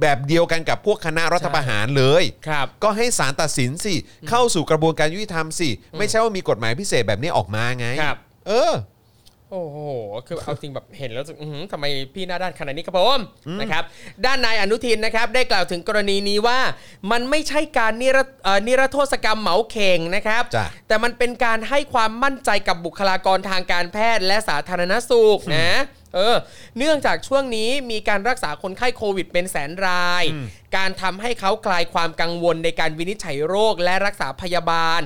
Speaker 2: แบบเดียวกันกับพวกคณะรัฐประหารเลย
Speaker 1: ครับ
Speaker 2: ก็ให้ศาลตัดสินสิ เข้าสู่กระบวนการยุติธรรมสิ ไม่ใช่ว่ามีกฎหมายพิเศษแบบนี้ออกมาไง
Speaker 1: ครับ
Speaker 2: เออ
Speaker 1: โอ้โห คือเอาจริงแบบเห็นแล้วจะอื้อหือทำไมพี่หน้าด้านขนาดนี้ครับผมนะครับ ด้านนายอนุทินนะครับ ได้กล่าวถึงกรณีนี้ว่า มันไม่ใช่การนิรเอ่อนิรโทษกรรมเหมาเข่งนะครับ
Speaker 2: จ้ะ
Speaker 1: แต่มันเป็นการให้ความมั่นใจกับบุคลากรทางการแพทย์และสาธารณสุขนะ เออ เนื่องจากช่วงนี้มีการรักษาคนไข้โควิดเป็นแสนราย การทำให้เขาคลายความกังวลในการวินิจฉัยโรคและรักษาพยาบาล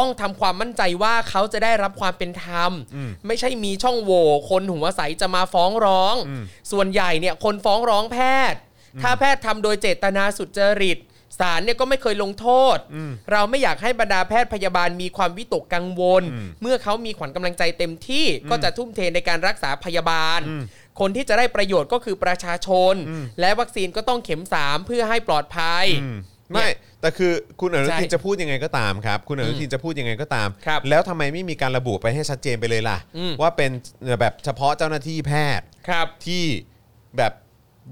Speaker 1: ต้องทำความมั่นใจว่าเขาจะได้รับความเป็นธรรม ไม่ใช่มีช่องโหว่คนหัวใสจะมาฟ้องร้อง ส่วนใหญ่เนี่ยคนฟ้องร้องแพทย์ ถ้าแพทย์ทำโดยเจตนาสุจริต ศาลเนี่ยก็ไม่เคยลงโทษ
Speaker 2: อืม
Speaker 1: เราไม่อยากให้บรรดาแพทย์พยาบาลมีความวิตกกังวล
Speaker 2: อืม
Speaker 1: เมื่อเขามีขวัญกำลังใจเต็มที่ก็จะทุ่มเทในการรักษาพยาบาล
Speaker 2: อืม
Speaker 1: คนที่จะได้ประโยชน์ก็คือประชาชน
Speaker 2: อืม
Speaker 1: และวัคซีนก็ต้องเข็ม 3 เพื่อให้ปลอดภัย
Speaker 2: อืมไม่แต่คือคุณอนุทิน
Speaker 1: ใช่
Speaker 2: จะพูดยังไงก็ตามครับคุณอนุทินจะพูดยังไงก็ตาม
Speaker 1: ครับ
Speaker 2: แล้วทำไมไม่มีการระบุไปให้ชัดเจนไปเลยล่ะ
Speaker 1: อืม
Speaker 2: ว่าเป็นเอ่อแบบเฉพาะเจ้าหน้าที่แพทย์
Speaker 1: ครับ
Speaker 2: ที่แบบ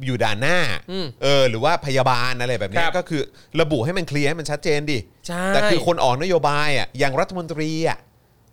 Speaker 2: อยู่ด่านหน้า
Speaker 1: อืม
Speaker 2: เออหรือว่าพยาบาลอะไรแบบเนี้
Speaker 1: ค
Speaker 2: ย
Speaker 1: รับ
Speaker 2: ก็คือระบุให้มันเคลียร์ให้มันชัดเจนดิ
Speaker 1: ใช่
Speaker 2: แต่คือคนออกนโยบายอ่ะอย่างรัฐมนตรีอ่ะ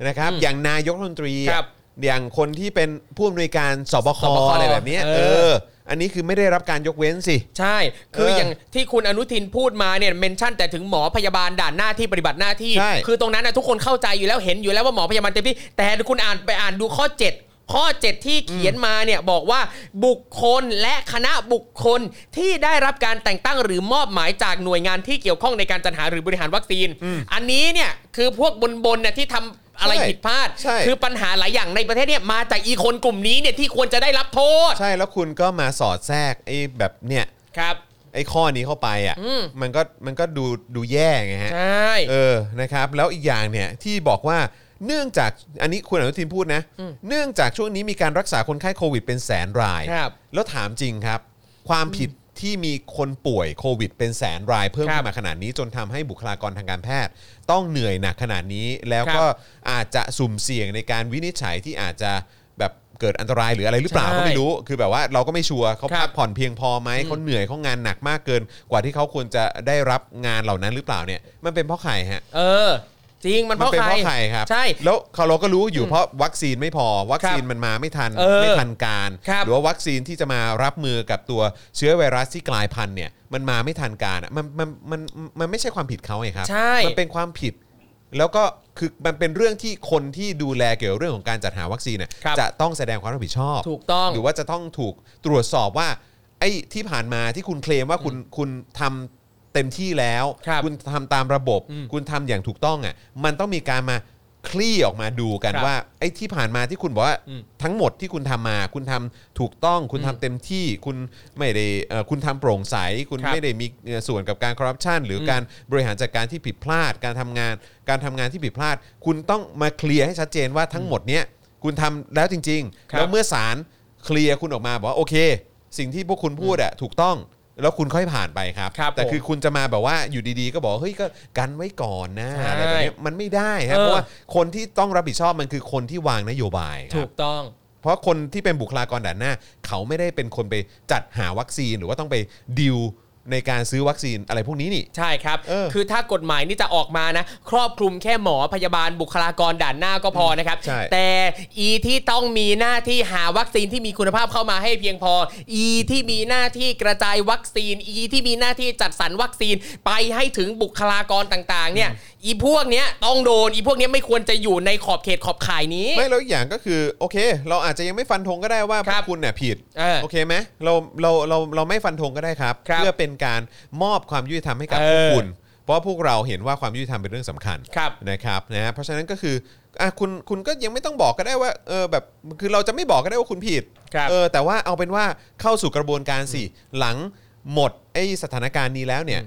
Speaker 2: นะครับ
Speaker 1: อืม
Speaker 2: อย่างนายกรัฐมนตรีอะ
Speaker 1: ครับ
Speaker 2: อย่างคนที่เป็นผู้อำนวยการสบค
Speaker 1: สบค
Speaker 2: อะไรแบบเนี้ย
Speaker 1: เออ
Speaker 2: เออ อันนี้คือไม่ได้รับการยกเว้นสิ
Speaker 1: ใช่ คือ
Speaker 2: เอออ
Speaker 1: อย่างที่คุณอนุทินพูดมาเนี่ยเมนชั่นแต่ถึงหมอพยาบาลด่านหน้าที่ปฏิบัติหน้าที่
Speaker 2: ใช่
Speaker 1: คือตรงนั้นนะทุกคนเข้าใจอยู่แล้วเห็นอยู่แล้วว่าหมอพยาบาลเต็มที่ แต่คุณอ่านไปอ่านดูข้อ 7 ข้อ 7 ที่เขียนมาเนี่ยบอกว่าบุคคลและคณะบุคคลที่ได้รับการแต่งตั้งหรือมอบหมายจากหน่วยงานที่เกี่ยวข้องในการจัดหาหรือบริหารวัคซีน อันนี้เนี่ยคือพวกบนๆน่ะที่ทำอะไรผิดพลาด
Speaker 2: ใช่
Speaker 1: คือปัญหาหลายอย่างในประเทศเนี่ยมาจากอีคนกลุ่มนี้เนี่ยที่ควรจะได้รับโทษ
Speaker 2: ใช่แล้วคุณก็มาสอดแทรกไอ้แบบเนี่ย
Speaker 1: ครับ
Speaker 2: ไอ้ข้อนี้เข้าไปอ่ะ
Speaker 1: อืม
Speaker 2: มันก็มันก็ดูดูแย่ไงฮะ
Speaker 1: ใช่
Speaker 2: เออนะครับ แล้วอีกอย่างเนี่ยที่บอกว่าเนื่องจากอันนี้คุณอนุทินพูดนะ
Speaker 1: อืม
Speaker 2: เนื่องจากช่วงนี้มีการรักษาคนไข้โควิดเป็นแสนราย
Speaker 1: ครับ
Speaker 2: แล้วถามจริงครับ ความผิดที่มีคนป่วยโควิดเป็นแสนราย เพิ่มขึ้นมาขนาดนี้จนทำให้บุคลากรทางการแพทย์ ต้องเหนื่อยหนักขนาดนี้ แล้วก็อาจจะสุ่มเสี่ยงในการวินิจฉัยที่อาจจะแบบเกิดอันตรายหรืออะไรหรือเปล่า
Speaker 1: ใช่
Speaker 2: ก็ไม่รู้ คือแบบว่าเราก็ไม่ชัวร์เขา
Speaker 1: ครับ
Speaker 2: พักผ่อนเพียงพอไหมเขาเหนื่อยเขางานหนักมากเกิน กว่าที่เขาควรจะได้รับงานเหล่านั้นหรือเปล่าเนี่ยมันเป็นเพราะใครฮะ
Speaker 1: เออ จริงมันเพ
Speaker 2: มั
Speaker 1: ราะ
Speaker 2: เป็น
Speaker 1: ใคร
Speaker 2: เพราะใครครับ
Speaker 1: ใช่
Speaker 2: แล้วเขาเราก็รู้อยู่เพราะวัคซีนไม่พอวัคซี
Speaker 1: ค
Speaker 2: น
Speaker 1: รับ
Speaker 2: มันมาไม่ทัน
Speaker 1: เออ
Speaker 2: ไม่ทันการ
Speaker 1: ครับ
Speaker 2: หรือว่าวัคซีนที่จะมารับมือกับตัวเชื้อไวรัสที่กลายพันธุ์เนี่ยมันมาไม่ทันการอะมันมันมันมันไม่ใช่ความผิดเขาไงครับ
Speaker 1: ใช่
Speaker 2: มันเป็นความผิด แล้วก็คือมันเป็นเรื่องที่คนที่ดูแลเกี่ยวกับเรื่องของการจัดหาวัคซีนเนี่ย
Speaker 1: ครับ
Speaker 2: จะต้องแสดงความรับผิดชอบ
Speaker 1: ถูกต้อง
Speaker 2: หรือว่าจะต้องถูกตรวจสอบว่าไอ้ที่ผ่านมาที่คุณเคลมว่าคุณคุณทำเต็มที่แล้ว
Speaker 1: ครับ
Speaker 2: ณทำตามระบบ
Speaker 1: อืม
Speaker 2: คุณทำอย่างถูกต้องอ่ะมันต้องมีการมาคลี่ออกมาดูกัน
Speaker 1: ครับ
Speaker 2: ว่าไอ้ที่ผ่านมาที่คุณบอกว่า
Speaker 1: อืม
Speaker 2: ทั้งหมดที่คุณทำมา คุณทำถูกต้อง คุณทำ
Speaker 1: อืม
Speaker 2: เต็มที่คุณไม่ได้เอ่อคุณทำโปร่งใสคุณ
Speaker 1: ครับ
Speaker 2: ไม่ได้มีเอ่อส่วนกับการคอร์รัปชันหรืออ
Speaker 1: ม
Speaker 2: การ การบริหารจัดการที่ผิดพลาด การทำงาน การทำงานที่ผิดพลาด คุณต้องมาเคลียร์ให้ชัดเจนว่าทั้งหมดเนี้ยคุณทำแล้วจริง
Speaker 1: ครับ
Speaker 2: ๆแล้วเมื่อศาลเคลียร์คุณออกมาบอกว่าโอเค สิ่งที่พวกคุณพูดอะถูกต้อง แล้วคุณค่อยผ่านไปครับ
Speaker 1: ครับ
Speaker 2: แต่
Speaker 1: ผม
Speaker 2: คือคุณจะมาแบบว่าอยู่ดีๆ ก็บอกเฮ้ยก็กันไว้ก่อนนะ
Speaker 1: ใช่
Speaker 2: อะไรแบบเนี้ยมันไม่ได้ครับ
Speaker 1: เออ
Speaker 2: เพราะว่าคนที่ต้องรับผิดชอบมันคือคนที่วางนโยบายค
Speaker 1: ถู
Speaker 2: รับ
Speaker 1: กต้อง
Speaker 2: เพราะคนที่เป็นบุคลากรด่านหน้า เขาไม่ได้เป็นคนไปจัดหาวัคซีนหรือว่าต้องไปดิวในการซื้อวัคซีนอะไรพวกนี้นี่
Speaker 1: ใช่ครับ
Speaker 2: เออ
Speaker 1: คือถ้ากฎหมายนี่จะออกมานะ ครอบคลุมแค่หมอพยาบาลบุคลากรด่านหน้าก็พอนะครับ
Speaker 2: ใช่
Speaker 1: แต่อีที่ต้องมีหน้าที่หาวัคซีนที่มีคุณภาพเข้ามาให้เพียงพอ อีที่มีหน้าที่กระจายวัคซีน อีที่มีหน้าที่จัดสรรวัคซีนไปให้ถึงบุคลากรต่างๆ เนี่ย อีพวกเนี้ยต้องโดน อีพวกเนี้ยไม่ควรจะอยู่ในขอบเขตขอบข่ายนี้
Speaker 2: ไม่แล้วอีกอย่างก็คือโอเค เราอาจจะยังไม่ฟันธงก็ได้ว่าพ
Speaker 1: ควรั
Speaker 2: ก
Speaker 1: บ
Speaker 2: คุณเนี่ยผิด
Speaker 1: เออ
Speaker 2: โอเคไหมเราเราเราเราไม่ฟันธงก็ได้ครับ
Speaker 1: ครับ
Speaker 2: เพื่อเป็นการมอบความยุติธรรมให้กับ
Speaker 1: เออ
Speaker 2: พวกคุณ เพราะพวกเราเห็นว่าความยุติธรรมเป็นเรื่องสำคัญ
Speaker 1: ครับ
Speaker 2: นะครับนะฮะเพราะฉะนั้นก็คืออ่ะคุณคุณก็ยังไม่ต้องบอกก็ได้ว่าเออแบบคือเราจะไม่บอกก็ได้ว่าคุณผิด
Speaker 1: ครับ
Speaker 2: เออแต่ว่าเอาเป็นว่าเข้าสู่กระบวนการสิหลังหมดไอ้สถานการณ์นี้แล้วเนี่ย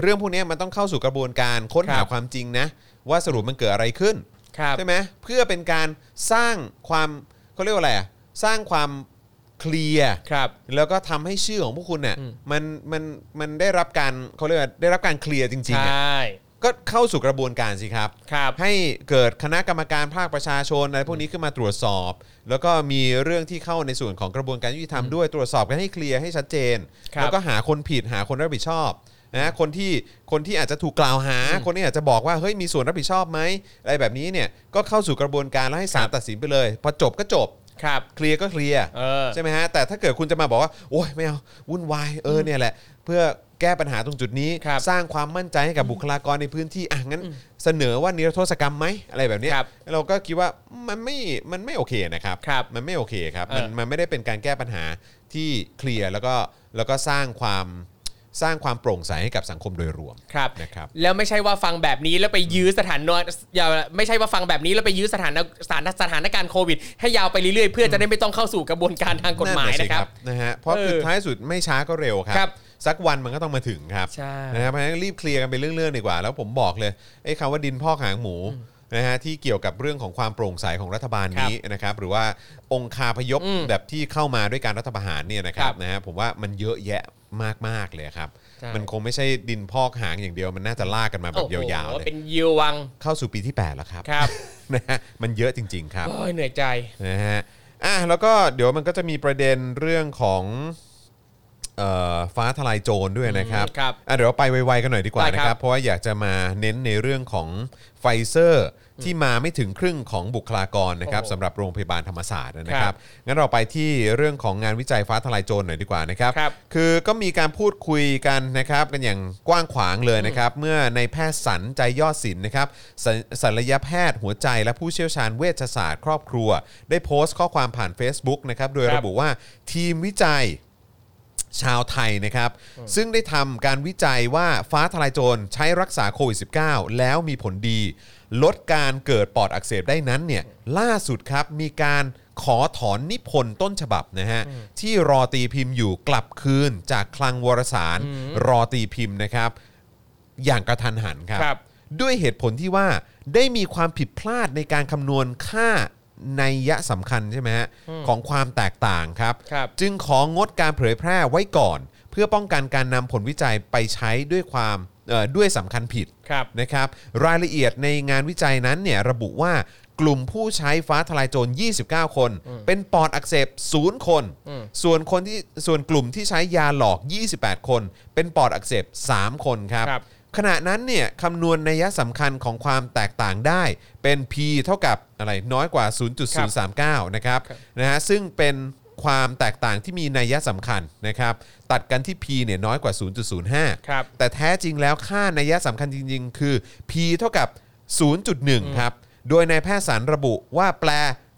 Speaker 2: เรื่องพวกเนี้ยมันต้องเข้าสู่กระบวนการค้น
Speaker 1: ค
Speaker 2: หา
Speaker 1: รับ
Speaker 2: ความจริงนะว่าสรุปมันเกิดอะไรขึ้น
Speaker 1: ครับ
Speaker 2: ใช่ไหมเพื่อเป็นการสร้างความเขาเรียกว่าอะไรอ่ะสร้างความเคลียร์
Speaker 1: ครับ
Speaker 2: แล้วก็ทำให้ชื่อของพวกคุณเนี่ย
Speaker 1: อืม
Speaker 2: มันมันมันได้รับการเขาเรียกว่าได้รับการเคลียร์จริง
Speaker 1: ใช
Speaker 2: ๆอ่ะ
Speaker 1: ่
Speaker 2: ก็เข้าสู่กระบวนการสิครับ
Speaker 1: ครับ
Speaker 2: ให้เกิดคณะกรรมการภาคประชาชนอะไรพวกนี้ขึ้นมาตรวจสอบ แล้วก็มีเรื่องที่เข้าในส่วนของกระบวนการยุติธรรมด้วยตรวจสอบกันให้เคลียร์ให้ชัดเจน
Speaker 1: ครับ
Speaker 2: แล้วก็หาคนผิดหาคนรับผิดชอบนะคนที่คนที่อาจจะถูกกล่าวหา คนที่อาจจะบอกว่าเฮ้ยมีส่วนรับผิดชอบไหมอะไรแบบนี้เนี่ยก็เข้าสู่กระบวนการแล้วให้ศา
Speaker 1: ค
Speaker 2: ล
Speaker 1: รับ
Speaker 2: ตัดสินไปเลยพอจบก็จบ
Speaker 1: ครับ
Speaker 2: เคลียร์ก็เคลียร์
Speaker 1: เออ
Speaker 2: ใช่ไหมฮะแต่ถ้าเกิดคุณจะมาบอกว่าโอ้ยไม่เอาวุ่นวายเออเนี่ยแหละ เพื่อแก้ปัญหาตรงจุดนี้
Speaker 1: ครับ
Speaker 2: สร้างความมั่นใจให้กับบุคลากรในพื้นที่อ่ะงั้น เสนอว่านิรโทษกรรมไหมอะไรแบบเนี้ย
Speaker 1: ครับ
Speaker 2: เราก็คิดว่ามันไม่มันไม่โอเคนะครับ
Speaker 1: ครับ
Speaker 2: มันไม่โอเคครับ
Speaker 1: เออ
Speaker 2: มันมันไม่ได้เป็นการแก้ปัญหาที่เคลียร์แล้วก็แล้วก็สร้างความสร้างความโปร่งใสให้กับสังคมโดยรวม
Speaker 1: ครับ
Speaker 2: นะครับ
Speaker 1: แล้วไม่ใช่ว่าฟังแบบนี้แล้วไปยื้อสถานนอย่าไม่ใช่ว่าฟังแบบนี้แล้วไปยื้อสถานสถานสถานการณ์โควิด ให้ยาวไปเรื่อยๆ เพื่อจะได้ไม่ต้องเข้าสู่กระบวนการทางกฎหมายนะครับ
Speaker 2: นะฮะเพราะ
Speaker 1: เออ
Speaker 2: คือท้ายสุดไม่ช้าก็เร็วครั
Speaker 1: ครับ บ
Speaker 2: สักวันมันก็ต้องมาถึงครับ
Speaker 1: ใช่
Speaker 2: นะครับเพราะฉะนั้นรีบเคลียร์กันเป็นเรื่องๆดีกว่า แล้วผมบอกเลยไอ้คำว่าดินพอกหางหมูนะฮะที่เกี่ยวกับเรื่องของความโปร่งใสของรัฐบาลนี้นะครับหรือว่าองค์คาพยพ
Speaker 1: อืม
Speaker 2: แบบที่เข้ามาด้วยการรัฐประหารเนี่ยนะครั
Speaker 1: ครับ บ
Speaker 2: นะฮะผมว่ามันเยอะแยะมากๆเลยครับ
Speaker 1: ใช่
Speaker 2: มันคงไม่ใช่ดินพอกหางอย่างเดียว มันน่าจะลากกันมาแบ
Speaker 1: โอ้
Speaker 2: บ
Speaker 1: โห
Speaker 2: ยาวๆเลย
Speaker 1: เป็นยิววัง
Speaker 2: เข้าสู่ปีที่ 8 แล้วครับ
Speaker 1: ครับ
Speaker 2: นะฮะมันเยอะจริง ๆครับ
Speaker 1: โอ้ยเหนื่อยใจ
Speaker 2: นะฮะ อ่ะ แล้วก็เดี๋ยวมันก็จะมีประเด็นเรื่องของเอ่อฟ้าทลายโจรด้วยนะครับ
Speaker 1: อืมครับ
Speaker 2: อ่ะ เดี๋ยวเราไปไวๆกันหน่อยดีกว่า
Speaker 1: ได้ค
Speaker 2: นะ
Speaker 1: รับ
Speaker 2: ครับ เพราะว่าอยากจะมาเน้นในเรื่องของไฟเซอร์ที่มาไม่ถึงครึ่งของบุคลากรนะครับสำหรับโรงพยาบาลธรรมศาสตร์นะครับ งั้นเราไปที่เรื่องของงานวิจัยฟ้าทลายโจรหน่อยดีกว่านะครับ
Speaker 1: ครับ
Speaker 2: คือก็มีการพูดคุยกันนะครับกันอย่างกว้างขวางเลยนะครับ เมื่อในแพทย์สันใจยอดศิลป์นะครับศัลศัลยแพทย์หัวใจและผู้เชี่ยวชาญเวชศาสตร์ครอบครัว ได้โพสต์ข้อความผ่าน Facebook นะครับโด
Speaker 1: ค
Speaker 2: ย
Speaker 1: รับ
Speaker 2: ระบุว่าทีมวิจัยชาวไทยนะครับ ซึ่งได้ทำการวิจัยว่าฟ้าทลายโจรใช้รักษาโควิด -19 แล้วมีผลดี ลดการเกิดปอดอักเสบได้นั้นเนี่ยล่าสุดครับมีการขอถอนนิพนธ์ต้นฉบับนะฮะ ที่รอตีพิมพ์อยู่กลับคืนจากคลังวรสาร รอตีพิมพ์นะครับ อย่างกระทันหันครับ
Speaker 1: ครับ
Speaker 2: ด้วยเหตุผลที่ว่าได้มีความผิดพลาดในการคำนวณค่าในยะสำคัญใช่ไหมฮะของความแตกต่างครับ
Speaker 1: ครับ
Speaker 2: จึงของงดการเผยแพร่ไว้ก่อน เพื่อป้องกันการนำผลวิจัยไปใช้ด้วยความเอ่อด้วยสำคัญผิด
Speaker 1: ครับ
Speaker 2: นะครับรายละเอียดในงานวิจัยนั้นเนี่ยระบุว่ากลุ่มผู้ใช้ฟ้าทลายโจร 29 คน เป็นปอดอักเสบ 0 คน
Speaker 1: อืม
Speaker 2: ส่วนคนที่ส่วนกลุ่มที่ใช้ยาหลอก 28 คน เป็นปอดอักเสบ 3 คนครับ
Speaker 1: ครับ
Speaker 2: ขณะนั้นเนี่ยคำนวณนัยสำคัญของความแตกต่างได้ เป็น p เท่ากับอะไรน้อยกว่า 0.039 นะครับ
Speaker 1: ครับ
Speaker 2: นะฮะซึ่งเป็นความแตกต่างที่มีนัยสำคัญนะครับตัดกันที่ p เนี่ยน้อยกว่า 0.05
Speaker 1: ครับ
Speaker 2: แต่แท้จริงแล้วค่านัยสำคัญจริง ๆ คือ p เท่ากับ 0.1 ครับ โดยนายแพทย์สารระบุว่าแปล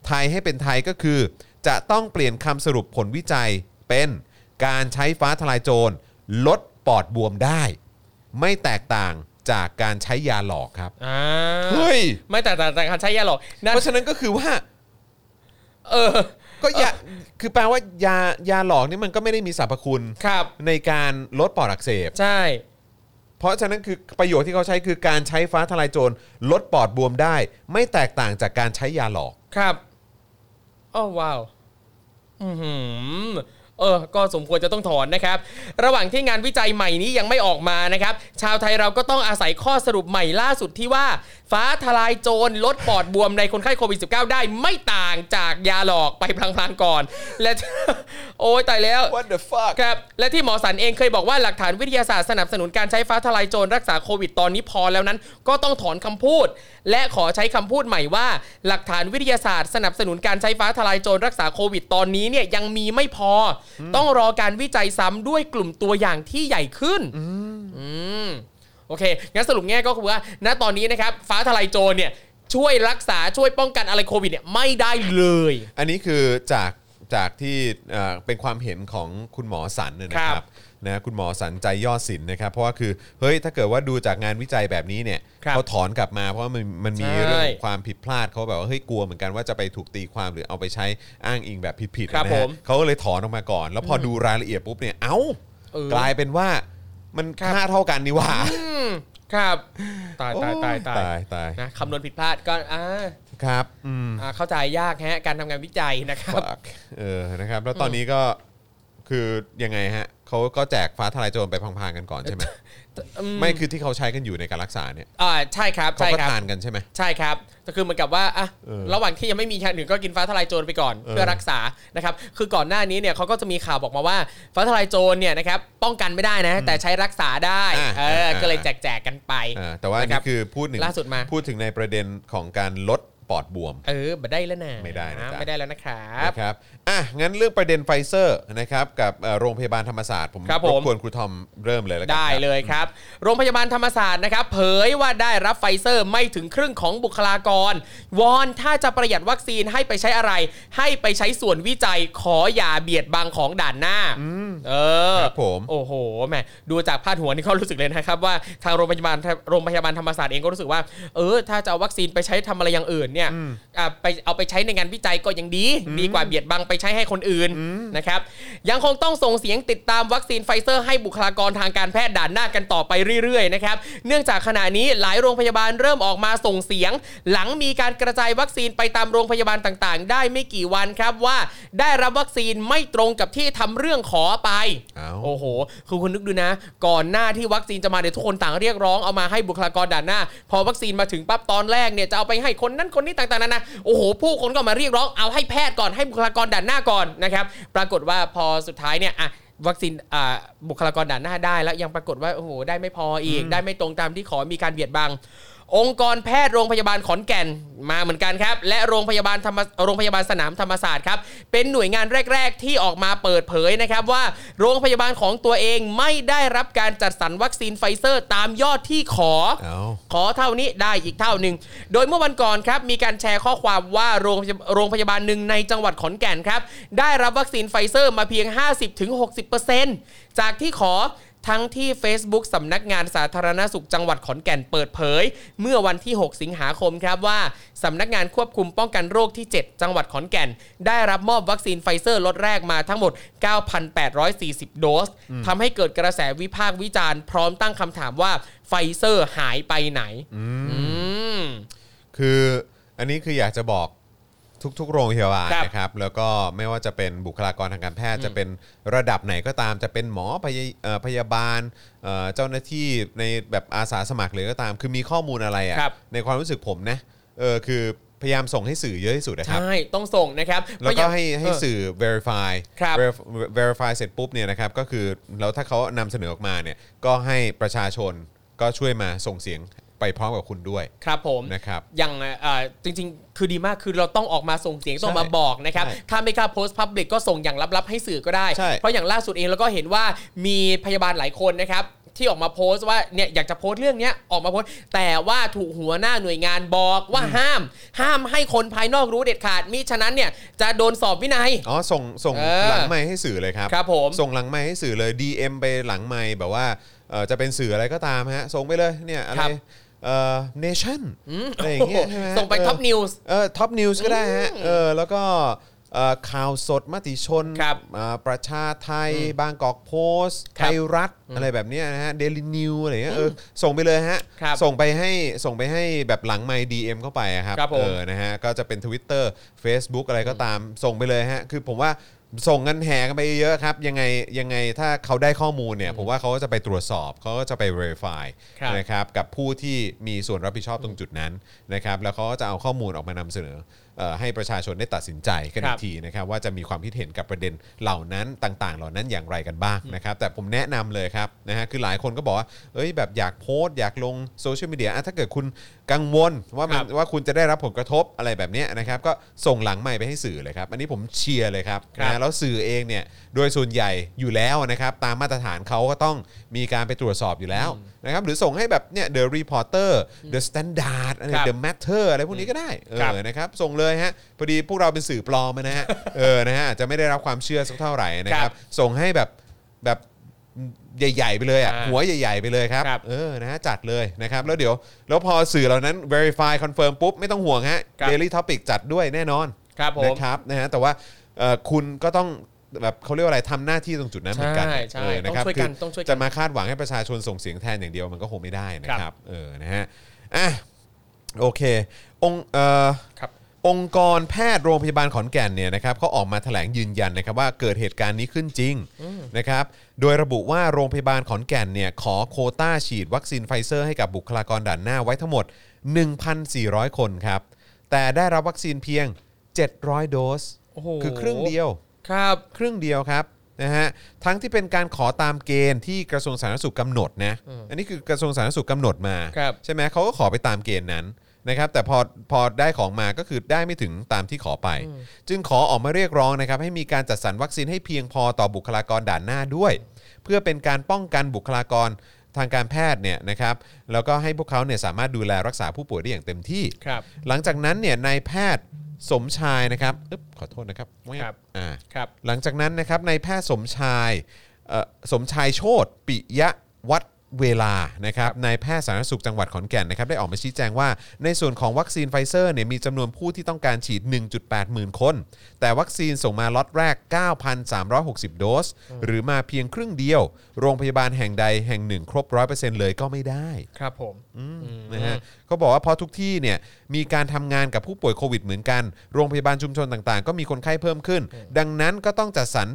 Speaker 2: ไทยให้เป็นไทยก็คือ จะต้องเปลี่ยนคำสรุปผลวิจัยเป็นการใช้ฟ้าทลายโจร ลดปอดบวมได้ ไม่แตกต่างจากการใช้ยาหลอกครับ
Speaker 1: อ่า
Speaker 2: เฮ้ย
Speaker 1: ไม่แต่แต่แต่การใช้ยาหรอกนั่น
Speaker 2: เพราะฉะนั้นก็คือว่า
Speaker 1: เออ
Speaker 2: ก็ยาคือแปลว่ายายาหลอกนี่มันก็ไม่ได้มีสรรพคุณ
Speaker 1: ครับ
Speaker 2: ในการลดปอดอักเสบ
Speaker 1: ใช่
Speaker 2: เพราะฉะนั้นคือประโยชน์ที่เขาใช้คือการใช้ฟ้าทลายโจรลดปอดบวมได้ ไม่แตกต่างจากการใช้ยาหลอก
Speaker 1: ครับอ้อว้าว อือหือเออ ก็สมควรจะต้องถอนนะครับ ระหว่างที่งานวิจัยใหม่นี้ยังไม่ออกมานะครับ ชาวไทยเราก็ต้องอาศัยข้อสรุปใหม่ล่าสุดที่ว่า ฟ้าทลายโจรลดปอดบวมในคนไข้โควิด -19 ได้ไม่ต่างจากยาหลอกไปพลางๆก่อน และ โอ้ยตายแล้ว
Speaker 2: What the fuck
Speaker 1: ครับ และที่หมอสันเองเคยบอกว่าหลักฐานวิทยาศาสตร์สนับสนุนการใช้ฟ้าทลายโจรรักษาโควิดตอนนี้พอแล้วนั้น ก็ต้องถอนคำพูด และขอใช้คำพูดใหม่ว่า หลักฐานวิทยาศาสตร์สนับสนุนการใช้ฟ้าทลายโจรรักษาโควิดตอนนี้เนี่ยยังมีไม่พออต้องรอการวิจัยซ้ำด้วยกลุ่มตัวอย่างที่ใหญ่ขึ้น อืม โอเค งั้นสรุปง่ายก็คือว่า ณ ตอนนี้นะครับ ฟ้าทลายโจรเนี่ย ช่วยรักษาช่วยป้องกันอะไรโควิดเนี่ยไม่ได้เลย
Speaker 2: อันนี้คือจากจากที่เอ่อเป็นความเห็นของคุณหมอสันนะนะค
Speaker 1: ครั
Speaker 2: รับบ นะคุณหมอสันใจยอดศิลป์นะครับ เพราะว่าคือเฮ้ยถ้าเกิดว่าดูจากงานวิจัยแบบนี้เนี่ย
Speaker 1: ครับ
Speaker 2: เขาถอนกลับมาเพราะว่ามันมันมี
Speaker 1: ใช่
Speaker 2: เรื่องของความผิดพลาดเขาแบบว่าเฮ้ยกลัวเหมือนกันว่าจะไปถูกตีความหรือเอาไปใช้อ้างอิงแบบผิดๆ
Speaker 1: ครั
Speaker 2: นะ
Speaker 1: บผ
Speaker 2: ฮะ
Speaker 1: ม
Speaker 2: เขาก็เลยถอนออกมาก่อน แล้วพออดูรายละเอียดปุ๊บเนี่ยเอ้า
Speaker 1: เออ
Speaker 2: กลายเป็นว่ามันค่าเท่ากันนี่หว่า
Speaker 1: อืม ครับ ตายตายตายตาย
Speaker 2: ตายตาย
Speaker 1: นะคำนวณผิดพลาดก็อ่า
Speaker 2: ครับ อืม
Speaker 1: อ่าเข้าใจยากฮะ การทำงานวิจัยนะครับ
Speaker 2: ฝากเออนะครับ แล้วตอนนี้ก็คือยังไงฮะเขาก็แจกฟ้าทลายโจรไปพังๆกันก่อนใช่ไหม
Speaker 1: อืม
Speaker 2: ไม่คือที่เขาใช้กันอยู่ในการรักษาเนี่ย
Speaker 1: อ่าใช่ครับ
Speaker 2: เขา
Speaker 1: ใช่
Speaker 2: ก็
Speaker 1: ครับ
Speaker 2: ทานกันใช่ไหม
Speaker 1: ใช่ครับก็คือเหมือนกับว่าอ่ะ
Speaker 2: เออ
Speaker 1: ระหว่างที่ยังไม่มียาอื่นก็กินฟ้าทลายโจรไปก่อน
Speaker 2: เออ
Speaker 1: เพื่อรักษานะครับคือก่อนหน้านี้เนี่ยเขาก็จะมีข่าวบอกมาว่าฟ้าทลายโจรเนี่ยนะครับป้องกันไม่ได้นะ แต่ใช้รักษาได้
Speaker 2: อ่า
Speaker 1: เออ
Speaker 2: อ่า
Speaker 1: ก็เลยแจกแจกๆกันไป
Speaker 2: อ่าแต่ว่าอัน
Speaker 1: นะครับ
Speaker 2: นี่คือพูดถึง
Speaker 1: ล่าสุดมา
Speaker 2: พูดถึงในประเด็นของการลดปอดบวม
Speaker 1: เออไม่ได้แล้วนะ
Speaker 2: ไม่ได้นะจ๊ะ
Speaker 1: ไม่ได้แล้วนะครับ
Speaker 2: นะครับอ่ะงั้นเรื่องประเด็นไฟเซอร์นะครับกับเอ่อโรงพยาบาลธรรมศาสตร์ผม
Speaker 1: ครับผม
Speaker 2: บกวนครูทอมเริ่มเลยแล้วกัน
Speaker 1: ได้
Speaker 2: ครับ
Speaker 1: เลยครับ โรงพยาบาลธรรมศาสตร์นะครับ เผยว่าได้รับไฟเซอร์ไม่ถึงครึ่งของบุคลากร วอนถ้าจะประหยัดวัคซีนให้ไปใช้อะไร ให้ไปใช้ส่วนวิจัยขออย่าเบียดบังของด่านหน้าเออ
Speaker 2: ครับผม
Speaker 1: โอ้โหแหมดูจากพาดหัวนี่ก็รู้สึกเลยนะครับว่าทางโรงพยาบาลโรงพยาบาลธรรมศาสตร์เองก็รู้สึกว่า เออ ถ้าจะเอาวัคซีนไปใช้ทำอะไรอย่างอื่นเนี่ย เนี่ย
Speaker 2: อืม
Speaker 1: อ่ะไปเอาไปใช้ในงานวิจัยก็ยังดี
Speaker 2: อืม
Speaker 1: ดีกว่าเบียดบังไปใช้ให้คนอื่น
Speaker 2: อืม
Speaker 1: นะครับยังคงต้องส่งเสียงติดตามวัคซีนไฟเซอร์ให้บุคลากรทางการแพทย์ด่านหน้ากันต่อไปเรื่อยๆนะครับเนื่องจากขณะนี้หลายโรงพยาบาลเริ่มออกมาส่งเสียง หลังมีการกระจายวัคซีนไปตามโรงพยาบาลต่างๆ ได้ไม่กี่วันครับว่า ได้รับวัคซีนไม่ตรงกับที่ทำเรื่องขอไป
Speaker 2: เอา
Speaker 1: โอ้โห คือคุณนึกดูนะ ก่อนหน้าที่วัคซีนจะมาเดี๋ยวทุกคนต่างเรียกร้องเอามาให้บุคลากรด่านหน้า พอวัคซีนมาถึงปั๊บตอนแรกเนี่ยจะเอาไปให้คนนั้นคนนี้ต่างๆนานา โอ้โห ผู้คนก็มาเรียกร้องเอาให้แพทย์ก่อนให้บุคลากรด่านหน้าก่อนนะครับ ปรากฏว่าพอสุดท้ายเนี่ยอะวัคซีนอ่าบุคลากรด่านหน้าได้ แล้วยังปรากฏว่าโอ้โหได้ไม่พออีก ได้ไม่ตรงตามที่ขอมีการเบียดบัง องค์กรแพทย์โรงพยาบาลขอนแก่นมาเหมือนกันครับ และโรงพยาบาลธรรมโรงพยาบาลสนามธรรมศาสตร์ครับ เป็นหน่วยงานแรก ๆ ที่ออกมาเปิดเผยนะครับว่า โรงพยาบาลของตัวเองไม่ได้รับการจัดสรรวัคซีนไฟเซอร์ตามยอดที่ขอ
Speaker 2: เอา
Speaker 1: ขอเท่านี้ได้อีกเท่าหนึ่ง โดยเมื่อวันก่อนครับ มีการแชร์ข้อความว่าโรงพยาโรงพยาบาลหนึ่งในจังหวัดขอนแก่นครับ ได้รับวัคซีนไฟเซอร์มาเพียง 50-60%จากที่ขอทั้งที่ Facebook สำนักงานสาธารณสุขจังหวัดขอนแก่นเปิดเผย เมื่อวันที่ 6 สิงหาคมครับว่าสำนักงานควบคุมป้องกันโรคที่ 7 จังหวัดขอนแก่น ได้รับมอบวัคซีนไฟเซอร์ล็อตแรกมาทั้งหมด 9,840 โดสทำให้เกิดกระแสวิพากษ์วิจารณ์พร้อมตั้งคำถามว่าไฟเซอร์หายไปไหน อืม
Speaker 2: คืออันนี้คืออยากจะบอกทุกๆ โรงพยาบาล
Speaker 1: ครับ
Speaker 2: นะครับ แล้วก็ไม่ว่าจะเป็นบุคลากรทางการแพทย์ จะเป็นระดับไหนก็ตาม จะเป็นหมอพยาเอ่อพยาบาลเอ่อเจ้าหน้าที่ในแบบอาสาสมัครเลยก็ตาม คือมีข้อมูลอะไร
Speaker 1: ครั
Speaker 2: อะ่ะ
Speaker 1: บ
Speaker 2: ในความรู้สึกผมนะเออคือพยายามส่งให้สื่อเยอะที่สุดนะครับ
Speaker 1: ใช่ ต้องส่งนะครับ
Speaker 2: แล้ว
Speaker 1: ไม่อ
Speaker 2: ก็
Speaker 1: ยา
Speaker 2: ให้ให้สื่อ verify
Speaker 1: ครับ
Speaker 2: Verif- verify เสร็จปุ๊บเนี่ยนะครับก็คือแล้วถ้าเขานำเสนอออกมาเนี่ยก็ให้ประชาชนก็ช่วยมาส่งเสียงไปพร้อมกับคุณด้วย
Speaker 1: ครับผม
Speaker 2: นะครับ
Speaker 1: อย่างเอ่อจริงๆ คือดีมากคือเราต้องออกมาส่งเสียงต้องมาบอกนะครับ
Speaker 2: ใช่
Speaker 1: ถ้าไม่กล้าโพสต์พับลิกก็ส่งอย่างลับๆ ให้สื่อก็ได้
Speaker 2: ใช่
Speaker 1: เพราะอย่างล่าสุดเองเราก็เห็นว่ามีพยาบาลหลายคนนะครับ ที่ออกมาโพสต์ว่าเนี่ยอยากจะโพสต์เรื่องเนี้ยออกมาโพสต์ แต่ว่าถูกหัวหน้าหน่วยงานบอกว่าห้าม ห้ามให้คนภายนอกรู้เด็ดขาดมิฉะนั้นเนี่ยจะโดนสอบวินัย
Speaker 2: อ๋อส่งส่ง
Speaker 1: เออ
Speaker 2: หลังไม้ให้สื่อเลยครับ
Speaker 1: ครับผม
Speaker 2: ส่งหลังไม้ให้สื่อเลย DM ไปหลังไม้แบบว่าเอ่อจะเป็นสื่ออะไรก็ตามฮะส่งไปเลยเนี่ยอะไร
Speaker 1: ครับ
Speaker 2: เอ่อ nation อะไรอย่างเงี้ยใช่ไหมฮะ
Speaker 1: ส่งไป
Speaker 2: เ
Speaker 1: ท็อปนิวส์
Speaker 2: เออท็อปนิวส์ก็ได้ฮะเออแล้วก็เอ่อข่าวสดมติชน
Speaker 1: ครับ
Speaker 2: อ่าประชาไทย บางกอกโพสต์
Speaker 1: ค
Speaker 2: ไท
Speaker 1: รับ
Speaker 2: ยรัฐอะไรแบบเนี้ยนะฮะเดลินิวอะไรเงี้ยเออส่งไปเลยฮะ
Speaker 1: ครับ
Speaker 2: ส่งไปให้ส่งไปให้แบบหลังไมค์ดีเอ็มเข้าไปอะครับ
Speaker 1: ครับผม
Speaker 2: เออนะฮะก็จะเป็น Twitter Facebook อะไรก็ตามส่งไปเลยฮะ คือผมว่าส่งกันแห่กันไปเยอะครับ ยังไงยังไงถ้าเขาได้ข้อมูลเนี่ย ผมว่าเขาก็จะไปตรวจสอบเขาก็จะไป verify
Speaker 1: ครับ
Speaker 2: นะ นะครับกับผู้ที่มีส่วนรับผิดชอบตรงจุดนั้นนะครับแล้วเขาก็จะเอาข้อมูลออกมานำเสนอเอ่อให้ประชาชนได้ตัดสินใจกัน
Speaker 1: ครั
Speaker 2: อี
Speaker 1: บ
Speaker 2: กทีนะครับว่าจะมีความคิดเห็นกับประเด็นเหล่านั้นต่าง ๆ เหล่านั้นอย่างไรกันบ้างนะครับแต่ผมแนะนำเลยครับนะฮะคือหลายคนก็บอกว่าเอ้ยแบบอยากโพสต์อยากลงโซเชียลมีเดียอ่ะถ้าเกิดคุณกังวลว่ามั
Speaker 1: ค
Speaker 2: น
Speaker 1: รับ
Speaker 2: ว่าคุณจะได้รับผลกระทบอะไรแบบเนี้ยนะครับก็ส่งหลังใหม่ไปให้สื่อเลยครับอันนี้ผมเชียร์เลยครับ
Speaker 1: ครับ
Speaker 2: นะฮะ แล้วสื่อเองเนี่ยโดยส่วนใหญ่อยู่แล้วนะครับตามมาตรฐานเขาก็ต้องมีการไปตรวจสอบอยู่แล้วนะครับหรือส่งให้แบบเนี่ย The Reporter The Standard อะไร
Speaker 1: ครับ
Speaker 2: The Matter อะไรพวกนี้ก็ได้เอ
Speaker 1: ครับ
Speaker 2: อนะครับส่งเลยฮะพอดีพวกเราเป็นสื่อปลอม นะฮะ เออนะฮะอาจจะไม่ได้รับความเชื่อสักเท่าไหร่นะค
Speaker 1: ครั
Speaker 2: รั
Speaker 1: บบ
Speaker 2: ส่งให้แบบแบบใหญ่ ๆ ไปเลยอ่ะ
Speaker 1: อ่า
Speaker 2: หัวใหญ่ ๆ ไปเลยครับ
Speaker 1: ครับ
Speaker 2: เออนะฮะจัดเลยนะครับแล้วเดี๋ยวแล้วพอสื่อเหล่านั้น verify confirm ปุ๊บไม่ต้องห่วงฮะ
Speaker 1: ครับ
Speaker 2: Daily Topic จัดด้วยแน่นอน
Speaker 1: ครับผม
Speaker 2: นะครับนะฮะแต่ว่าเอ่อคุณก็ต้องแบบเขาเรียกว่าอะไรทำหน้าที่ตรงจุดนั้นเหมือนกัน
Speaker 1: ใช่ใช่
Speaker 2: เนะครั
Speaker 1: ต้องช่วยกัน
Speaker 2: คื
Speaker 1: ต้องช่วยกัน
Speaker 2: จะมาคาดหวังให้ประชาชนส่งเสียงแทนอย่างเดียวมันก็คงไม่ได้นะค
Speaker 1: ครั
Speaker 2: รับบ เออนะฮะอ่ะโอเคองค์เอ่อ
Speaker 1: ครับ
Speaker 2: องค์กรแพทย์โรงพยาบาลขอนแก่นเนี่ยนะครับเขาออกมาแถลงยืนยันนะครับว่าเกิดเหตุการณ์นี้ขึ้นจริงนะครับโดยระบุว่าโรงพยาบาลขอนแก่นเนี่ยขอโควต้าฉีดวัคซีนไฟเซอร์ให้กับบุคลากรด่านหน้าไว้ทั้งหมด 1,400 คนครับแต่ได้รับวัคซีนเพียง 700 โดส
Speaker 1: โอ้โห
Speaker 2: คือครึ่งเดียว
Speaker 1: ครับ
Speaker 2: ครึ่งเดียวครับนะฮะทั้งที่เป็นการขอตามเกณฑ์ที่กระทรวงสาธารณสุขกำหนดนะอันนี้คือกระทรวงสาธารณสุขกำหนดมา
Speaker 1: ครับ
Speaker 2: ใช่ไหมเขาก็ขอไปตามเกณฑ์นั้นนะครับ แต่พอพอได้ของมาก็คือได้ไม่ถึงตามที่ขอไป จึงขอออกมาเรียกร้องนะครับ ให้มีการจัดสรรวัคซีนให้เพียงพอต่อบุคลากรด่านหน้าด้วย เพื่อเป็นการป้องกันบุคลากรทางการแพทย์เนี่ยนะครับแล้วก็ให้พวกเขาเนี่ยสามารถดูแลรักษาผู้ป่วยได้อย่างเต็มที่
Speaker 1: ครับ
Speaker 2: หลังจากนั้นเนี่ยนายแพทย์สมชายนะครับอึ๊บขอโทษนะครับ
Speaker 1: ครับ
Speaker 2: อ่า
Speaker 1: ครับ
Speaker 2: หลังจากนั้นนะครับนายแพทย์สมชายเอ่อสมชายโชตปิยะวัฒ เวลานะครับนายแพทย์สาธารณสุขจังหวัดขอนแก่นนะครับได้ออกมาชี้แจงว่า ในส่วนของวัคซีนไฟเซอร์เนี่ยมีจำนวนผู้ที่ต้องการฉีด 1.8 หมื่นคน แต่วัคซีนส่งมาล็อตแรก 9,360 โดส หรือมาเพียงครึ่งเดียว โรงพยาบาลแห่งใดแห่งหนึ่งครบ 100%เลยก็ไม่ได้
Speaker 1: ครับผม
Speaker 2: นะฮะก็บอกว่าเพราะทุกที่เนี่ยมีการทำงานกับผู้ป่วยโควิดเหมือนกัน โรงพยาบาลชุมชนต่างๆ ก็มีคนไข้เพิ่มขึ้น ดังนั้นก็ต้องจัดสรร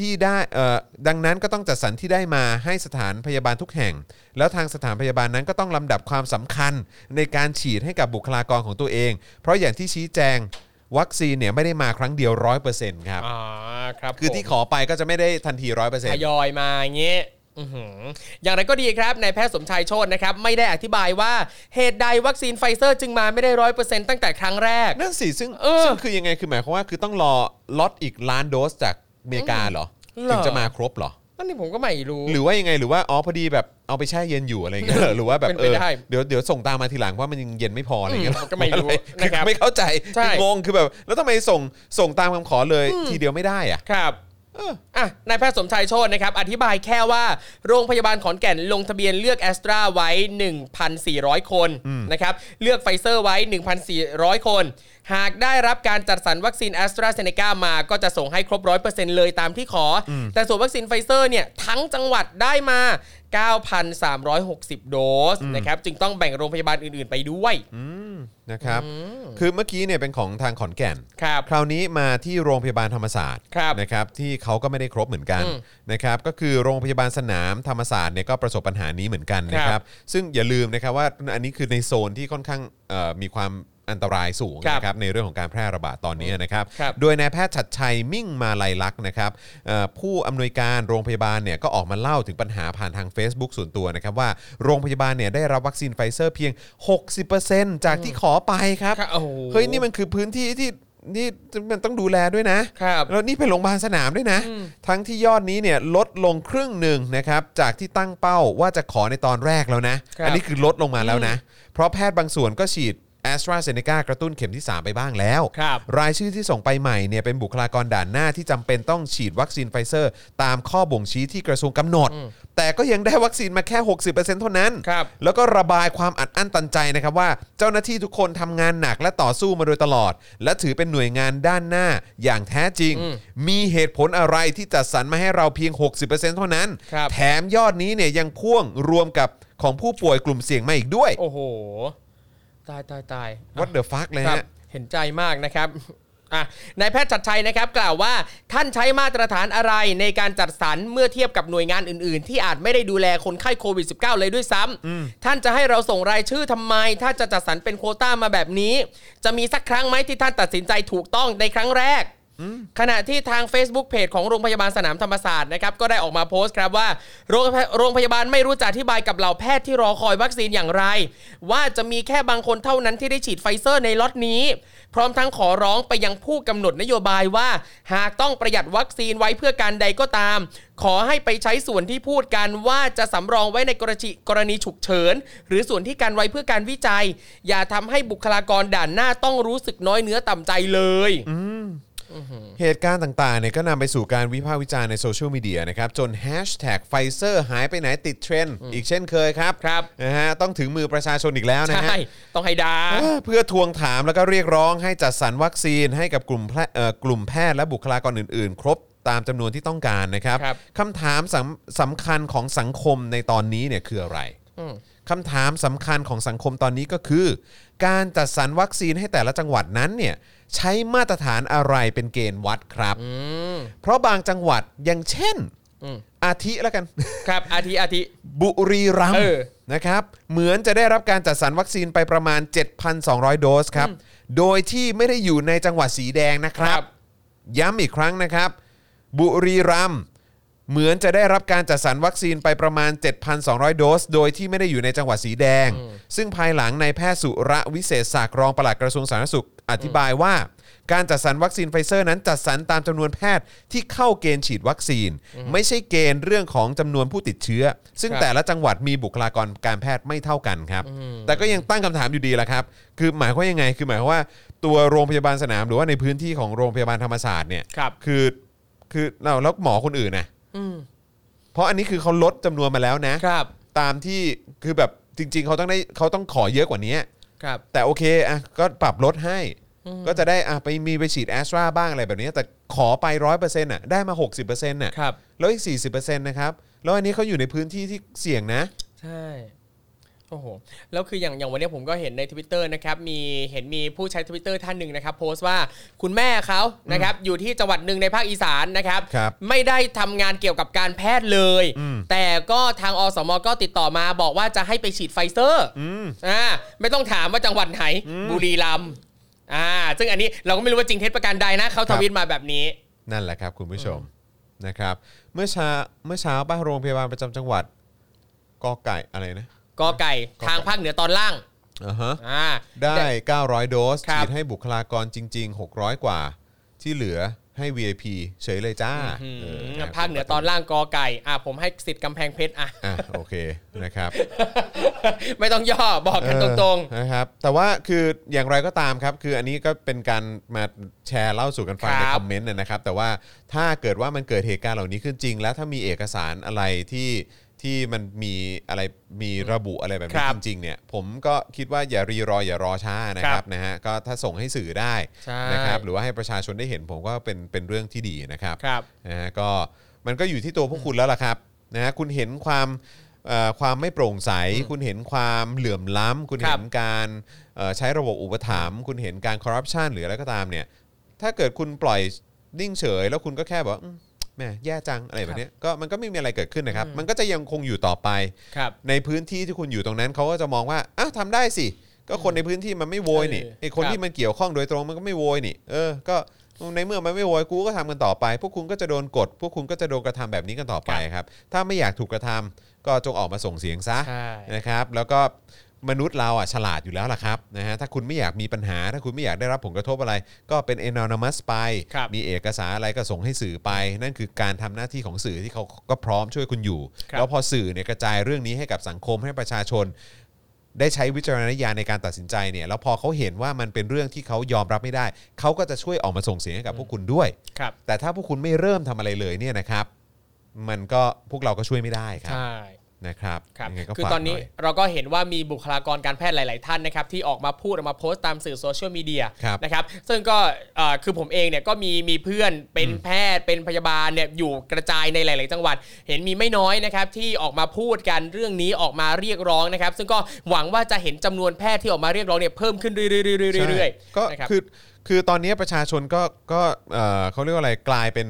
Speaker 2: ที่ได้เอ่อดังนั้นก็ต้องจัดสรรที่ได้มาให้สถานพยาบาลทุกแห่ง แล้วทางสถานพยาบาลนั้นก็ต้องลำดับความสำคัญในการฉีดให้กับบุคลากรของตัวเอง เพราะอย่างที่ชี้แจงวัคซีนเนี่ยไม่ได้มาครั้งเดียว 100%ครับ
Speaker 1: อ่า ครับ
Speaker 2: คือ
Speaker 1: ผม
Speaker 2: ที่ขอไปก็จะไม่ได้ทันที 100%
Speaker 1: ทยอยมาอย่างเงี้ยอื้อหืออย่างไรก็ดีครับนายแพทย์สมชายโชตนะครับ ไม่ได้อธิบายว่าเหตุใดวัคซีนไฟเซอร์จึงมาไม่ได้ร้อยเปอร์เซ็นต์ตั้งแต่ครั้งแรก
Speaker 2: นั่นสิซึ่ง
Speaker 1: เออ
Speaker 2: ซึ่งคือยังไงคือหมายความว่าคือต้องรอล็อตอีกล้านโดสจากอเมริกาเหรอ
Speaker 1: เหรอ
Speaker 2: ถึงจะมาครบเหรอ
Speaker 1: นั่นนี่ผมก็ไม่รู้
Speaker 2: หรือว่ายังไงหรือว่าอ๋อพอดีแบบเอาไปแช่เย็นอยู่อะไรอย่างเงี้ยเหรอหรือว่าแบบ
Speaker 1: เป็น
Speaker 2: เอ
Speaker 1: ไป
Speaker 2: อ
Speaker 1: ได้
Speaker 2: เดี๋ยวเดี๋ยวส่งตามมาทีหลังเพราะมันยังเย็นไม่พออะไรอย่างเงี้ย
Speaker 1: อืมก็ไม่รู้
Speaker 2: ออ
Speaker 1: นะครับ
Speaker 2: ไม่เข้าใจ
Speaker 1: ใช่
Speaker 2: คืองงคือแบบ แล้วทำไมส่งส่งตามคำขอเลยทีเดียวไม่ได้อะ
Speaker 1: ครับอ่ะนายแพทย์สมชายโชตนะครับ อธิบายแค่ว่าโรงพยาบาลขอนแก่นลงทะเบียนเลือกแอสตราไว้ 1,400 คนนะครับ เลือกไฟเซอร์ไว้ 1,400 คน หากได้รับการจัดสรรวัคซีนแอสตราเซเนกามาก็จะส่งให้ครบ 100%เลยตามที่ขออแต่ส่วนวัคซีนไฟเซอร์เนี่ยทั้งจังหวัดได้มา 9,360 โดสนะครับ จึงต้องแบ่งโรงพยาบาลอื่นๆไปด้วย
Speaker 2: นะครับ คือเมื่อกี้เนี่ยเป็นของทางขอนแก่น
Speaker 1: ครับ
Speaker 2: คราวนี้มาที่โรงพยาบาลธรรมศาสตร์
Speaker 1: ครับ
Speaker 2: นะครับ ที่เขาก็ไม่ได้ครบเหมือนกัน
Speaker 1: อืม
Speaker 2: นะครับ ก็คือโรงพยาบาลสนามธรรมศาสตร์เนี่ยก็ประสบปัญหานี้เหมือนกันนะค
Speaker 1: ครั
Speaker 2: รับ
Speaker 1: บ
Speaker 2: ซึ่งอย่าลืมนะครับว่าอันนี้คือในโซนที่ค่อนข้างเอ่อมีความอันตรายสูง
Speaker 1: ครับ
Speaker 2: นะครับในเรื่องของการแพร่ระบาดตอนนี้นะครับ
Speaker 1: ครับ
Speaker 2: โดยนายแพทย์ชัดชัยมิ่งมาลัยลักษณ์นะครับเอ่อผู้อำนวยการโรงพยาบาลเนี่ยก็ออกมาเล่าถึงปัญหาผ่านทาง Facebook ส่วนตัวนะครับว่าโรงพยาบาลเนี่ยได้รับวัคซีนไฟเซอร์เพียง 60%จากที่ขอไปครับ
Speaker 1: ครับโอ้โห
Speaker 2: เฮ้ยนี่มันคือพื้นที่ที่นี่มันต้องดูแลด้วยนะครับ แล้วนี่เป็นโรงพยาบาลสนามด้วยนะ ทั้งที่ยอดนี้เนี่ยลดลงครึ่งหนึ่งนะครับจากที่ตั้งเป้าว่าจะขอในตอนแรกแล้วนะ
Speaker 1: ครับ
Speaker 2: อันี้คือลดลงมาแล้วนะ เพราะแพทย์บางส่วนก็ฉีดแอสตราเซเนกากระตุ้นเข็มที่ 3 ไปบ้างแล้ว
Speaker 1: ครับ
Speaker 2: รายชื่อที่ส่งไปใหม่เนี่ยเป็นบุคลากรด่านหน้าที่จำเป็นต้องฉีดวัคซีนไฟเซอร์ ตามข้อบ่งชี้ที่กระทรวงกำหนด แต่ก็ยังได้วัคซีนมาแค่ 60%เท่านั้น
Speaker 1: ครับ
Speaker 2: แล้วก็ระบายความอัดอั้นตันใจนะครับว่า เจ้าหน้าที่ทุกคนทำงานหนักและต่อสู้มาโดยตลอด และถือเป็นหน่วยงานด้านหน้าอย่างแท้จริง มีเหตุผลอะไรที่จัดสรรมาให้เราเพียง 60%เท่านั้น
Speaker 1: ครับ
Speaker 2: แถมยอดนี้เนี่ยยังพ่วงรวมกับของผู้ป่วยกลุ่มเสี่ยงมาอีกด้วย
Speaker 1: โอ้โห ตายตายตาย
Speaker 2: What the fuck เลย
Speaker 1: ครับ
Speaker 2: ฮะ
Speaker 1: เห็นใจมากนะครับ อ่ะนายแพทย์ชัดชัยนะครับ กล่าวว่าท่านใช้มาตรฐานอะไรในการจัดสรรเมื่อเทียบกับหน่วยงานอื่นๆ ที่อาจไม่ได้ดูแลคนไข้โควิด -19 เลยด้วยซ้ำท่านจะให้เราส่งรายชื่อทำไม ถ้าจะจัดสรรเป็นโควต้ามาแบบนี้ จะมีสักครั้งไหมที่ท่านตัดสินใจถูกต้องในครั้งแรก ขณะที่ทาง Facebook เพจของโรงพยาบาลสนามธรรมศาสตร์นะครับก็ได้ออกมาโพสต์ครับว่าโรงโรงพยาบาลไม่รู้จะอธิบายกับเหล่าแพทย์ที่รอคอยวัคซีนอย่างไร ว่าจะมีแค่บางคนเท่านั้นที่ได้ฉีดไฟเซอร์ในล็อตนี้ พร้อมทั้งขอร้องไปยังผู้กำหนดนโยบายว่า หากต้องประหยัดวัคซีนไว้เพื่อการใดก็ตาม ขอให้ไปใช้ส่วนที่พูดกันว่าจะสำรองไว้ในกรณีกรณีฉุกเฉิน หรือส่วนที่การไว้เพื่อการวิจัย อย่าทำให้บุคลากรด่านหน้าต้องรู้สึกน้อยเนื้อต่ำใจเลย
Speaker 2: เหตุการณ์ต่างๆเนี่ยก็นำไปสู่การวิพากษ์วิจารณ์ในโซเชียลมีเดียนะครับ จนแฮชแท็กไฟเซอร์หายไปไหนติดเทรนด์อีกเช่นเคยครับ
Speaker 1: ครับ
Speaker 2: นะฮะต้องถึงมือประชาชนอีกแล้วนะฮะ
Speaker 1: ใช่ ต้องให้ดา
Speaker 2: เออเพื่อทวงถามแล้วก็เรียกร้องให้จัดสรรวัคซีนให้กับกลุ่มแพทย์เอ่อกลุ่มแพทย์และบุคลากรอื่นๆ ครบตามจำนวนที่ต้องการนะครับ
Speaker 1: ครับ
Speaker 2: ถามสำสำคัญของสังคมในตอนนี้เนี่ยคืออะไร
Speaker 1: อืม
Speaker 2: คำถามสำคัญของสังคมตอนนี้ก็คือ การจัดสรรวัคซีนให้แต่ละจังหวัดนั้นเนี่ยใช้มาตรฐานอะไรเป็นเกณฑ์วัดครับ
Speaker 1: อืม
Speaker 2: เพราะบางจังหวัดอย่างเช่น
Speaker 1: อืม
Speaker 2: อาทิแล้วกัน
Speaker 1: ครับ อาทิ อาทิ
Speaker 2: บุรีรัม
Speaker 1: เอ
Speaker 2: ย์
Speaker 1: อ
Speaker 2: นะครับ เหมือนจะได้รับการจัดสรรวัคซีนไปประมาณ 7,200 โดสครับ โดยที่ไม่ได้อยู่ในจังหวัดสีแดงนะครั
Speaker 1: ครับ บ
Speaker 2: ย้ำอีกครั้งนะครับ บุรีรัมย์เหมือนจะได้รับการจัดสรรวัคซีนไปประมาณ 7,200 โดส โดยที่ไม่ได้อยู่ในจังหวัดสีแดง ซึ่งภายหลังนายแพทย์สุระวิเศษศักดิ์รองปลัดกระทรวงสาธารณสุข อธิบายว่า การจัดสรรวัคซีนไฟเซอร์นั้นจัดสรรตามจำนวนแพทย์ที่เข้าเกณฑ์ฉีดวัคซีน ไม่ใช่เกณฑ์เรื่องของจำนวนผู้ติดเชื้อ ซึ่ง
Speaker 1: ครับ
Speaker 2: แต่ละจังหวัดมีบุคลากรการแพทย์ไม่เท่ากันครับ แต่ก็ยังตั้งคำถามอยู่ดีละครับ คือหมายความว่ายังไง คือหมายความว่าตัวโรงพยาบาลสนามหรือว่าในพื้นที่ของโรงพยาบาลธรรมศาสตร์เนี่ย
Speaker 1: ครับ
Speaker 2: คือคือเราแล้วหมอคนอื่นนะ
Speaker 1: อืม
Speaker 2: เพราะอันนี้คือเขาลดจำนวนมาแล้วนะ
Speaker 1: ครับ
Speaker 2: ตามที่คือแบบจริง ๆ เขาต้องได้เขาต้องขอเยอะกว่านี้
Speaker 1: ครับ
Speaker 2: แต่โอเคอ่ะก็ปรับลดให้ ก็จะได้อ่ะไปมีไปฉีดแอสตราบ้างอะไรแบบนี้ แต่ขอไป 100%อ่ะได้มา 60%อ่ะ
Speaker 1: ครับ
Speaker 2: แล้วอีก 40%นะครับ แล้วอันนี้เขาอยู่ในพื้นที่ที่เสี่ยงนะ
Speaker 1: ใช่ โอ้โห แล้วคืออย่างอย่างวันเนี้ยผมก็เห็นใน Twitter นะครับ มีเห็นมีผู้ใช้ Twitter ท่านหนึ่งนะครับ โพสต์ว่าคุณแม่เขานะครับ อยู่ที่จังหวัดหนึ่งในภาคอีสานนะครับ
Speaker 2: ครับ
Speaker 1: ไม่ได้ทำงานเกี่ยวกับการแพทย์เลย
Speaker 2: อืม
Speaker 1: แต่ก็ทางอสมก็ติดต่อมาบอกว่าจะให้ไปฉีดไฟเซอร์
Speaker 2: อืม
Speaker 1: อ่าไม่ต้องถามว่าจังหวัดไหน บุรีรัมย์อ่า ซึ่งอันนี้เราก็ไม่รู้ว่าจริงเท็จประการใดนะเขา
Speaker 2: ค
Speaker 1: ท
Speaker 2: รับ
Speaker 1: วิตมาแบบนี้
Speaker 2: นั่นแหละครับ คุณผู้ชมนะครับ เมื่อเช้าเมื่อเช้าป้าโรงพยาบาลประจำจังหวัดกอไก่อะไรนะ
Speaker 1: กอไก่ทางภาคเหนือตอนล่าง
Speaker 2: อ่าฮะ
Speaker 1: อ่า
Speaker 2: ได้ 900 โดส
Speaker 1: ครับ
Speaker 2: ฉีดให้บุคลากรจริง ๆ 600 กว่า ที่เหลือให้ VIP เฉยเลยจ้า
Speaker 1: อืม
Speaker 2: เอออ่ะ
Speaker 1: ภาคเหนือตอนล่างกอไก่ อ่ะผมให้สิทธิ์กำแพงเพชรอ่ะ
Speaker 2: อ่ะโอเคนะครับ
Speaker 1: ไม่ต้องย่อบอกกันตรง
Speaker 2: เออนะครับแต่ว่าคืออย่างไรก็ตามครับ คืออันนี้ก็เป็นการมาแชร์เล่าสู่กันฟัง
Speaker 1: ครั
Speaker 2: ใน
Speaker 1: บ
Speaker 2: คอมเมนต์นะครับ แต่ว่าถ้าเกิดว่ามันเกิดเหตุการณ์เหล่านี้ขึ้นจริง แล้วถ้ามีเอกสารอะไรที่ที่มันมีอะไรมีระบุอะไรแบบ
Speaker 1: ค
Speaker 2: นี้
Speaker 1: รับ
Speaker 2: จริงๆเนี่ยผมก็คิดว่าอย่ารีรออย่ารอช้านะค
Speaker 1: ครั
Speaker 2: รับบ นะฮะก็ถ้าส่งให้สื่อได้
Speaker 1: ใช่
Speaker 2: นะครับหรือว่าให้ประชาชนได้เห็นผมว่าเป็นเป็นเรื่องที่ดีนะครับ
Speaker 1: ๆ ครับ
Speaker 2: นะฮะก็มันก็อยู่ที่ตัวพวกคุณแล้วล่ะครับนะฮะคุณเห็นความเอ่อความไม่โปร่งใส คุณเห็นความเหลื่อมล้ำคุณ
Speaker 1: ครั
Speaker 2: เห็
Speaker 1: บ
Speaker 2: นการเอ่อใช้ระบบอุปถัมภ์คุณเห็นการคอร์รัปชันหรืออะไรก็ตามเนี่ยถ้าเกิดคุณปล่อยนิ่งเฉย แล้วคุณก็แค่บอกว่าอืมแหมแย่จังอะไรแบบเนี้ยก็มันก็ไม่มีอะไรเกิดขึ้นนะครับ
Speaker 1: อืม
Speaker 2: มันก็จะยังคงอยู่ต่อไป
Speaker 1: ครับ
Speaker 2: ในพื้นที่ที่คุณอยู่ตรงนั้นเขาก็จะมองว่าอ้าวทำได้สิ ก็คนในพื้นที่มันไม่โวยนี่
Speaker 1: เออ
Speaker 2: ไอ้คน
Speaker 1: ครับ
Speaker 2: ที่มันเกี่ยวข้องโดยตรงมันก็ไม่โวยนี่ เออ ก็ในเมื่อมันไม่โวยกูก็ทำกันต่อไป พวกคุณก็จะโดนกด พวกคุณก็จะโดนกระทำแบบนี้กันต่อไปครับ ถ้าไม่อยากถูกกระทำก็จงออกมาส่งเสียงซะ
Speaker 1: ใช่
Speaker 2: นะครับ แล้วก็มนุษย์เราอ่ะฉลาดอยู่แล้วล่ะครับนะฮะถ้าคุณไม่อยากมีปัญหา ถ้าคุณไม่อยากได้รับผลกระทบอะไร ก็เป็น anonymous ไป
Speaker 1: ครับ
Speaker 2: มีเอกสารอะไรก็ส่งให้สื่อไป นั่นคือการทำหน้าที่ของสื่อที่เขาก็พร้อมช่วยคุณอยู่
Speaker 1: ครับ
Speaker 2: แล้วพอสื่อเนี่ยกระจายเรื่องนี้ให้กับสังคมให้ประชาชน ได้ใช้วิจารณญาณในการตัดสินใจเนี่ยแล้วพอเขาเห็นว่ามันเป็นเรื่องที่เขายอมรับไม่ได้ เขาก็จะช่วยออกมาส่งเสียงให้กับพวกคุณด้วย
Speaker 1: ครับ
Speaker 2: แต่ถ้าพวกคุณไม่เริ่มทำอะไรเลยเนี่ยนะครับ มันก็พวกเราก็ช่วยไม่ได้ครับ
Speaker 1: ใช่
Speaker 2: นะครับ
Speaker 1: ครับ
Speaker 2: ยังไงก็
Speaker 1: คือ
Speaker 2: ฝาก
Speaker 1: ตอนนี้
Speaker 2: หย
Speaker 1: เราก็เห็นว่ามีบุคลากรการแพทย์หลาย ๆ ท่านนะครับที่ออกมาพูดออกมาโพสต์ตามสื่อโซเชียลมีเดีย
Speaker 2: ครับ
Speaker 1: นะครับซึ่งก็เอ่อคือผมเองเนี่ยก็มีมีเพื่อนเป็นแพทย์เป็นพยาบาลเนี่ยอยู่กระจายในหลาย ๆ จังหวัด เห็นมีไม่น้อยนะครับที่ออกมาพูดกันเรื่องนี้ออกมาเรียกร้องนะครับ ซึ่งก็หวังว่าจะเห็นจำนวนแพทย์ที่ออกมาเรียกร้องเนี่ยเพิ่มขึ้นเรื่อยๆเรื่อยๆเรื่อยๆ
Speaker 2: ก็
Speaker 1: นะครับ
Speaker 2: คือคือตอนนี้ประชาชนก็ก็เอ่อเขาเรียกว่าอะไรกลายเป็น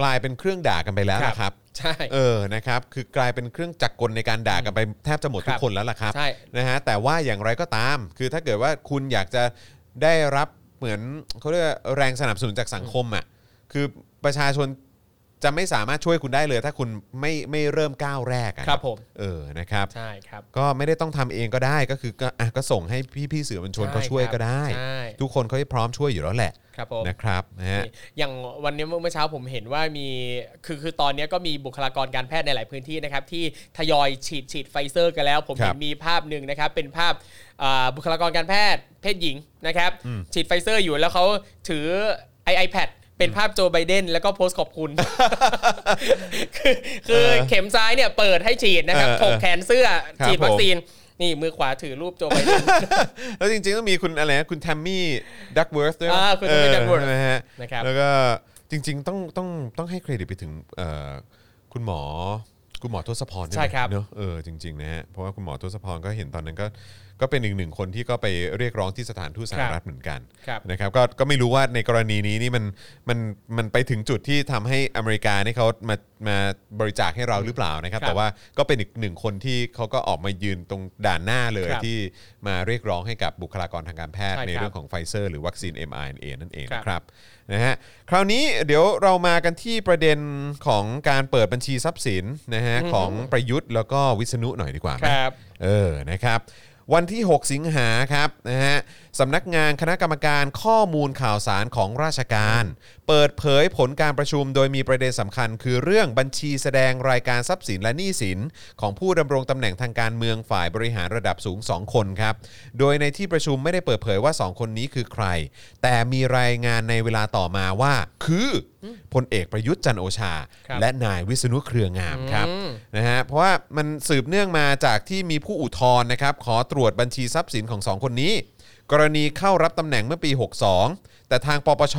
Speaker 2: กลายเป็นเครื่องด่ากันไปแล้ว
Speaker 1: ครับ
Speaker 2: นะครับ
Speaker 1: ใช่
Speaker 2: เออ นะครับ คือกลายเป็นเครื่องจักรกลในการด่ากันไปแทบจะหมด
Speaker 1: ค
Speaker 2: ทุ
Speaker 1: รั
Speaker 2: ก
Speaker 1: บ
Speaker 2: คนแล้วล่ะครับ
Speaker 1: ใช่
Speaker 2: นะฮะ แต่ว่าอย่างไรก็ตาม คือถ้าเกิดว่าคุณอยากจะได้รับเหมือนเขาเรียกว่าแรงสนับสนุนจากสังคมอ่ะ คือประชาชนจะไม่สามารถช่วยคุณได้เลย ถ้าคุณไม่ไม่เริ่มก้าวแรกอะ
Speaker 1: ครับผม
Speaker 2: เออ นะครับ
Speaker 1: ใช่ครับ
Speaker 2: ก็ไม่ได้ต้องทำเองก็ได้ ก็คือก็อ่ะก็ส่งให้พี่ๆสื่อมวลชนเขาช่วยก็ได้
Speaker 1: ใช่
Speaker 2: ทุกคนเขาพร้อมช่วยอยู่แล้วแหละ
Speaker 1: ครับผม
Speaker 2: นะครับนะฮะ
Speaker 1: อย่างวันนี้เมื่อเช้าผมเห็นว่ามีคือคือตอนนี้ก็มีบุคลากรการแพทย์ในหลายพื้นที่นะครับที่ทยอยฉีดฉีดไฟเซอร์กันแล้ว ผม
Speaker 2: ค
Speaker 1: เห็
Speaker 2: รั
Speaker 1: น
Speaker 2: บ
Speaker 1: มีภาพหนึ่งนะครับเป็นภาพอ่าบุคลากรการแพทย์เพศหญิงนะครับ
Speaker 2: อืม
Speaker 1: ฉีดไฟเซอร์อยู่แล้วเขาถือ i iPad เป็นภาพโจไบเดนแล้วก็โพสต์ขอบ คุณ คือคือเข็มซ้ายเนี่ยเปิดให้ฉีดนะครับ
Speaker 2: เออ
Speaker 1: ถกแขนเสื้อ
Speaker 2: ครับ
Speaker 1: ฉีดวั
Speaker 2: ผ
Speaker 1: ค
Speaker 2: ม
Speaker 1: ซีน นี่มือขวาถือรูปโจไบเดน
Speaker 2: แล้วจริงๆต้องมีคุณอะไรนะคุณแทมมี่ดักเวิร์ธด้วยนะ
Speaker 1: อ่าคุณ Tammy Duckworth
Speaker 2: เออนะฮะ
Speaker 1: นะครับ
Speaker 2: แล้วก็จริงๆต้องต้องต้องให้เครดิตไปถึงเอ่อคุณหมอคุณหมอทศพรด้วยนะ
Speaker 1: ใช่ครับ
Speaker 2: เนอะเออจริงๆนะฮะเพราะว่าคุณหมอทศพรก็เห็นตอนนั้นก็ก็เป็นอีกหนึ่งคนที่ก็ไปเรียกร้องที่สถานทูตสหรัฐเหมือนกัน
Speaker 1: ครับ
Speaker 2: นะครับก็ก็ไม่รู้ว่าในกรณีนี้นี่มันมันมันไปถึงจุดที่ทำให้อเมริกานี่เขามามาบริจาคให้เราหรือเปล่านะครับ
Speaker 1: ครับ
Speaker 2: แต่ว่าก็เป็นอีกหนึ่งคนที่เขาก็ออกมายืนตรงด่านหน้าเลย
Speaker 1: ครับ
Speaker 2: ที่มาเรียกร้องให้กับบุคลากรทางการแพทย์
Speaker 1: ใช่ครับ
Speaker 2: ในเรื่องของไฟเซอร์หรือวัคซีน mRNA นั่นเอง
Speaker 1: ครับ
Speaker 2: นะครับนะฮะคราวนี้เดี๋ยวเรามากันที่ประเด็นของการเปิดบัญชีทรัพย์สินนะฮะของประยุทธ์แล้วก็วิษณุหน่อยดีกว่าไห
Speaker 1: ค
Speaker 2: ม
Speaker 1: รับ
Speaker 2: เออ นะครับ วันที่ 6 สิงหาครับ นะฮะ สำนักงานคณะกรรมการข้อมูลข่าวสารของราชการ เปิดเผยผลการประชุมโดยมีประเด็นสำคัญ คือเรื่องบัญชีแสดงรายการทรัพย์สินและหนี้สิน ของผู้ดำรงตำแหน่งทางการเมืองฝ่ายบริหารระดับสูง 2 คนครับ โดยในที่ประชุมไม่ได้เปิดเผยว่า 2 คนนี้คือใคร แต่มีรายงานในเวลาต่อมาว่า คือ พลเอกประยุทธ์จันทร์โอชา
Speaker 1: ครับ
Speaker 2: และนายวิษณุเครืองามครับ
Speaker 1: อืม
Speaker 2: นะฮะเพราะว่ามันสืบเนื่องมาจากที่มีผู้อุทธรณ์นะครับ ขอตรวจบัญชีทรัพย์สินของ 2 คนนี้ กรณีเข้ารับตำแหน่งเมื่อปี 62 แต่ทางปปช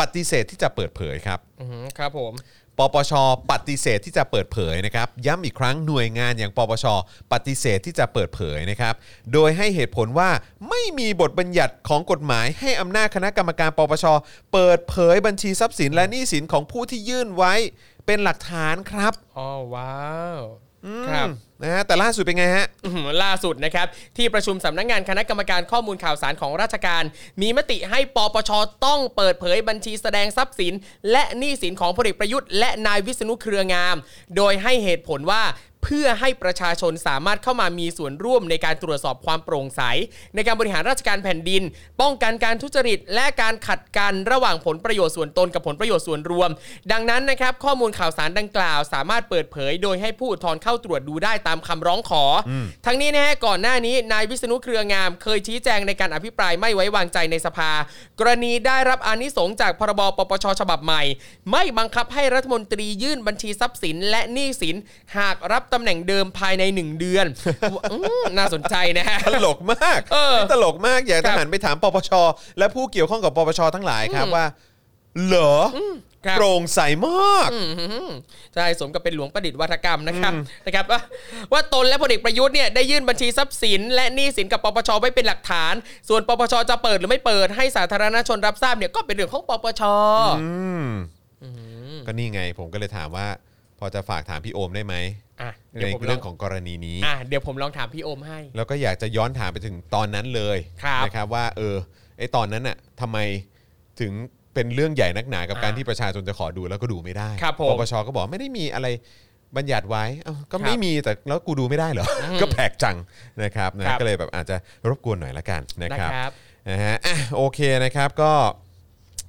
Speaker 2: ปฏิเสธที่จะเปิดเผยครับ
Speaker 1: อืมครับผม
Speaker 2: ปปช ปฏิเสธที่จะเปิดเผยนะครับ ย้ำอีกครั้งหน่วยงานอย่างปปช ปฏิเสธที่จะเปิดเผยนะครับ โดยให้เหตุผลว่าไม่มีบทบัญญัติของกฎหมาย ให้อำนาจคณะกรรมการปปช เปิดเผยบัญชีทรัพย์สินและหนี้สินของผู้ที่ยื่นไว้เป็นหลักฐานครับ
Speaker 1: อ๋อว้าว ครับ
Speaker 2: อืมนะฮะแต่ล่าสุดเป็นไงฮะ
Speaker 1: อื้อหือล่าสุดนะครับ ที่ประชุมสำนักงานคณะกรรมการข้อมูลข่าวสารของราชการ มีมติให้ปปชต้องเปิดเผยบัญชีแสดงทรัพย์สิน และหนี้สินของพลเอกประยุทธ์และนายวิษณุเครืองาม โดยให้เหตุผลว่าเพื่อให้ประชาชนสามารถเข้ามามีส่วนร่วมในการตรวจสอบความโปร่งใส ในการบริหารราชการแผ่นดิน ป้องกันการทุจริตและการขัดกันระหว่างผลประโยชน์ส่วนตนกับผลประโยชน์ส่วนรวม ดังนั้นนะครับ ข้อมูลข่าวสารดังกล่าว สามารถเปิดเผย โดยให้ผู้อุทธรณ์เข้าตรวจดูได้ตามคำร้องขออทั้งนี้นะฮะก่อนหน้านี้นายวิษณุเครืองาม เคยชี้แจงในการอภิปรายไม่ไว้วางใจในสภา กรณีได้รับอานิสงส์จากพรบปปชฉบับใหม่ ไม่บังคับให้รัฐมนตรียื่นบัญชีทรัพย์สิน และหนี้สินหากรับตำแหน่งเดิมภายในหนึ่งเดือน อืมน่าสนใจนะฮะ
Speaker 2: ตลกมาก
Speaker 1: เออ
Speaker 2: นี่ตลกมาก อยาก
Speaker 1: ครั
Speaker 2: จะ
Speaker 1: บ
Speaker 2: หันไปถามปปช และผู้เกี่ยวข้องกับปปชทั้งหลายครับว่า เหรออ
Speaker 1: ครับ
Speaker 2: โปร่งใสมาก
Speaker 1: อืมใช่สมกับเป็นหลวงประดิษฐ์วัฒกรรมนะครับนะครับว่าว่าตนและพลเอกประยุทธ์เนี่ยได้ยื่นบัญชีทรัพย์สิน และหนี้สินกับปปชไว้เป็นหลักฐาน ส่วนปปชจะเปิดหรือไม่เปิดให้สาธารณชนรับทราบเนี่ยก็เป็นเรื่องของปปช
Speaker 2: อืมก็นี่ไงผมก็เลยถามว่า พอจะฝากถามพี่โอมได้ไหม
Speaker 1: อ่ะเดี๋
Speaker 2: ใน
Speaker 1: ยวผมล
Speaker 2: เรื่
Speaker 1: อ
Speaker 2: อง งของกรณีนี้
Speaker 1: อ่ะเดี๋ยวผมลองถามพี่โอมให้
Speaker 2: แล้วก็อยากจะย้อนถามไปถึงตอนนั้นเลย
Speaker 1: ครับ
Speaker 2: นะครับว่า เออไอตอนนั้นน่ะทำไมถึงเป็นเรื่องใหญ่นักหนากับ
Speaker 1: อ่า
Speaker 2: การที่ประชาชนจะขอดูแล้วก็ดูไม่ได้
Speaker 1: ครับผม
Speaker 2: ปปชก็บอกไม่ได้มีอะไรบัญญัติไว้เอ้าก็
Speaker 1: ครับ
Speaker 2: ไม่มีแต่แล้วกูดูไม่ได้เหรอ ก็แปลกจังนะครับนะครับ ก็เลยแบบอาจจะรบกวนหน่อยละกันนะ
Speaker 1: นะครับ ครับ
Speaker 2: นะฮะอ่ะโอเคนะครับก็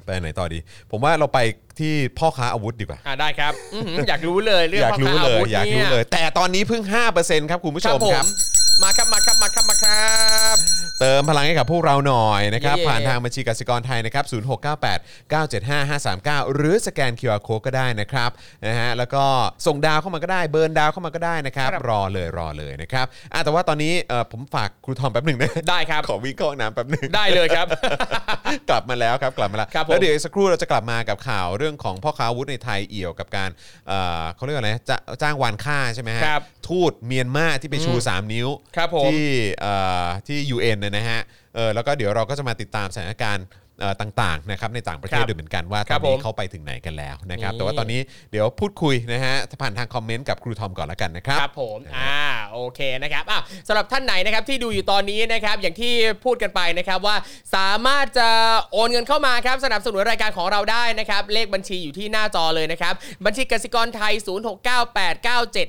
Speaker 2: ไปไหนต่อดี ผมว่าเราไปที่พ่อค้าอาวุธดีกว่า
Speaker 1: อ่ะได้ครับอื้อ หืออยากรู้เลยเรื่อง
Speaker 2: อยาก
Speaker 1: พ่อ
Speaker 2: รู้
Speaker 1: ค้า
Speaker 2: เล
Speaker 1: อาย วุธ
Speaker 2: อยาก
Speaker 1: เนี่
Speaker 2: รู้
Speaker 1: ย
Speaker 2: เลย แต่ตอนนี้เพิ่ง 5%ครับ คุณผู้
Speaker 1: ค
Speaker 2: ช
Speaker 1: รับ
Speaker 2: ม
Speaker 1: ผม
Speaker 2: ครับ
Speaker 1: มาครับมาครับมาครับมาครับ
Speaker 2: เติมพลังให้กับพวกเราหน่อยนะครับ
Speaker 1: เย่
Speaker 2: ผ่านทางบัญชีกสิกรไทยนะครับ0698 975 539 หรือสแกน QR Code ก็ได้นะครับนะฮะแล้วก็ส่งดาวเข้ามาก็ได้เบิร์นดาวเข้ามาก็ได้นะครับ
Speaker 1: ครับ
Speaker 2: รอเลยรอเลยนะครับอ่ะแต่ว่าตอนนี้เอ่อผมฝากครูทอมแป๊บหนึ่งนะ
Speaker 1: ได้ครับ
Speaker 2: ขอวิ่งเข้าห้องน้ำแป๊บหนึ่ง
Speaker 1: ได้เลยครับ
Speaker 2: กลับมาแล้วครับกลับมาแล้ว
Speaker 1: ครับผม
Speaker 2: แล้วเดี๋ยวอีกสักครู่เราจะกลับมากับข่าวเรื่องของพ่อค้าอาวุธในไทยเอี่ยวกับการเอ่อเขาเรียกว่าอะไรจะจ้างวานฆ่าใช่ไหมฮะ
Speaker 1: ครับ
Speaker 2: ทูตเมียนมาที่ไปชู 3 นิ้ว
Speaker 1: ครับผม
Speaker 2: ที่เอ่อที่ UN นะนะฮะเออแล้วก็เดี๋ยวเราก็จะมาติดตามสถานการณ์เอ่อต่างๆนะครับในต่างประเทศ
Speaker 1: ครับ
Speaker 2: ด้วยเหมือนกันว่า
Speaker 1: ค
Speaker 2: ต
Speaker 1: รั
Speaker 2: อบ
Speaker 1: ผ
Speaker 2: น
Speaker 1: ม
Speaker 2: นี้เขาไปถึงไหนกันแล้วนะครับ
Speaker 1: นี่
Speaker 2: แต่ว่าตอนนี้เดี๋ยวพูดคุยนะฮะผ่านทางคอมเมนต์กับครูทอมก่อนละกันนะครับ
Speaker 1: ครับผม อ่า โอเคนะครับอ่ะสำหรับท่านไหนนะครับที่ดูอยู่ตอนนี้นะครับ อย่างที่พูดกันไปนะครับว่าสามารถจะโอนเงินเข้ามาครับสนับสนุนรายการของเราได้นะครับ เลขบัญชีอยู่ที่หน้าจอเลยนะครับ บัญชีกสิกรไทย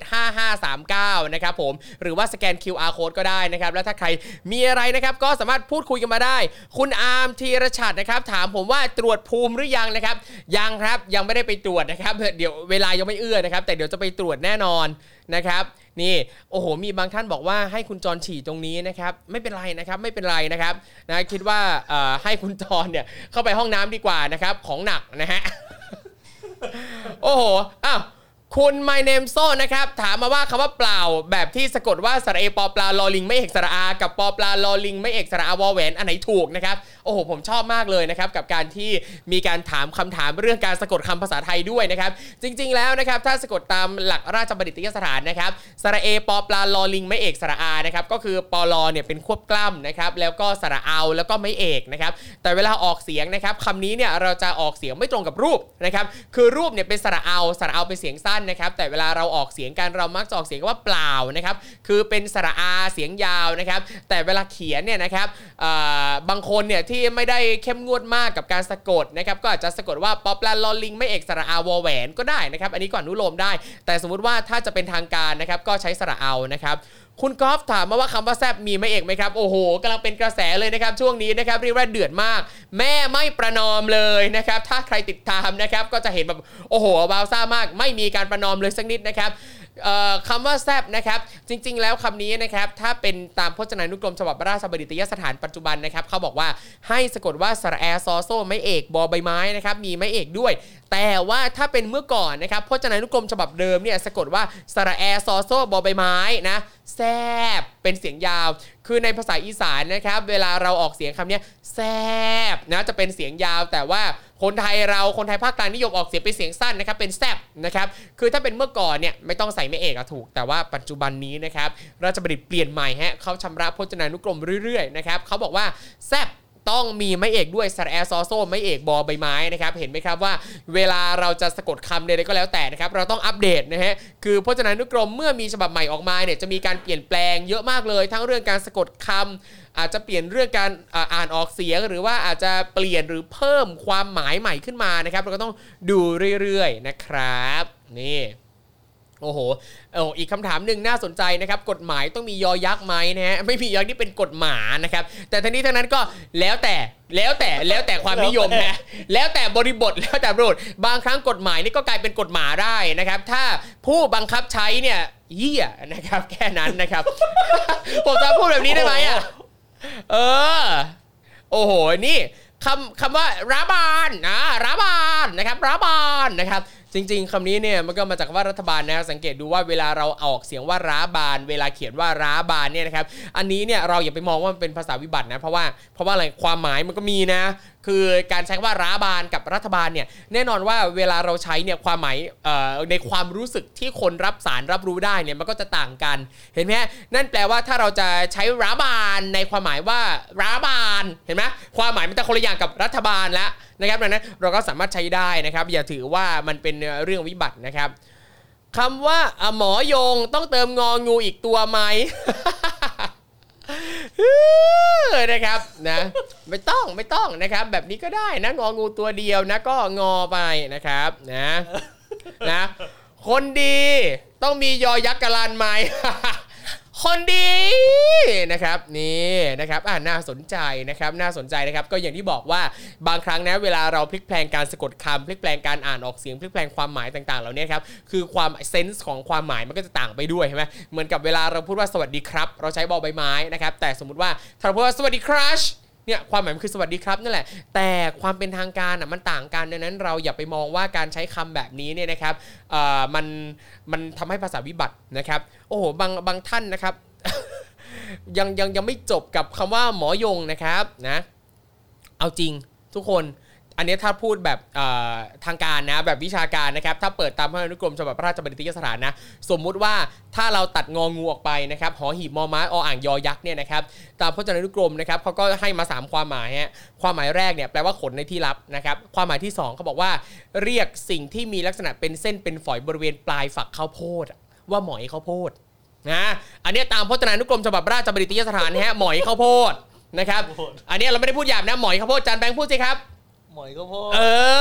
Speaker 1: 0698975539 นะครับผม หรือว่าสแกน QR code ก็ได้นะครับ แล้วถ้าใครมีอะไรนะครับก็สามารถพูดคุยกันมาได้ คุณอาร์มธีรชัดนะครับ ถามผมว่าตรวจภูมิหรือยังนะครับ ยังครับ ยังไม่ได้ไปตรวจนะครับ เดี๋ยวเวลายังไม่เอื้อนะครับ แต่เดี๋ยวจะไปตรวจแน่นอน นะครับนี่โอ้โหมีบางท่านบอกว่าให้คุณจรฉี่ตรงนี้นะครับไม่เป็นไรนะครับไม่เป็นไรนะครับนะคิดว่าเอ่อให้คุณจรเนี่ยเข้าไปห้องน้ำดีกว่านะครับของหนักนะฮะ โอ้โหอ้าวคุณ my name so นะครับ ถามมาว่าคำว่าเปล่า แบบที่สะกดว่าสระเอปอปลาลอลิง ไม่เอกสระอา กับปอปลาลอลิง ไม่เอกสระอาวอแหวน อันไหนถูกนะครับ โอ้โห ผมชอบมากเลยนะครับ กับการที่มีการถามคำถามเรื่องการสะกดคำภาษาไทยด้วยนะครับ จริงๆแล้วนะครับ ถ้าสะกดตามหลักราชบัณฑิตยสถานนะครับสระเอปอปลาลอลิง ไม่เอกสระอานะครับ ก็คือปอลอเนี่ยเป็นควบกล้ำนะครับ แล้วก็สระเอาแล้วก็ไม่เอกนะครับ แต่เวลาออกเสียงนะครับคำนี้เนี่ยเราจะออกเสียงไม่ตรงกับรูปนะครับ คือรูปเนี่ยเป็นสระเอาสระเอาเป็นเสียงสั้นนะครับ แต่เวลาเราออกเสียงกันเรามักจะออกเสียงว่าเปล่านะครับ คือเป็นสระอาเสียงยาวนะครับ แต่เวลาเขียนเนี่ยนะครับเอ่อบางคนเนี่ยที่ไม่ได้เข้มงวดมากกับการสะกดนะครับ ก็อาจจะสะกดว่าปอปลาลอลิง ไม่เอกสระอาวอแหวนก็ได้นะครับ อันนี้ก่อนอนุโลมได้ แต่สมมุติว่าถ้าจะเป็นทางการนะครับ ก็ใช้สระเอานะครับ คุณกอล์ฟถามมาว่าคำว่าแซบมีไหมเอกไหมครับ โอ้โหกำลังเป็นกระแสเลยนะครับ ช่วงนี้นะครับเรียกว่าเดือดมาก แม่ไม่ประนอมเลยนะครับ ถ้าใครติดตามนะครับ ก็จะเห็นแบบ โอ้โหวาวซ่ามาก ไม่มีการประนอมเลยสักนิดนะครับ เอ่อคำว่าแซบนะครับ จริง ๆ แล้วคำนี้นะครับ ถ้าเป็นตามพจนานุกรมฉบับราชบัณฑิตยสถานปัจจุบันนะครับเขาบอกว่าให้สะกดว่าสระแอซอโซไม่เอกบอใบไม้นะครับมีไม่เอกด้วย แต่ว่าถ้าเป็นเมื่อก่อนนะครับพจนานุกรมฉบับเดิมเนี่ยสะกดว่าสระแอซอโซบอใบไม้นะแซบเป็นเสียงยาว คือในภาษาอีสานนะครับ เวลาเราออกเสียงคำเนี้ยแซบนะจะเป็นเสียงยาว แต่ว่าคนไทยเราคนไทยภาคกลางนิยมออกเสียงเป็นเสียงสั้นนะครับเป็นแซบนะครับคือถ้าเป็นเมื่อก่อนเนี่ยไม่ต้องใส่ไม่เอกอะถูก แต่ว่าปัจจุบันนี้นะครับราชบัณฑิตเปลี่ยนใหม่ฮะเขาชำระพจนานุกรมเรื่อยๆนะครับเขาบอกว่าแซบ ต้องมีไม่เอกด้วยสระแอซอโซไม่เอกบอใบไม้นะครับ เห็นไหมครับว่าเวลาเราจะสะกดคำใดๆก็แล้วแต่นะครับ เราต้องอัปเดตนะฮะคือพจนานุกรมเมื่อมีฉบับใหม่ออกมาเนี่ยจะมีการเปลี่ยนแปลงเยอะมากเลย ทั้งเรื่องการสะกดคำอาจจะเปลี่ยนเรื่องการอ่าอ่านออกเสียง หรือว่าอาจจะเปลี่ยนหรือเพิ่มความหมายใหม่ขึ้นมานะครับ เราก็ต้องดูเรื่อยๆนะครับนี่ โอ้โหเอออีกคำถามหนึ่งน่าสนใจนะครับ กฎหมายต้องมียอยักษ์ไหมนะฮะ ไม่มียอยักษ์นี่เป็นกฎหมานะครับ แต่ทั้งนี้ทั้งนั้นก็แล้วแต่ แล้วแต่ แล้วแต่ความนิยมนะ แล้วแต่บริบท แล้วแต่บริบท บางครั้งกฎหมายนี่ก็กลายเป็นกฎหมาได้นะครับ ถ้าผู้บังคับใช้เนี่ยเหี้ยนะครับ แค่นั้นนะครับ ผมจะพูดแบบนี้ได้ไหมอ่ะ เออ โอ้โห นี่คำคำว่ารัฐบาลนะรัฐบาลนะครับรัฐบาลนะครับ จริง ๆคำนี้เนี่ยมันก็มาจากคำว่ารัฐบาลนะสังเกตดูว่าเวลาเราออกเสียงว่าร้าบาน เวลาเขียนว่าร้าบานเนี่ยนะครับ อันนี้เนี่ยเราอย่าไปมองว่ามันเป็นภาษาวิบัตินะเพราะว่าเพราะว่าอะไรความหมายมันก็มีนะ คือการใช้คำว่าร้าบานกับรัฐบาลเนี่ยแน่นอนว่าเวลาเราใช้เนี่ยความหมายเอ่อในความรู้สึกที่คนรับสารรับรู้ได้เนี่ยมันก็จะต่างกันเห็นไหมฮะนั่นแปลว่าถ้าเราจะใช้ร้าบานในความหมายว่าร้าบานเห็นไหมความหมายมันจะคนละอย่างกับรัฐบาลละนะครับดังนั้นเราก็สามารถใช้ได้นะครับ อย่าถือว่ามันเป็นเรื่องวิบัตินะครับคำว่าอ่ะหมอยงต้องเติมงองูอีกตัวไหม เออนะครับนะไม่ต้องไม่ต้องนะครับ แบบนี้ก็ได้นะงองูตัวเดียวนะก็งอไปนะครับนะนะคนดีต้องมียอยักษ์กะลานไหม คนดีนะครับนี่นะครับอ่าน่าสนใจนะครับน่าสนใจนะครับก็อย่างที่บอกว่าบางครั้งนะเวลาเราพลิกแปลงการสะกดคำพลิกแปลงการอ่านออกเสียงพลิกแปลงความหมายต่างๆเหล่านี้ครับคือความเซนส์ของความหมายมันก็จะต่างไปด้วยใช่ไหมเหมือนกับเวลาเราพูดว่าสวัสดีครับ เราใช้บอใบไม้นะครับแต่สมมติว่าถ้าเราพูดว่าสวัสดีครัช เนี่ยความหมายมันคือสวัสดีครับนั่นแหละ แต่ความเป็นทางการอ่ะมันต่างกันดังนั้นเราอย่าไปมองว่าการใช้คำแบบนี้เนี่ยนะครับเอ่อมันมันทำให้ภาษาวิบัตินะครับ โอ้โหบางบางท่านนะครับ ยังยังยังไม่จบกับคำว่าหมอยงนะครับนะ เอาจริงทุกคน อันนี้ถ้าพูดแบบเอ่อทางการนะแบบวิชาการนะครับถ้าเปิดตามพระราชอนุกรมฉบับพระราชบัณฑิตยสถานนะสมมุติว่าถ้าเราตัดงองูออกไปนะครับหอหีบมอม้าออ่างยอยักษ์เนี่ยนะครับตามพจนานุกรมนะครับเขาก็ให้มาสามความหมายฮะความหมายแรกเนี่ยแปลว่าขนในที่ลับนะครับความหมายที่สองเขาบอกว่าเรียกสิ่งที่มีลักษณะเป็นเส้นเป็นฝอยบริเวณปลายฝักข้าวโพดอะว่าหมอยข้าวโพด นะอันเนี้ยตามพจนานุกรมฉบับราชบัณฑิตยสถานนะฮะ หมอยข้าวโพดนะครับ
Speaker 3: ข้าวโพด
Speaker 1: อันเนี้ยเราไม่ได้พูดหยาบนะ หมอยข้าวโพดจานแบงค์พูดสิครับ
Speaker 3: หมอยก็พอ
Speaker 1: เอ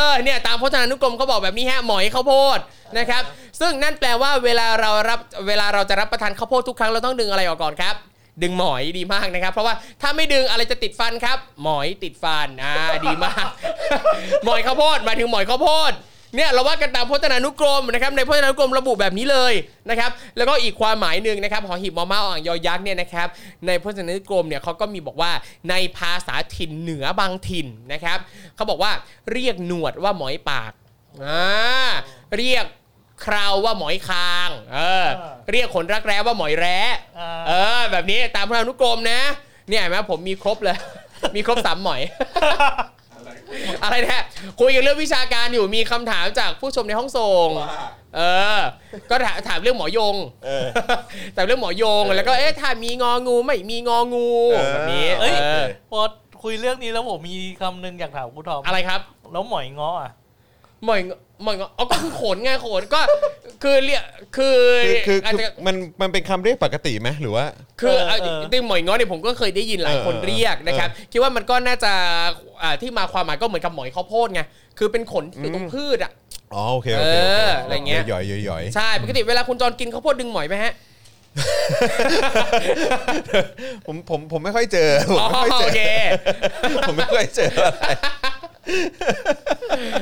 Speaker 1: อเนี่ยตามพจนานุกรมเขาบอกแบบนี้ฮะหมอยข้าวโพดนะครับ ซึ่งนั่นแปลว่าเวลาเรารับเวลาเราจะรับประทานข้าวโพดทุกครั้งเราต้องดึงอะไรออกก่อนครับ ดึงหมอยดีมากนะครับ เพราะว่าถ้าไม่ดึงอะไรจะติดฟันครับ หมอยติดฟันอ่าดีมาก หมอยข้าวโพดหมายถึงหมอยข้าวโพดเนี่ยเราว่ากันตามพจนานุกรมนะครับในพจนานุกรมระบุแบบนี้เลยนะครับแล้วก็อีกความหมายหนึ่งนะครับหอหีบมอม้าอ่างยอยักษ์เนี่ยนะครับในพจนานุกรมเนี่ยเขาก็มีบอกว่าในภาษาถิ่นเหนือบางถิ่นนะครับเขาบอกว่าเรียกหนวดว่าหมอยปากอ่าเรียกคราวว่าหมอยคางเออ
Speaker 3: อ่า
Speaker 1: เรียกขนรักแร้ว่าหมอยแร้
Speaker 3: อ่า
Speaker 1: เออแบบนี้ตามพจนานุกรมนะเนี่ยเห็นไหมผมมีครบเลย มีครบสามหมอย อะไรนะคุยกันเรื่องวิชาการอยู่มีคำถามจากผู้ชมในห้องส่งเออ ก็ถามถามเรื่องหมอยง
Speaker 2: เอ อ
Speaker 1: แต่เรื่องหมอยง แล้วก็เอ๊ะถ้ามีงองูไม่มีงองู
Speaker 2: เออ
Speaker 1: แบบนี้
Speaker 3: เอ้ย
Speaker 1: เออ
Speaker 3: พอคุยเรื่องนี้แล้วผมมีคำหนึ่งอยากถามคุณทอม
Speaker 1: อะไรครับ
Speaker 3: แล้วหมอยง้ออ่ะ
Speaker 1: หมอยงหมอยงอ๋อก็คือโขนไงโขนก็ คือเรียกคือ
Speaker 2: คือคือ
Speaker 1: อาจ
Speaker 2: คือ
Speaker 1: จะ
Speaker 2: มันมันเป็นคำเรียกปกติไหมหรือว่า
Speaker 1: คือเอา
Speaker 3: เออเออ
Speaker 1: จริงๆหมอยงอเนี่ยผมก็เคยได้ยินหลายคน
Speaker 2: เออเออ
Speaker 1: เรียกนะครับ คิดว่ามันก็น่าจะอ่าที่มาความหมายก็เหมือนกับหมอยข้าวโพดไงคือเป็นขนอยู่ตรง
Speaker 2: อืม
Speaker 1: พืชอ่ะ
Speaker 2: อ๋อโอเคโอเคโค
Speaker 1: เอออะไรเงี้ย
Speaker 2: หย่อยหย่อยหย่อย
Speaker 1: ใช่ปกติเวลาคุณจรกินข้าวโพดดึงหมอยไหมฮะ
Speaker 2: ผมผมผมไม่ค่อยเจอผม
Speaker 1: อ๋อ
Speaker 2: ไม่ค่อย
Speaker 1: โอ
Speaker 2: เจ อ
Speaker 1: เค
Speaker 2: ผมไม่ค่อยเจออะไร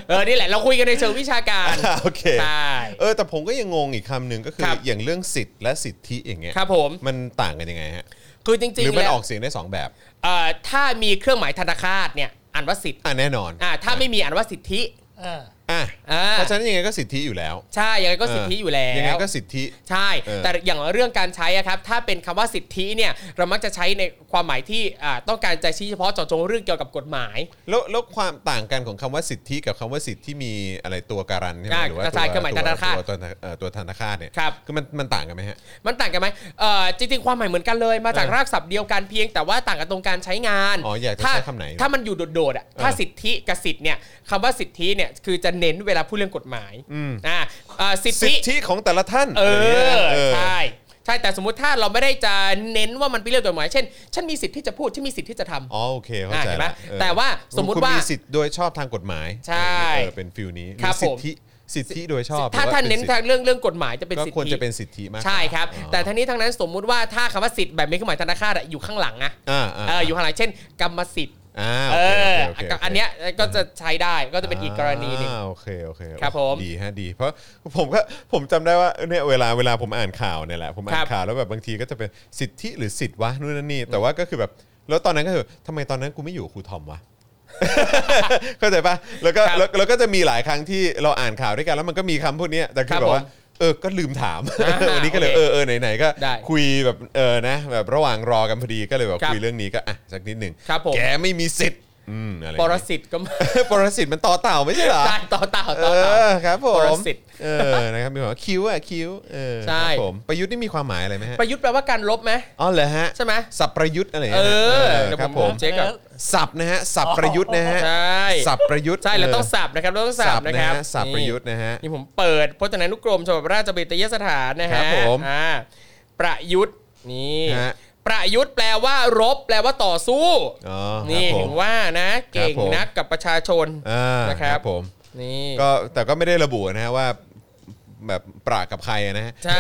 Speaker 1: เออนี่แหละเราคุยกันในเชิงวิชาการ
Speaker 2: โอเค
Speaker 1: ใช่
Speaker 2: เออแต่ผมก็ยังงงอีกคำหนึ่งก็คือ
Speaker 1: ครับ
Speaker 2: อย่างเรื่องสิทธิ์และสิทธิอย่างเงี้ย
Speaker 1: ครับผม
Speaker 2: มันต่างกันยังไงฮะ
Speaker 1: คือจ
Speaker 2: ห
Speaker 1: ริง
Speaker 2: รือ
Speaker 1: ๆ
Speaker 2: มัน
Speaker 1: แล้ว
Speaker 2: ออกเสียงได้สองแบบ
Speaker 1: เอ่อถ้ามีเครื่องหมายธนาคารเนี่ยอ่านว่าสิทธิ์
Speaker 2: อ่ะแน่นอน
Speaker 1: อ่าถ้าไม่มีอ่านว่าสิทธิ
Speaker 3: อ่า
Speaker 2: อ่ะ
Speaker 1: อ่า
Speaker 2: เพราะฉะนั้นยังไงก็สิทธิอยู่แล้ว
Speaker 1: ใช่ยังไงก็สิทธิอยู่แล้
Speaker 2: ยังไง
Speaker 1: ว
Speaker 2: ก็สิทธิ
Speaker 1: ใช่
Speaker 2: เออ
Speaker 1: แต่อย่างเรื่องการใช้อะครับ ถ้าเป็นคำว่าสิทธิเนี่ย เรามักจะใช้ในความหมายที่อ่าต้องการจะชี้เฉพาะเจาะจงเรื่องเกี่ยวกับกฎหมาย
Speaker 2: แล้วแล้วความต่างกันของคำว่าสิทธิกับคำว่าสิทธิที่มีอะไรตัวการันใช่ไหม
Speaker 1: อ่า
Speaker 2: หรือว่าตัว
Speaker 1: ใช่เครื่องหมาย
Speaker 2: ตัว
Speaker 1: ธนาคาร
Speaker 2: ตัวตัวเอ่อตัวธนาคารเนี่ย
Speaker 1: ครับ
Speaker 2: คือมันมันต่างกันไหมฮะ
Speaker 1: มันต่างกันไหมเอ่อจริงๆ ความหมายเหมือนกันเลย มาจาก
Speaker 2: เออ
Speaker 1: รากศัพท์เดียวกันเพียงแต่ว่าต่างกันตรงการใช้งาน
Speaker 2: อ๋ออยากจะ
Speaker 1: ถ้
Speaker 2: ใช้คำไหน
Speaker 1: ถ้ามันอยู่โดดๆอ่ะ
Speaker 2: เออ
Speaker 1: ถ้าสิทธิกับสิทธิ์เนี่ยคำว่าสิทธิเนี่ยคือจะเน้นเวลาพูดเรื่องกฎหมาย
Speaker 2: อืม
Speaker 1: อ่าอ่าสิท
Speaker 2: สิท
Speaker 1: ธิ
Speaker 2: ธิของแต่ละท่าน
Speaker 1: เออ
Speaker 2: เออ
Speaker 1: ใช่ ใช่ แต่สมมติถ้าเราไม่ได้จะเน้นว่ามันเป็นเรื่องกฎหมาย เช่น ฉันมีสิทธิ์ที่จะพูด ฉันมีสิทธิ์ที่จะทำ
Speaker 2: อ๋อโอเคเข้า
Speaker 1: อ่ะ
Speaker 2: ใจ
Speaker 1: เห็นไหม
Speaker 2: ละเออ
Speaker 1: แต่ว่าสมมุติว่า
Speaker 2: คุณมีสิทธิ์โดยชอบทางกฎหมาย
Speaker 1: ใช่
Speaker 2: เออเป็นฟิลนี้หอ
Speaker 1: ครับ
Speaker 2: สิ
Speaker 1: ผม
Speaker 2: ทธิสิทธิโดยชอบ
Speaker 1: ถ้า
Speaker 2: หรือว่
Speaker 1: ท่านเน้น
Speaker 2: ป็
Speaker 1: ทางเรื่องเรื่องกฎหมายจะเป็น
Speaker 2: ก็
Speaker 1: สิทธิ
Speaker 2: ควรจะเป็นสิทธิมากกว่า
Speaker 1: ใช่ครับ
Speaker 2: อ๋อ
Speaker 1: แต่ทั้งนี้ทั้งนั้นสมมุติว่าถ้าคำว่าสิทธิ์แบบไม่ขึ้นหมายธนาคารอะอยู่ข้างหลังอะ
Speaker 2: อ่า
Speaker 1: เอออยู่ข้างหลังเช่น กรรมสิทธิ์
Speaker 2: อ่า
Speaker 1: เอ
Speaker 2: โอ
Speaker 1: อ
Speaker 2: เคโเคโเค
Speaker 1: กับอันเนี้ยก็จะใช้ได้ก็จะเป็นอีกกรณีหนึ่ง
Speaker 2: อ่าโอเคโอเค
Speaker 1: ครับผม
Speaker 2: ดีฮะดี เพราะผมก็ผมจำได้ว่าเนี่ยเวลาเวลาผมอ่านข่าวเนี่ยแหละผมอ่านข่าวแล้วแบบบางทีก็จะเป็นสิทธิหรือสิทธิ์วะนู่นนั่นนี่แต่ว่าก็คือแบบแล้วตอนนั้นก็คือทำไมตอนนั้นกูไม่อยู่กับครูทอมวะ เข้าใจปะแล้วก็
Speaker 1: ครับ
Speaker 2: แล้วแล้วก็จะมีหลายครั้งที่เราอ่านข่าวด้วยกัน แล้วมันก็มีคำพวกเนี้ยแต่
Speaker 1: ค
Speaker 2: คื
Speaker 1: รั
Speaker 2: อบ แบบว่า
Speaker 1: ผม
Speaker 2: เออ ก็ลืมถาม
Speaker 1: อ่า
Speaker 2: วันนี้ก็เลย
Speaker 1: โอเค
Speaker 2: เออเออไหนๆก็
Speaker 1: ได้
Speaker 2: คุยแบบเออนะ แบบระหว่างรอกันพอดีก็เลยแบบ
Speaker 1: ครับ
Speaker 2: คุยเรื่องนี้ก็อ่ะสักนิดหนึ่ง
Speaker 1: ครับผม
Speaker 2: แกไม่มีสิทธิ์อืมอะไรอย่า
Speaker 1: ป
Speaker 2: ง
Speaker 1: ร
Speaker 2: เงี้ย
Speaker 1: สิตก็มา
Speaker 2: ปรสิตมันต่อเต่าไม่ใช่เหรอ
Speaker 1: ได้ต่อเต่า
Speaker 2: เอ
Speaker 1: ต่อเต่า
Speaker 2: อครับผม
Speaker 1: ปรสิต
Speaker 2: เออนะครับมีความว่าคิ้วอ่ะคิ้วเออ
Speaker 1: ใช่
Speaker 2: ครับผมประยุทธ์นี่มีความหมายอะไรไหมฮะ
Speaker 1: ประยุทธ์แปลว่าการลบไหม
Speaker 2: อ๋อเหรอฮะ
Speaker 1: ใช่ไหม
Speaker 2: สับประยุทธ์อะไร
Speaker 1: เออ
Speaker 2: ฮะเออ
Speaker 1: เดี๋ยว
Speaker 2: ค
Speaker 1: ผ
Speaker 2: รับ
Speaker 1: ม
Speaker 2: ผม
Speaker 1: เช็คก่อน
Speaker 2: สับนะฮะสับประยุทธ์นะฮะ
Speaker 1: ใช่
Speaker 2: สับประยุทธ์
Speaker 1: ใช่เราต้องสับนะครับเราต้องสับนะครับ
Speaker 2: ฮสับประยุทธ์นะฮะ
Speaker 1: นี่ผมเปิดพจนานุกรมฉบับราชบัณฑิตยสถานนะฮะ
Speaker 2: ครับผม
Speaker 1: อ่าประยุทธ์นี่
Speaker 2: ฮะ
Speaker 1: ประยุทธ์แปลว่ารบ แปลว่าต่อสู้
Speaker 2: อ๋อ
Speaker 1: นี่
Speaker 2: ครับผ
Speaker 1: ถึ
Speaker 2: ม
Speaker 1: งว่านะ เก่ง
Speaker 2: ครับผม
Speaker 1: นักกับประชาชน
Speaker 2: อ่า
Speaker 1: นะครับ
Speaker 2: ผม
Speaker 1: นี่
Speaker 2: ก็แต่ก็ไม่ได้ระบุนะฮะว่าแบบปรากับใครนะฮะ
Speaker 1: ใช่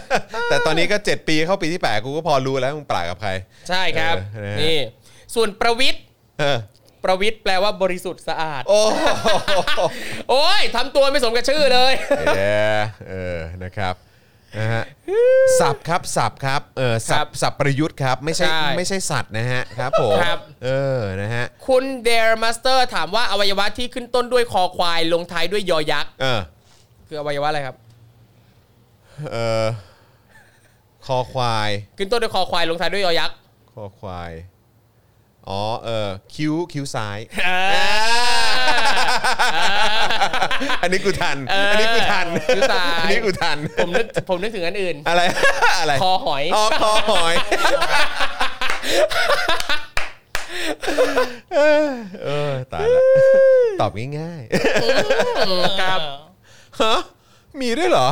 Speaker 2: แต่ตอนนี้ก็ 7 ปีเข้าปีที่ 8 กูก็พอรู้แล้วมึงปรากับใคร
Speaker 1: ใช่ครับ
Speaker 2: เออนะฮะ
Speaker 1: นี่ ส่วนประวิทย์
Speaker 2: เออ
Speaker 1: ประวิทย์แปลว่าบริสุทธิ์สะอาด
Speaker 2: โอ้
Speaker 1: โอ้ยทำตัวไม่สมกับชื่อเลย
Speaker 2: เออเออ นะครับนะฮะสับครับสับครับ เออ
Speaker 1: ค
Speaker 2: สั
Speaker 1: รับ
Speaker 2: บสับประยุทธ์ครับ ไม่ใช่
Speaker 1: ใช่
Speaker 2: ไม่ใช่สัตว์นะฮะครับผม
Speaker 1: ครับ
Speaker 2: เออ นะฮะ
Speaker 1: คุณเดร์มาสเตอร์ถามว่าอวัยวะที่ขึ้นต้นด้วยคอควายลงท้ายด้วยยอยักษ์
Speaker 2: เออ
Speaker 1: คืออวัยวะอะไรครับ
Speaker 2: เออ คอควาย
Speaker 1: ขึ้นต้นด้วยคอควายลงท้ายด้วยยอยักษ์
Speaker 2: คอควาย อ๋อ เออ คิ้ว คิ้วซ้าย
Speaker 1: อ่า
Speaker 2: อันนี้กูทัน อันนี้กูทัน
Speaker 1: คิ้วซ้าย
Speaker 2: อันนี้กูทัน
Speaker 1: ผมนึกผมนึกถึงอันอื่น
Speaker 2: อะไร อะไร
Speaker 1: คอหอย
Speaker 2: อ๋อคอหอย เออ เออตายละตอบง่าย
Speaker 1: ครับ
Speaker 2: ๆ ฮะ มีด้วยเหรอ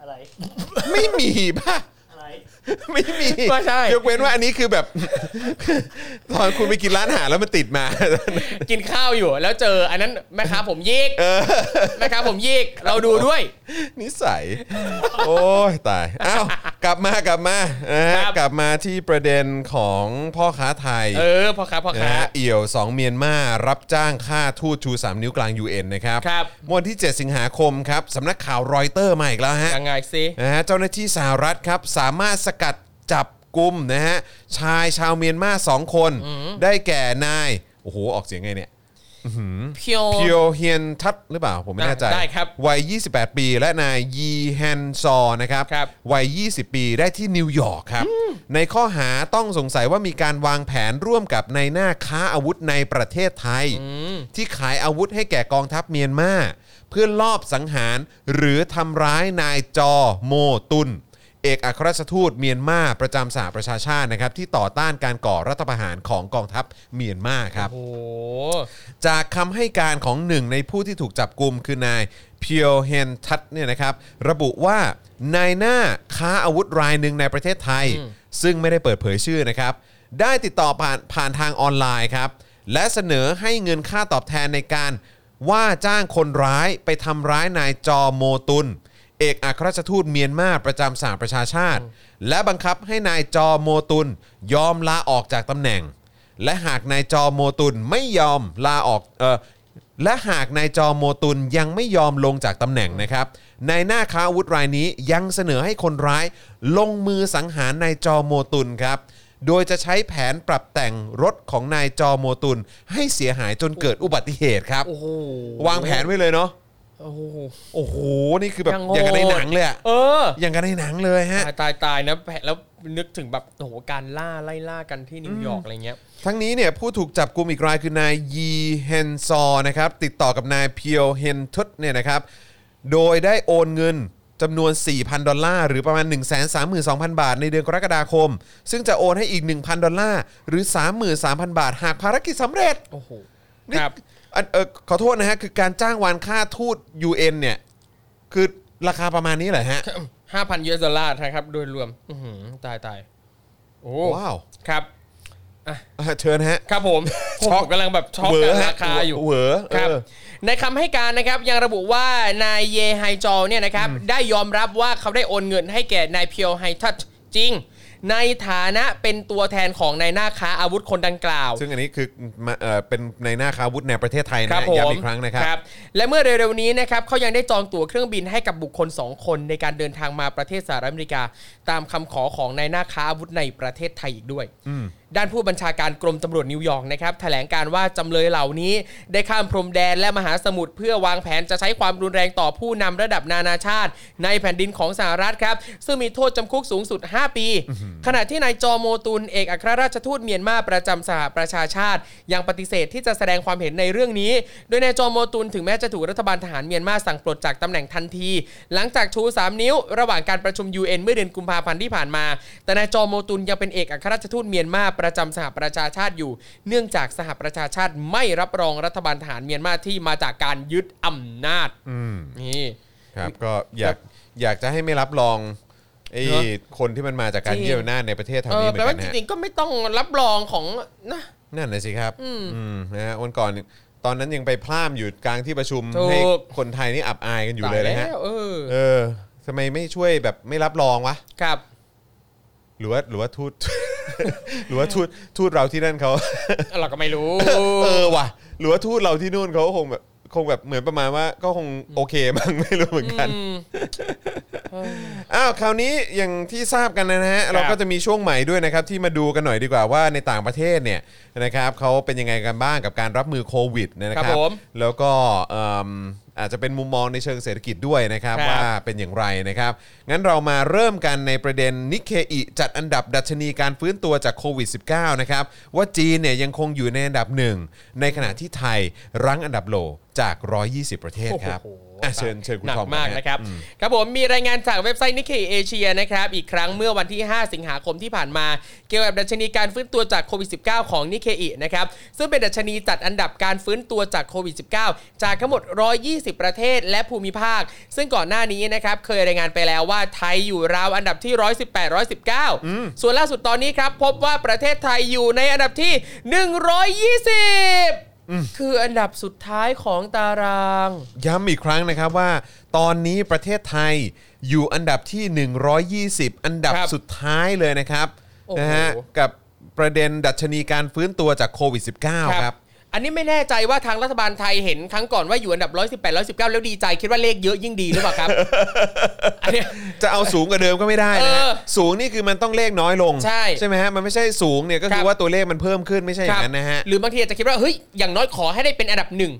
Speaker 3: อะไร
Speaker 2: ไม่มีป่ะ
Speaker 3: อะไร
Speaker 2: ไม่มี
Speaker 1: ก็ใช่
Speaker 2: ยกเว้นว่าอันนี้คือแบบ ตอนคุณไปกินร้านอาหารแล้วมันติดมา
Speaker 1: กินข้าวอยู่แล้วเจออันนั้นแม่ค้าผมยิกแม่ค้าผมยิกเราดูด้วย
Speaker 2: นิสัย โอ้ยตายอ้าวกลับมากลับมานะฮะ
Speaker 1: ครับ
Speaker 2: กลับมาที่ประเด็นของพ่อค้าไทย
Speaker 1: เออพ่อค้าพ่อ
Speaker 2: นะ
Speaker 1: ค้า
Speaker 2: ฮะเอี่ยว 2 เมียนมารับจ้างฆ่าทูตชู 3 นิ้วกลาง UN นะครับ
Speaker 1: ครับ
Speaker 2: เมื่อวันที่ 7 สิงหาคมครับสำนักข่าวรอยเตอร์มาอีกแล้วฮะ
Speaker 1: ยังไงสิ
Speaker 2: นะฮะเจ้าหน้าที่สหรัฐครับ สามารถสกัดจับกลุ่มนะฮะชายชาวเมียนมา 2 คน ได้แก่นาย โอ้โห ออกเสียงไงเนี่ย
Speaker 1: เพียว
Speaker 2: เพียวเฮียนทัดหรือเปล่า ผมไม่แน่ใจ
Speaker 1: ได้ครับ
Speaker 2: วัย 28 ปีและนายยีแฮนซอนะครับ
Speaker 1: ครับ
Speaker 2: วัย 20 ปีได้ที่นิวยอร์กครับ ในข้อหาต้องสงสัยว่ามีการวางแผนร่วมกับในายหน้าค้าอาวุธในประเทศไทย ที่ขายอาวุธให้แก่กองทัพเมียนมาเพื่อลอบสังหารหรือทำร้ายนายจอโมตุน เอกอัครราชทูตเมียนมาประจำสหประชาชาตินะครับที่ต่อต้านการก่อรัฐประหารของกองทัพเมียนมาครับ
Speaker 1: โอ้โห
Speaker 2: จากคำให้การของหนึ่งในผู้ที่ถูกจับกลุ่มคือนายเพียวเฮนทัตเนี่ยนะครับระบุว่านายหน้าค้าอาวุธรายหนึ่งในประเทศไทย ซึ่งไม่ได้เปิดเผยชื่อนะครับ ได้ติดต่อผ่านผ่านทางออนไลน์ครับ และเสนอให้เงินค่าตอบแทนในการ ว่าจ้างคนร้ายไปทำร้ายนายจอโมตุน เอกอัครราชทูตเมียนมาประจำสหประชาชาติ และบังคับให้นายจอโมตุนยอมลาออกจากตำแหน่ง และหากนายจอโมตุลไม่ยอมลาออกเออและหากนายจอโมตุลยังไม่ยอมลงจากตำแหน่งนะครับนายหน้าค้าอาวุธรายนี้ยังเสนอให้คนร้าย ลงมือสังหารนายจอโมตุลครับ โดยจะใช้แผนปรับแต่งรถของนายจอโมตุลให้เสียหายจนเกิดอุบัติเหตุครับ
Speaker 1: โอ้โห
Speaker 2: วางแผนไว้เลยเนาะ
Speaker 1: โอ้โห
Speaker 2: โอ้โหนี่คือแบบ
Speaker 1: ยังโหด
Speaker 2: อย่างกันในหนังเลยอะ
Speaker 1: เออ
Speaker 2: อย่างกันในหนังเลยฮะ
Speaker 1: ตายตายตายนะแผลแล้วนึกถึงแบบโอ้โหการล่าไล่ล่ากันที่นิวยอร์กอะไรเงี้ย
Speaker 2: ทั้งนี้เนี่ยผู้ถูกจับกลุ่มอีกรายคือนายยีเฮนซอนะครับติดต่อกับนายเพียวเฮนทุตเนี่ยนะครับโดยได้โอนเงินจำนวน 4,000 ดอลลาร์ หรือประมาณ 132,000 บาท ในเดือนกรกฎาคม ซึ่งจะโอนให้อีก 1,000 ดอลลาร์ หรือ 33,000 บาท หากภารกิจสำเร็จ
Speaker 1: โอ้โห
Speaker 2: นี่
Speaker 1: ครับ
Speaker 2: อันเออขอโทษนะฮะ คือการจ้างวานค่าทูต UN เนี่ย คือราคาประมาณนี้เหรอฮะ
Speaker 1: ห้าพันยูเอสดอลลาร์นะครับ โดยรวม อื้อหือตายตายโอ้
Speaker 2: ว้าว
Speaker 1: ครับ
Speaker 2: อ่ะเชิญฮะ
Speaker 1: ครับผม ช็อกกำลังแบบช็อก
Speaker 2: เวอ
Speaker 1: กั
Speaker 2: ร์
Speaker 1: บ
Speaker 2: ฮะ
Speaker 1: ราคาอยู่
Speaker 2: เวอร์
Speaker 1: ครับ
Speaker 2: เออ
Speaker 1: ในคำให้การนะครับยังระบุว่านายเยไฮจอลเนี่ยนะครับ ได้ยอมรับว่าเขาได้โอนเงินให้แก่นายเพียวไฮทัชจริง ในฐานะเป็นตัวแทนของนายหน้าค้าอาวุธคนดังกล่าว
Speaker 2: ซึ่งอันนี้คือมาเอ่อเป็นในหน้าค้าวุธในประเทศไทย
Speaker 1: ค
Speaker 2: นะ
Speaker 1: รับ
Speaker 2: ฮะ
Speaker 1: ผม
Speaker 2: ย้ำอีกครั้งนะครับ
Speaker 1: และเมื่อเร็วๆนี้นะครับเขายังได้จองตั๋วเครื่องบินให้กับบุคคล 2 คนในการเดินทางมาประเทศสหรัฐอเมริกา ตามคำขอของนายหน้าค้าอาวุธในประเทศไทยอีกด้วย
Speaker 2: อืม
Speaker 1: ด้านผู้บัญชาการกรมตำรวจนิวยอร์กนะครับแถลงการว่าจำเลยเหล่านี้ ได้ข้ามพรมแดนและมหาสมุทรเพื่อวางแผนจะใช้ความรุนแรงต่อผู้นำระดับนานาชาติ ในแผ่นดินของสหรัฐครับ ซึ่งมีโทษจำคุกสูงสุด 5 ปี ขณะที่นายจอโมตุนเอกอัครราชทูตเมียนมาประจำสหประชาชาติ ยังปฏิเสธที่จะแสดงความเห็นในเรื่องนี้ โดยนายจอโมตุนถึงแม้จะถูกรัฐบาลทหารเมียนมาสั่งปลดจากตำแหน่งทันที หลังจากชู 3 นิ้ว ระหว่างการประชุม UN เมื่อเดือนกุมภาพันธ์ที่ผ่านมา แต่นายจอโมตุนยังเป็นเอกอัครราชทูตเมียนมาประจำสหประชาชาติอยู่ เนื่องจากสหประชาชาติไม่รับรองรัฐบาลทหารเมียนมาที่มาจากการยึดอำนาจ
Speaker 2: อืม
Speaker 1: นี่
Speaker 2: ครับ ก็อยากอยากจะให้ไม่รับรองไอ้
Speaker 1: เนอะ
Speaker 2: คนที่มันมาจากการ
Speaker 1: จริง
Speaker 2: เยี่ยมหน้าจในประเทศแถว
Speaker 1: เออ
Speaker 2: นี้เหมือ
Speaker 1: แปล
Speaker 2: นกั
Speaker 1: ว่าน จ
Speaker 2: ฮะ
Speaker 1: ริงๆก็ไม่ต้องรับรองของนะ
Speaker 2: นั่นนะสิครับ
Speaker 1: อืม
Speaker 2: มนะฮะวันก่อนตอนนั้นยังไปพล่ามอยู่กลางที่ประชุม
Speaker 1: ถูก
Speaker 2: ให้คนไทยนี่อับอายกันอยู่เลยนะฮะ
Speaker 1: ตาแวเออ
Speaker 2: เออทำไมไม่ช่วยแบบไม่รับรองวะ
Speaker 1: ครับ
Speaker 2: หรือว่าหรือว่าทูต หรือว่าทูตทูตเราที่นั่นเขา
Speaker 1: เราก็ไม่รู้
Speaker 2: เออว่ะหรือว่าทูตเราที่นู่นเขาคงแบบคงแบบเหมือนประมาณว่าก็คงโอเคมั้ง ไม่รู้เหมือนกัน
Speaker 1: อืม
Speaker 2: อ้าวคราวนี้อย่างที่ทราบกันนะฮะเราก็จะมีช่วงใหม่ด้วยนะครับที่มาดูกันหน่อยดีกว่าว่าในต่างประเทศเนี่ยนะครับเขาเป็นยังไงกันบ้างกับการรับมือโควิดเนยนะค
Speaker 1: ครั
Speaker 2: รับบ
Speaker 1: ผม
Speaker 2: แล้วก็เอิ่มอาจจะเป็นมุมมองในเชิงเศรษฐกิจด้วยนะครับ
Speaker 1: ครับ
Speaker 2: ว่าเป็นอย่างไรนะครับงั้นเรามาเริ่มกันในประเด็นนิเคอิจัดอันดับดัชนีการฟื้นตัวจากโควิด -19 นะครับว่าจีนเนี่ยยังคงอยู่ในอันดับหนึ่งในขณะที่ไทยรั้งอันดับโลจาก 120 ประเทศครับ
Speaker 1: โอ้โห
Speaker 2: อ่ะเชิญเชิญคุณ
Speaker 1: หนัก
Speaker 2: ทอม
Speaker 1: มาก
Speaker 2: ฮ
Speaker 1: นะครับ ครับผมมีรายงานจากเว็บไซต์นิเค i เอเชียนะครับ อีกครั้งเมื่อวันที่ 5 สิงหาคมที่ผ่านมา เกี่ยวกับดัชนีการฟื้นตัวจากโควิด -19 ของนิเคอินะครับ ซึ่งเป็นดัชนีจัดอันดับการฟื้นตัวจากโควิด -19 จากทั้งหมด 120 ประเทศและภูมิภาค ซึ่งก่อนหน้านี้นะครับ เคยรายงานไปแล้วว่าไทยอยู่ราวอันดับที่ 118 119 ส่วนล่าสุดตอนนี้ครับพบว่าประเทศไทยอยู่ในอันดับที่ 120 คืออันดับสุดท้ายของตาราง
Speaker 2: ย้ำอีกครั้งนะครับว่า ตอนนี้ประเทศไทยอยู่อันดับที่ 120 อันดับ
Speaker 1: ครับ
Speaker 2: สุดท้ายเลยนะครับ
Speaker 1: โอ้โห
Speaker 2: นะฮะกับประเด็นดัชนีการฟื้นตัวจากโควิด -19 ครับ
Speaker 1: อันนี้ไม่แน่ใจว่าทางรัฐบาลไทยเห็นครั้งก่อนว่าอยู่อันดับ 118 119 แล้วดีใจคิดว่าเลขเยอะยิ่งดีหรือเป ล่าครับ อันเนี้ย
Speaker 2: จะเอาสูงกว่าเดิมก็ไม่ได้นะฮะ
Speaker 1: เออ
Speaker 2: สูงนี่คือมันต้องเลขน้อยลง
Speaker 1: ใช่
Speaker 2: ไหมฮะมันไม่ใช่สูงเนี่ยก็
Speaker 1: ค
Speaker 2: คือ
Speaker 1: รับ
Speaker 2: ว่าตัวเลขมันเพิ่มขึ้นไม่ใช่อย่างนั้นนะฮะ
Speaker 1: หรือบางทีอาจจะคิดว่าเฮ้ยอย่างน้อยขอให้ได้เป็นอันดับหนึ่ง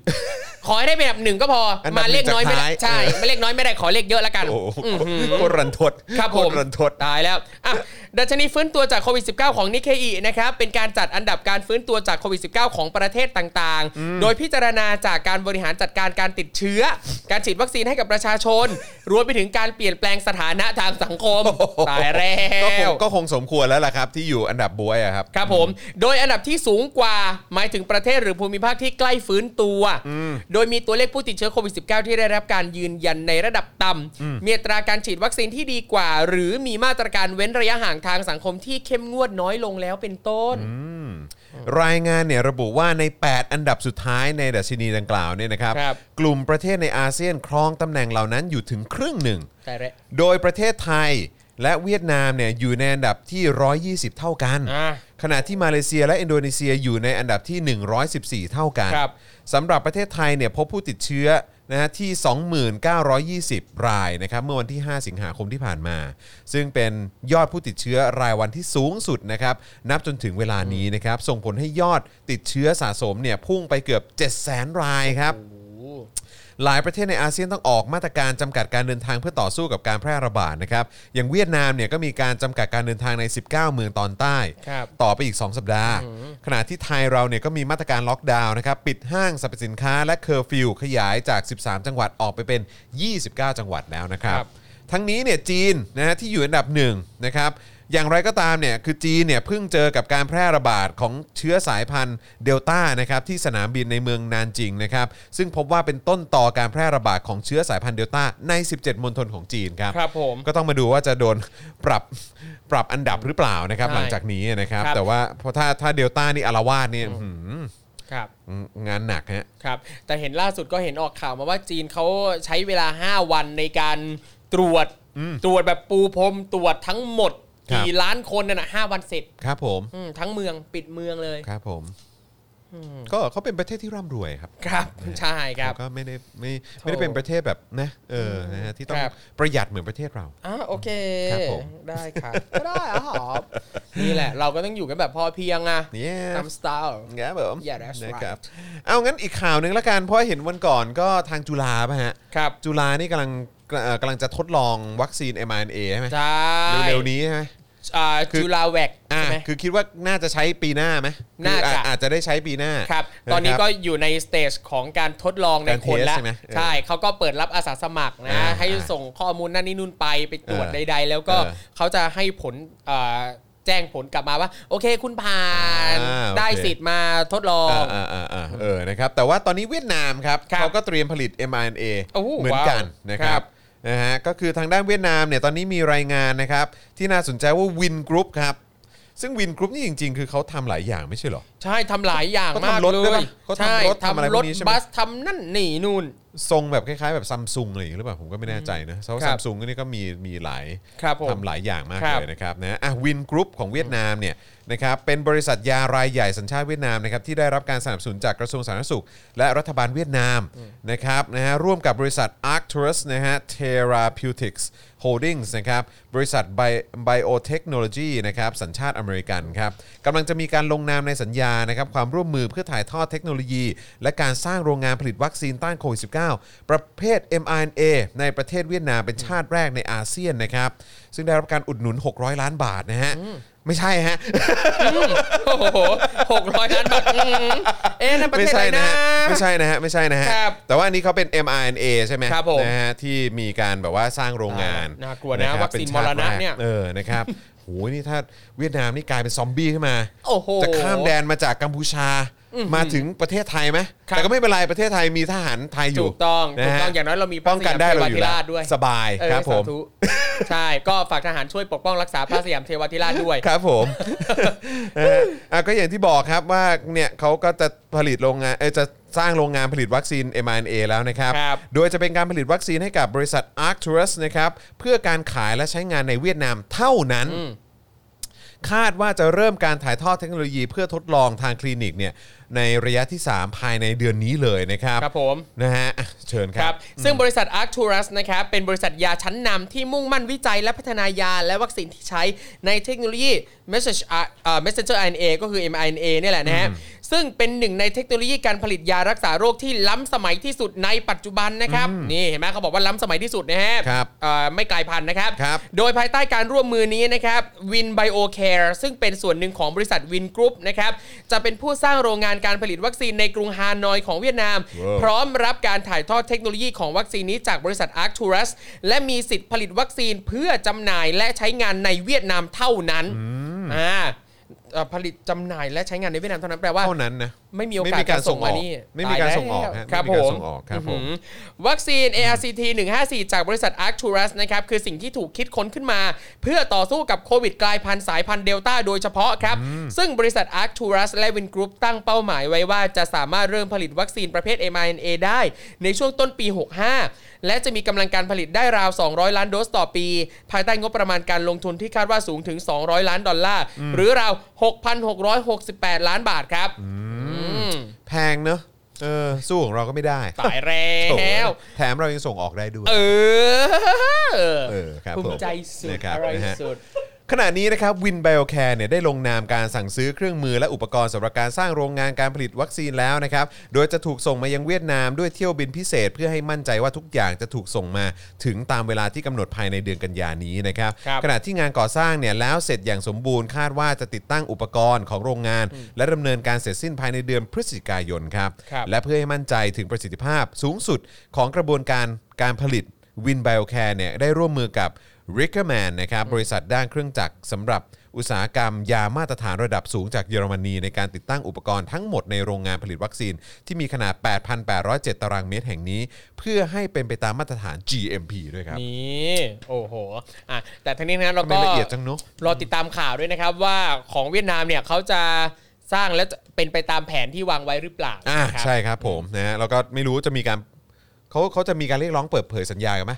Speaker 1: ขอให้ได้เป็นอันดับหนึ่งก็พออน
Speaker 2: ดับ
Speaker 1: มาเลขน้อยไม่ได้
Speaker 2: หนึ่งจากท้าย
Speaker 1: ใช่
Speaker 2: เออ
Speaker 1: มาเลขน้อยไม่ได้ขอเลขเยอะละกัน
Speaker 2: โอ้โห
Speaker 1: อื้อหือ
Speaker 2: โคตรรันทด
Speaker 1: ครับ
Speaker 2: โค
Speaker 1: ผม
Speaker 2: ตรรันทด
Speaker 1: ตายแล้วอ่ะดัชนีฟื้นตัวจากโควิด -19 ของนิเคอีนะครับเป็นการจัดอันดับการฟื้นตัวจากโควิด -19 ของประเทศต่างๆ โดยพิจารณาจากการบริหารจัดการการติดเชื้อ การฉีดวัคซีนให้กับประชาชน รวมไปถึงการเปลี่ยนแปลงสถานะทางสังคม ตายแล้
Speaker 2: ก็คง
Speaker 1: ว
Speaker 2: ก็คงสมควรแล้วล่ะครับ ที่อยู่อันดับบวยอะครับ
Speaker 1: ครับผม โดยอันดับที่สูงกว่าหมายถึงประเทศหรือภูมิภาคที่ใกล้ฟื้นตัว โดยมีตัวเลขผู้ติดเชื้อโควิด -19 ที่ได้รับการยืนยันในระดับต่ำมีอัตราการฉีดวัคซีนที่ดีกว่า หรือมีมาตรการเว้นระยะห่างทางสังคมที่เข้มงวดน้อยลงแล้วเป็นต้น
Speaker 2: รายงานเนี่ยระบุว่าใน 8 อันดับสุดท้ายในดัชนีดังกล่าวเนี่ยนะครับ
Speaker 1: ครับ
Speaker 2: กลุ่มประเทศในอาเซียนครองตำแหน่งเหล่านั้นอยู่ถึงครึ่งหนึ่ง
Speaker 1: แต่ละ
Speaker 2: โดยประเทศไทย และเวียดนามเนี่ยอยู่ในอันดับที่ 120 เท่ากัน
Speaker 1: อ่า
Speaker 2: ขณะที่มาเลเซียและอินโดนีเซียอยู่ในอันดับที่ 114 เท่ากัน
Speaker 1: ครับ
Speaker 2: สำหรับประเทศไทยเนี่ยพบผู้ติดเชื้อนะฮะที่ 2,920 รายนะครับเมื่อวันที่ 5 สิงหาคมที่ผ่านมา ซึ่งเป็นยอดผู้ติดเชื้อรายวันที่สูงสุดนะครับนับจนถึงเวลานี้นะครับส่งผลให้ยอดติดเชื้อสะสมเนี่ยพุ่งไปเกือบ 700,000 รายครับ หลายประเทศในอาเซียนต้องออกมาตรการจำกัดการเดินทางเพื่อต่อสู้กับการแพร่ระบาดนะครับ อย่างเวียดนามเนี่ยก็มีการจำกัดการเดินทางใน 19 เมืองตอนใต้
Speaker 1: ครับ
Speaker 2: ต่อไปอีก 2 สัปดาห์ ขณะที่ไทยเราเนี่ยก็มีมาตรการล็อกดาวน์นะครับ ปิดห้างสรรพสินค้าและเคอร์ฟิวขยายจาก 13 จังหวัดออกไปเป็น 29 จังหวัดแล้วนะครับ
Speaker 1: ครับ
Speaker 2: ทั้งนี้เนี่ยจีนนะฮะที่อยู่อันดับหนึ่งนะครับอย่างไรก็ตามเนี่ยคือจีนเนี่ยเพิ่งเจอกับการแพร่ระบาดของเชื้อสายพันธุ์เดลต้านะครับที่สนามบินในเมืองนานจิงนะครับซึ่งพบว่าเป็นต้นต่อการแพร่ระบาดของเชื้อสายพันธุ์เดลต้าใน 17 มณฑลของจีนครับ
Speaker 1: ครับผม
Speaker 2: ก็ต้องมาดูว่าจะโดน ปรับ ปรับอันดับหรือเปล่านะครับ
Speaker 1: ใช่
Speaker 2: หลังจากนี้นะครับ
Speaker 1: ครับ
Speaker 2: แต่ว่าเพราะถ้าถ้าเดลต้านี่อารวาสเนี่ยอื้อหือ
Speaker 1: ครับ
Speaker 2: งานหนักฮะ
Speaker 1: ครับ แต่เห็นล่าสุดก็เห็นออกข่าวมาว่าจีนเขาใช้เวลา 5 วันในการตรวจ
Speaker 2: อืม
Speaker 1: ตรวจแบบปูพรมตรวจทั้งหมด
Speaker 2: ครับ
Speaker 1: กี่ล้านคนนั่นน่ะห้าวันเสร็จ
Speaker 2: ครับผม
Speaker 1: อืมทั้งเมืองปิดเมืองเลย
Speaker 2: ครับผมก็เขาเป็นประเทศที่ร่ำรวยครับ
Speaker 1: ครับใช่ครับ
Speaker 2: แล้วก็ไม่ได้ไม่ไม่ได้เป็นประเทศแบบนะเออนะฮะที่ต้อง
Speaker 1: ครับ
Speaker 2: ประหยัดเหมือนประเทศเรา
Speaker 1: อ่ะโอเค
Speaker 2: ครับผม
Speaker 1: ได้ ครับก็ได้อ่ะหอมนี่แหละ เราก็ต้องอยู่กันแบบพอเพียงอ่ะ
Speaker 2: เนี่ย
Speaker 1: ตามสไตล์
Speaker 2: ครับผม
Speaker 1: Yeah, that's right
Speaker 2: นะครับเอางั้นอีกข่าวหนึ่งละกันเพราะเห็นวันก่อนก็ทางจุฬาป่ะฮะ
Speaker 1: ครับ
Speaker 2: จุฬานี่กำลังเอ่อกำลังจะทดลองวัคซีน mRNA ใช่ไหม
Speaker 1: ใช่
Speaker 2: เร็วๆนี้ใช่ไหม
Speaker 1: อ่า
Speaker 2: คือ
Speaker 1: จุฬาแวก
Speaker 2: อ่า
Speaker 1: ใช่ไหม
Speaker 2: คือคิดว่าน่าจะใช้ปีหน้าไหม
Speaker 1: น่าจะ
Speaker 2: คือออาจจะได้ใช้ปีหน้า
Speaker 1: ครับ
Speaker 2: ะค
Speaker 1: ต
Speaker 2: รับ
Speaker 1: อนนี้ก็อยู่ในสเตจของการทดลองใน
Speaker 2: การเทส
Speaker 1: คนแล้ว
Speaker 2: ใช่ไหมเออ
Speaker 1: ใช่เขาก็เปิดรับอาสาสมัครนะ
Speaker 2: อ่า
Speaker 1: ให้
Speaker 2: อ่า
Speaker 1: ส่งข้อมูลนั่นนี่นู่นไปไปตรวจ
Speaker 2: เออ
Speaker 1: ใด ๆ แล้วก็
Speaker 2: เออ
Speaker 1: เขาจะให้ผลเอ่อแจ้งผลกลับมาว่า โอเคคุณผ่าน
Speaker 2: อ่าโอเค
Speaker 1: ได้สิทธิ์มาทดลอง
Speaker 2: อ่าอ่าอ่าเออนะครับแต่ว่าตอนนี้เวียดนามครับ
Speaker 1: ครับ
Speaker 2: เขาก็เตรียมผลิต mRNA
Speaker 1: โอ้โห
Speaker 2: เหมือนกัน
Speaker 1: ว้าว
Speaker 2: นะค
Speaker 1: ค
Speaker 2: รับ
Speaker 1: รับ
Speaker 2: นะฮะก็คือทางด้านเวียดนามเนี่ยตอนนี้มีรายงานนะครับที่น่าสนใจว่าวินกรุ๊ปครับซึ่งวินกรุ๊ปนี่จริงๆ คือเขาทำหลายอย่างไม่ใช่เหรอ
Speaker 1: ใช่ทำหลายอย่างมาก
Speaker 2: เขาทำรถ
Speaker 1: เล
Speaker 2: ด้วยปะ
Speaker 1: ย
Speaker 2: เขาทำ
Speaker 1: ใช่
Speaker 2: รถทำอะไรพวกนี้ใช่ไหม
Speaker 1: บัสทำนั่นนี่นู่น
Speaker 2: ทรงแบบคล้ายๆแบบซัมซุงอะไรอย่างเงี้ยหรือเปล่าผมก็ไม่แน่ใจนะเพราะ
Speaker 1: ครั
Speaker 2: ซั
Speaker 1: บ
Speaker 2: มซุงนี่ก็มีมีหลาย
Speaker 1: ครับผม
Speaker 2: ทำหลายอย่างมาก
Speaker 1: ครับ
Speaker 2: เลยนะครับนะอ่ะวินกรุ๊ปของเวียดนามเนี่ยนะครับเป็นบริษัทยารายใหญ่สัญชาติเวียดนามนะครับที่ได้รับการสนับสนุนจากกระทรวงสาธารณสุข และรัฐบาลเวียดนามนะครับนะฮะร่วมกับบริษัท Arcturus นะฮะ Therapeutics Holdings นะครับบริษัท Bi- Biotechnology นะครับสัญชาติอเมริกันครับกำลังจะมีการลงนามในสัญญานะครับความร่วมมือเพื่อถ่ายทอดเทคโนโลยี และการสร้างโรงงานผลิตวัคซีนต้านโควิด -19 ประเภท mRNA ในประเทศเวียดนามเป็นชาติแรกในอาเซียนนะครับ ซึ่งได้รับการอุดหนุน 600 ล้านบาทนะฮะ ไม่ใช่ฮะ
Speaker 1: โอ้โหหกร้อยล้านบาทอื้อหือเอ๊ะนั่นประ
Speaker 2: ไม่
Speaker 1: เทศอะ
Speaker 2: ใช่
Speaker 1: ไร
Speaker 2: นะ
Speaker 1: นะ
Speaker 2: ฮะไม่ใช่นะฮะไม่ใช่นะฮะ
Speaker 1: ครับ
Speaker 2: แต่ว่าอันนี้เขาเป็น mRNA ใช่ไหม
Speaker 1: ครับผม
Speaker 2: นะฮะที่มีการแบบว่าสร้างโรงงาน
Speaker 1: น่ากลัวนะ
Speaker 2: รับ
Speaker 1: วัคซีน
Speaker 2: เป็ชติ
Speaker 1: มรณะเนี่ย
Speaker 2: แกเออนะครับ โหนี่ถ้าเวียดนามนี่กลายเป็นซอมบี้ขึ้นมา
Speaker 1: โอ้โห
Speaker 2: จะข้ามแดนมาจากกัมพูชามาถึงประเทศไทยไหม
Speaker 1: ครับ
Speaker 2: แต่ก็ไม่เป็นไรประเทศไทยมีทหารไทยอยู่
Speaker 1: ถูกต้อง
Speaker 2: นะ
Speaker 1: ถูก
Speaker 2: ฮะ
Speaker 1: ต้องอย่างน้อยเรามี
Speaker 2: ป้องกันได้เราอยู่
Speaker 1: พะสยมเทวาธิ
Speaker 2: แล้
Speaker 1: ราว ชด้วย
Speaker 2: สบาย
Speaker 1: เออ
Speaker 2: ครับผม
Speaker 1: สาธุใช่ก็ฝากทหารช่วยปกป้องรักษาพระสยามเทวาธิราชด้วย
Speaker 2: ครับผม นะฮะอ่ะก็อย่างที่บอกครับว่าเนี่ยเขาก็จะผลิตโรงงานเอยจะสร้างโรงงานผลิตวัคซีน mRNA แล้วนะครับ
Speaker 1: ครับ
Speaker 2: โดยจะเป็นการผลิตวัคซีนให้กับบริษัท Arcturus นะครับเพื่อการขายและใช้งานในเวียดนามเท่านั้น
Speaker 1: อืม
Speaker 2: คาดว่าจะเริ่มการถ่ายทอดเทคโนโลยีเพื่อทดลองทางคลินิกเนี่ยในระยะที่ 3 ภายในเดือนนี้เลยนะครับ
Speaker 1: ครับผม
Speaker 2: นะฮะอ่ะเชิญ
Speaker 1: ค
Speaker 2: ครั
Speaker 1: รับ บซึ่งบริษัท Arcturus นะครับเป็นบริษัทยาชั้นนำที่มุ่งมั่นวิจัยและพัฒนายาและวัคซีนที่ใช้ในเทคโนโลยี message- เอ่อ messenger RNA ก็คือ mRNA เนี่ยแหละนะฮะซึ่งเป็นหนึ่งในเทคโนโลยีการผลิตยารักษาโรคที่ล้ำสมัยที่สุดในปัจจุบันนะครับนี่เห็นไหมเขาบอกว่าล้ำสมัยที่สุดนะฮะ
Speaker 2: ครับ
Speaker 1: เอ่อไม่ไกลพันธุ์นะครับ
Speaker 2: ครับ
Speaker 1: โดยภายใต้การร่วมมือนี้นะครับ Win BioCare ซึ่งเป็นส่วนหนึ่งของบริษัท Win Group นะครับ จะเป็นผู้สร้างโรงงานการผลิตวัคซีนในกรุงฮานอยของเวียดนาม
Speaker 2: ว้าว
Speaker 1: พร้อมรับการถ่ายทอดเทคโนโลยีของวัคซีนนี้จากบริษัท Arcturus และมีสิทธิ์ผลิตวัคซีนเพื่อจำหน่ายและใช้งานในเวียดนามเท่านั้นอ่าเอ่อผลิตจำหน่ายและใช้งานในเวียดนามเท่านั้นแปลว่า
Speaker 2: เท่านั้นนะ
Speaker 1: ไม่มีโอ
Speaker 2: ไม่
Speaker 1: กาส
Speaker 2: มีการส่งออก
Speaker 1: จะนี่
Speaker 2: ไม่มีการ
Speaker 1: ตยแล้ว
Speaker 2: ส่งออกฮะ
Speaker 1: ครับ
Speaker 2: ไม่
Speaker 1: ผ
Speaker 2: มีกา
Speaker 1: ม
Speaker 2: รส่งออกครับผม
Speaker 1: อือหือวัคซีน ARCT 154 จากบริษัท Arcturus นะครับคือสิ่งที่ถูกคิดค้นขึ้นมา เพื่อต่อสู้กับโควิดกลายพันธุ์สายพันธุ์เดลต้าโดยเฉพาะครับ ซึ่งบริษัท Arcturus และ Vingroup ตั้งเป้าหมายไว้ว่าจะสามารถเริ่มผลิตวัคซีนประเภท mRNA ได้ ในช่วงต้นปี 65 และจะมีกำลังการผลิตได้ราว 200 ล้านโดสต่อปี ภายใต้งบประมาณการลงทุนที่คาดว่าสูงถึง 200 ล้านดอลลาร์หรือราว 6,668 ล้านบาทครับ อืม
Speaker 2: แพงเนอะเออสู้ของเราก็ไม่ได้
Speaker 1: ตายแล้
Speaker 2: โถ่
Speaker 1: ว
Speaker 2: แถมเรายังส่งออกได้ด้วย
Speaker 1: เออ
Speaker 2: เออครับ
Speaker 1: ภู
Speaker 2: ผม
Speaker 1: มิใจสุด
Speaker 2: นะครับ
Speaker 1: อะไร
Speaker 2: นะฮะ
Speaker 1: สุด
Speaker 2: ขณะนี้นะครับวินไบโอแคร์เนี่ยได้ลงนามการสั่งซื้อเครื่องมือและอุปกรณ์สำหรับการสร้างโรงงานการผลิตวัคซีนแล้วนะครับ โดยจะถูกส่งมายังเวียดนามด้วยเที่ยวบินพิเศษ เพื่อให้มั่นใจว่าทุกอย่างจะถูกส่งมาถึงตามเวลาที่กำหนดภายในเดือนกันยานี้นะครับ
Speaker 1: ครับ
Speaker 2: ขณะที่งานก่อสร้างเนี่ยแล้วเสร็จอย่างสมบูรณ์คาดว่าจะติดตั้งอุปกรณ์ของโรงงาน และดำเนินการเสร็จสิ้นภายในเดือนพฤศจิกายนครับ
Speaker 1: ครับ
Speaker 2: และเพื่อให้มั่นใจถึงประสิทธิภาพสูงสุดของกระบวนการการผลิตวินไบโอแคร์เนี่ยได้ร่วมมือกับ r i c k e r m a n นะครับบริษัทด้านเครื่องจักรสำหรับอุตสาหกรรมยามาตรฐานระดับสูงจากเยอรมนี ในการติดตั้งอุปกรณ์ทั้งหมดในโรงงานผลิตวัคซีน ที่มีขนาด 8,807 ตารางเมตรแห่งนี้ เพื่อให้เป็นไปตามมาตรฐาน GMP ด้วยครับ
Speaker 1: นี่โอ้โหอ่ะแต่ทั้งนี้ทั้งนั้นเรา
Speaker 2: ทำไม
Speaker 1: ก็
Speaker 2: ละเอียดจังเนาะ
Speaker 1: รอติดตามข่าวด้วยนะครับว่าของเวียดนามเนี่ยเขาจะสร้างและจะเป็นไปตามแผนที่วางไว้หรือเปล่า
Speaker 2: อ่า
Speaker 1: นะครับ
Speaker 2: ใช่ครับผมนะฮะแล้วก็ไม่รู้จะมีการเขาเขาจะมีการเรียกร้องเปิดเผยสัญญากันไหม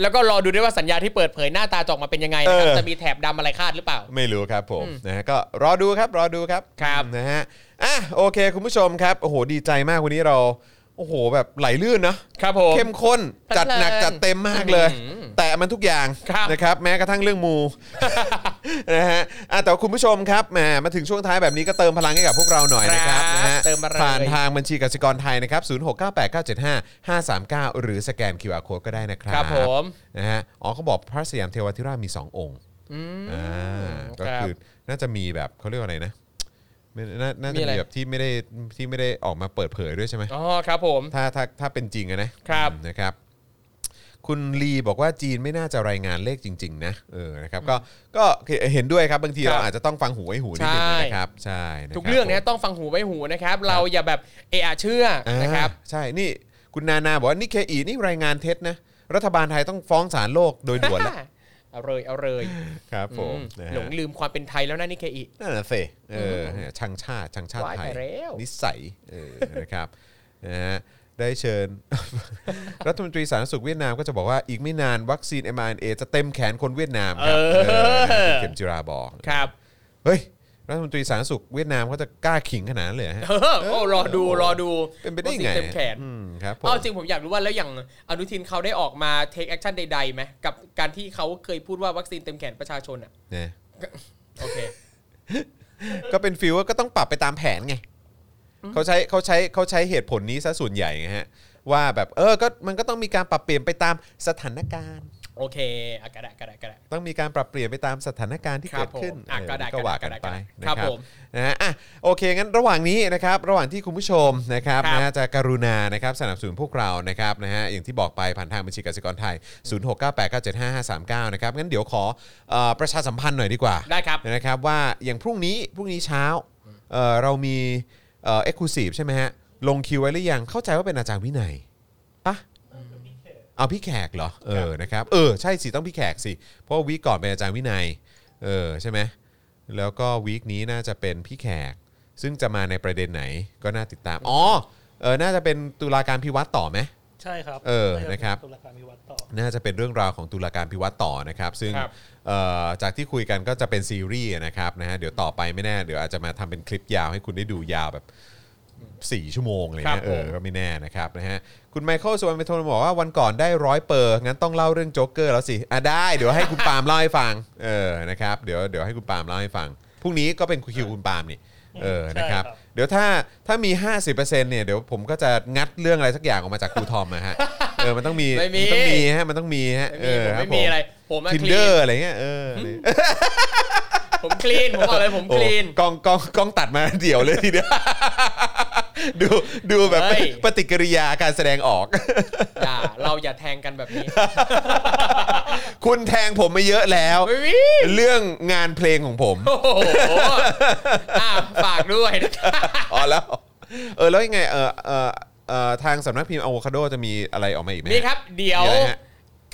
Speaker 1: แล้วก็รอดูด้วยว่าสัญญาที่เปิดเผยหน้าตาจะออกมาเป็นยังไงนะครับ
Speaker 2: เออ
Speaker 1: จะมีแถบดำอะไรคาดหรือเปล่า
Speaker 2: ไม่รู้ครับผมนะฮะก็รอดูครับรอดูครับ
Speaker 1: ครับ
Speaker 2: นะฮะอ่ะโอเค คุณผู้ชมครับโอ้โหดีใจมากวันนี้เราโอ้โหแบบไหลลื่นนะครับ
Speaker 1: ผม
Speaker 2: เข้มข้นจัดหนัก
Speaker 1: เพลิน
Speaker 2: จัดเต็มมากเลย
Speaker 1: อืม
Speaker 2: แต่มันทุกอย่าง
Speaker 1: ครับ
Speaker 2: นะครับแม้กระทั่งเรื่อง มู นะฮะอ่ะแต่ว่าคุณผู้ชมครับแหมมาถึงช่วงท้ายแบบนี้ก็เติมพลังให้กับพวกเราหน่อยนะครับนะฮะ
Speaker 1: เติมมาเลย
Speaker 2: ผ่านทางบัญชีกสิกรไทยนะครับ 0698975539 539 หรือสแกน QR Code ก็ได้นะครับ
Speaker 1: ครับผม
Speaker 2: นะฮะ อ๋อเขาบอกพระสยามเทวทิราชมี 2 องค์อ่าก็
Speaker 1: ครับ
Speaker 2: คือน่าจะมีแบบเขาเรียกว่าอะไรนะไม่น่าน่าจะ
Speaker 1: มีอะไร
Speaker 2: มีแบบที่ไม่ได้ที่ไม่ได้ออกมาเปิดเผยด้วยใช่ไหม
Speaker 1: อ๋อครับผม
Speaker 2: ถ้าถ้าถ้าเป็นจริงอะนะครับ อืมนะครับ คุณลีบอกว่าจีนไม่น่าจะรายงานเลขจริง ๆ นะเออนะครับก็ก็เห็นด้วยครับบางทีเราอาจจะต้องฟังหูไว้หูนิดนึงนะครับใช่นะคบ
Speaker 1: ทุกเรื่อง
Speaker 2: ผม
Speaker 1: เนะต้องฟังหูไว้หูนะครับ เราอย่าแบบเอะอะเชื่อนะครับ
Speaker 2: อ่าใช่ นี่คุณนานาบอกว่านี่เคอีนี่รายงานเท็จนะ รัฐบาลไทยต้องฟ้องศาลโลกโดยด่วน แล้ว
Speaker 1: เอาเลยเอาเลย
Speaker 2: ครับผม
Speaker 1: อืม
Speaker 2: นะฮะ
Speaker 1: หลงลืมความเป็นไทยแล้วนะนี่เคอี
Speaker 2: นั่นแหละเฟเออเนี่ยชังชาติชังชาติ
Speaker 1: ว้าย
Speaker 2: ไท
Speaker 1: ไป
Speaker 2: ย
Speaker 1: แล้ว
Speaker 2: นิสัยเออ นะครับ นะฮะได้เชิญ รัฐมนตรีสาธารณสุขเวียดนามก็จะบอกว่าอีกไม่นานวัคซีน mRNA จะเต็มแขนคนเวียดนามครับเออคุณเข็มจิราบอก
Speaker 1: ครับ
Speaker 2: เฮ้ย รัฐมนตรีสาธารณสุขเวียดนามเขาจะกล้าขิงขนาดนั้นเลยเหรอฮะ
Speaker 1: เออโอ้รอดูรอดู
Speaker 2: เป็นไปได้ยังไง
Speaker 1: เต็มแขน
Speaker 2: อืมครับผม
Speaker 1: เอาจริงผมอยากรู้ว่าแล้วอย่างอนุทินเขาได้ออกมาเทคแอคชั่นใดๆไหมกับการที่เขาเคยพูดว่าวัคซีนเต็มแขนประชาชนอ่ะ
Speaker 2: นะ
Speaker 1: โอเค
Speaker 2: ก็เป็นฟิลว่าก็ต้องปรับไปตามแผนไง เขาใช้เขาใช้เขาใช้เหตุผลนี้ซะส่วนใหญ่ไงฮะว่าแบบเออก็มันก็ต้องมีการปรับเปลี่ยนไปตามสถานการณ์
Speaker 1: โอเคอะกระดะกระดะกระดะ
Speaker 2: ต้องมีการปรับเปลี่ยนไปตามสถานการณ์ที่
Speaker 1: ครั
Speaker 2: เกิ
Speaker 1: บ
Speaker 2: ดขึ้น
Speaker 1: ผมอ่ะ
Speaker 2: เออ
Speaker 1: ก็ได้
Speaker 2: ก็ว่ากันไป
Speaker 1: ก็ได้
Speaker 2: นะ
Speaker 1: ค
Speaker 2: ค
Speaker 1: รั
Speaker 2: รับบ
Speaker 1: ผม
Speaker 2: นะฮะอ่ะโอเคงั้นระหว่างนี้นะครับระหว่างที่คุณผู้ชมนะครับ
Speaker 1: ครับ
Speaker 2: นะฮะจะกรุณานะครับสนับสนุนพวกเรานะครับนะฮะอย่างที่บอกไปผ่านทางบัญชีกสิกรไทย 0698975539 นะครับงั้นเดี๋ยวขอเอ่อประชาสัมพันธ์หน่อยดีกว่า
Speaker 1: ได้ครับ
Speaker 2: นะครับว่าอย่างพรุ่งนี้พรุ่งนี้เช้าเอ่อเรามีเอ็กซ์คลูซีฟใช่ไหมฮะลงคิวไว้หรือยังเข้าใจว่าเป็นอาจารย์วินัยปะ เอาพี่แขกเหรอ เออ นะครับ เออ ใช่สิ ต้องพี่แขกสิ เพราะวีคก่อนเป็นอาจารย์วินัย เออ ใช่ไหม แล้วก็วีคนี้น่าจะเป็นพี่แขก ซึ่งจะมาในประเด็นไหนก็น่าติดตาม อ๋อ เออ น่าจะเป็นตุลาการพิวัตรต่อไหม
Speaker 3: ใช่ครับ
Speaker 2: เออนะครับ
Speaker 3: ตุลาการมีวัดต่อ
Speaker 2: น่าจะเป็นเรื่องราวของตุลาการพิวัตรต่อนะครับ ซึ่ง
Speaker 1: ครับ
Speaker 2: เอ่อจากที่คุยกันก็จะเป็นซีรีส์นะครับนะฮะเดี๋ยวต่อไปไม่แน่ เดี๋ยวอาจจะมาทำเป็นคลิปยาวให้คุณได้ดูยาวแบบ 4 ชั่วโมงเลย
Speaker 1: ครับ
Speaker 2: นะเออ
Speaker 1: ผม
Speaker 2: ก็ไม่แน่นะครับนะฮะคุณไมเคิลสวนเปโทนบอกว่าวันก่อนได้ร้อยเปอร์งั้นต้องเล่าเรื่องโจ๊กเกอร์แล้วสิอ่ะได้ เดี๋ยวให้คุณปาล์มเล่าให้ฟังเออนะครับเดี๋ยวเดี๋ยวให้คุณปาล์มเล่าให้ฟังพรุ่งนี้ก็เป็นคิวคุณปาล์มนี่เออนะครับ
Speaker 3: ใช่ครับ
Speaker 2: เดี๋ยวถ้าถ้ามี 50%เนี่ยเดี๋ยวผมก็จะงัดเรื่องอะไรสักอย่างออกมาจากครูทอมนะฮะเออมันต้องมี
Speaker 1: ไม่มี
Speaker 2: นต้องมี ฮะมันต้องมีฮะ
Speaker 1: ไม่
Speaker 2: เอ
Speaker 1: มีผมไม่
Speaker 2: อค
Speaker 1: มีอะไร ผมอะ
Speaker 2: ทิน
Speaker 1: คลี
Speaker 2: เดอร์
Speaker 1: น
Speaker 2: อะไรเงี้ยเออ
Speaker 1: ผมคลีนผมบอกเลยผม
Speaker 2: โอ้
Speaker 1: คลีน
Speaker 2: กล้องกล้องกล้องตัดมาเดี่ยวเลยทีเดียว ดูดูแบบ
Speaker 1: เฮ้ย
Speaker 2: ปฏิกิริยาการแสดงออก
Speaker 1: อ ย่าเราอย่าแทงกันแบบนี้
Speaker 2: คุณแทงผมมาเยอะแล้ว
Speaker 1: วิ
Speaker 2: เรื่องงานเพลงของผม
Speaker 1: โอ้โหอ่ะฝากด้วยนะครับ
Speaker 2: อ๋อแล้ว เออแล้วยังไงเออเออเออทางสำนักพิมพ์อะโวคาโดจะมีอะไรออกมาอีกไหม
Speaker 1: นี่ครับ เดี๋ยว
Speaker 2: มีอะไรฮะ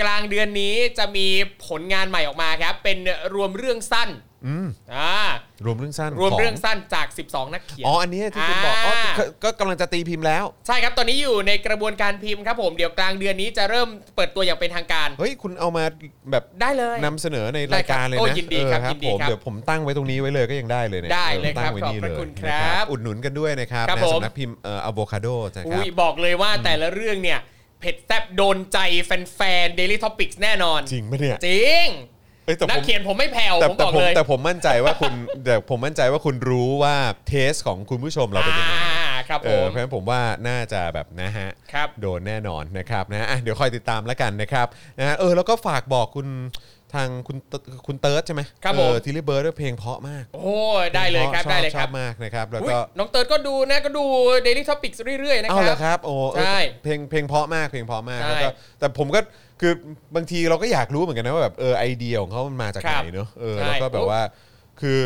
Speaker 1: กลางเดือนนี้จะมีผลงานใหม่ออกมาครับ เป็นรวมเรื่องสั้น
Speaker 2: อืม
Speaker 1: อ่าร
Speaker 2: วมเรื่องสั้น
Speaker 1: รวม
Speaker 2: ข
Speaker 1: เรื่องสั้นจาก 12 นักเขียน
Speaker 2: อ๋ออันนี้ที่คุณบอกอ๋อ
Speaker 1: อ่า
Speaker 2: ก็ก็กำลังจะตีพิมพ์แล้ว
Speaker 1: ใช่ครับ ตอนนี้อยู่ในกระบวนการพิมพ์ครับผม เดี๋ยวกลางเดือนนี้จะเริ่มเปิดตัวอย่างเป็นทางการ
Speaker 2: เฮ้ย คุณเอามาแบบ
Speaker 1: ได้เลย
Speaker 2: นำเสนอในรายการเลย
Speaker 1: ได้ครับโอ้
Speaker 2: นะ
Speaker 1: ยินดีครับ
Speaker 2: เออ
Speaker 1: ยินดี
Speaker 2: ผม
Speaker 1: ครับ
Speaker 2: เดี๋ยวผมตั้งไว้ตรงนี้ไว้เลยก็ยังได้เลยเนี่ย
Speaker 1: ได้เลย
Speaker 2: ออตั้งไว้
Speaker 1: ครับ
Speaker 2: นี่
Speaker 1: ขอบพระ
Speaker 2: เย
Speaker 1: คุณครับ
Speaker 2: นะอุดหนุนกันด้วยนะครับ
Speaker 1: ครับ
Speaker 2: ใน
Speaker 1: ผม
Speaker 2: สำนักพิมพ์เอ่ออะโวคาโดนะค
Speaker 1: อุ้
Speaker 2: รับ
Speaker 1: ยบอกเลยว่าแต่ละเรื่องเนี่ยเผ็ดแซ่บโดนใจแฟนๆ Daily Topics แน่นอน
Speaker 2: จริงปะเนี่ย
Speaker 1: จริง
Speaker 2: เอ้ยแต่
Speaker 1: นั
Speaker 2: ผ
Speaker 1: ก
Speaker 2: ม
Speaker 1: เขียนผมไม่แผ่ว
Speaker 2: แต่
Speaker 1: ผมบ
Speaker 2: แต่
Speaker 1: อก
Speaker 2: ผม
Speaker 1: เลย
Speaker 2: แต่ผมมั่นใจว่าคุณ แต่ผมมั่นใจว่าคุณรู้ว่าเทสของคุณผู้ชมเราเป็นยังไง
Speaker 1: อ่าครับ
Speaker 2: เอ
Speaker 1: ผ
Speaker 2: อ
Speaker 1: ม
Speaker 2: เพราะฉะนั้นผมว่าน่าจะแบบนะฮะ
Speaker 1: ครับ
Speaker 2: โดนแน่นอนนะครับนะอ่ะเดี๋ยวคอยติดตามแล้วกันนะครับนะฮะเออแล้วก็ฝากบอกคุณทางคุณเติร์คุณเติร์ดใช่ไหม
Speaker 1: ครับผม
Speaker 2: เออทิลลี่เบิร์ดด้วยเพลงเพราะมาก
Speaker 1: โอ้ยได้เลยครับ
Speaker 2: ชอ
Speaker 1: ได้เลยครับ
Speaker 2: ชอบมากนะครับ แล้ว
Speaker 1: อุ๊ย
Speaker 2: ก็
Speaker 1: น้องเติร์ดก็ดูนะก็ดู Daily Topics เรื่อยๆ นะค
Speaker 2: เอา
Speaker 1: รั
Speaker 2: เหร
Speaker 1: บ
Speaker 2: อครับโอ้เออ
Speaker 1: ใช่
Speaker 2: เพลงเพลงเพราะมากเพลงเพราะมาก
Speaker 1: ใช่
Speaker 2: แล้วก็แต่ผมก็คือบางทีเราก็อยากรู้เหมือนกันนะว่าแบบเออไอเดียของเขามันมาจาก
Speaker 1: ครั
Speaker 2: ไห
Speaker 1: บ
Speaker 2: นเนอะเออ
Speaker 1: ใช่
Speaker 2: แล้วก็แบ
Speaker 1: โอ้
Speaker 2: บว่าคือ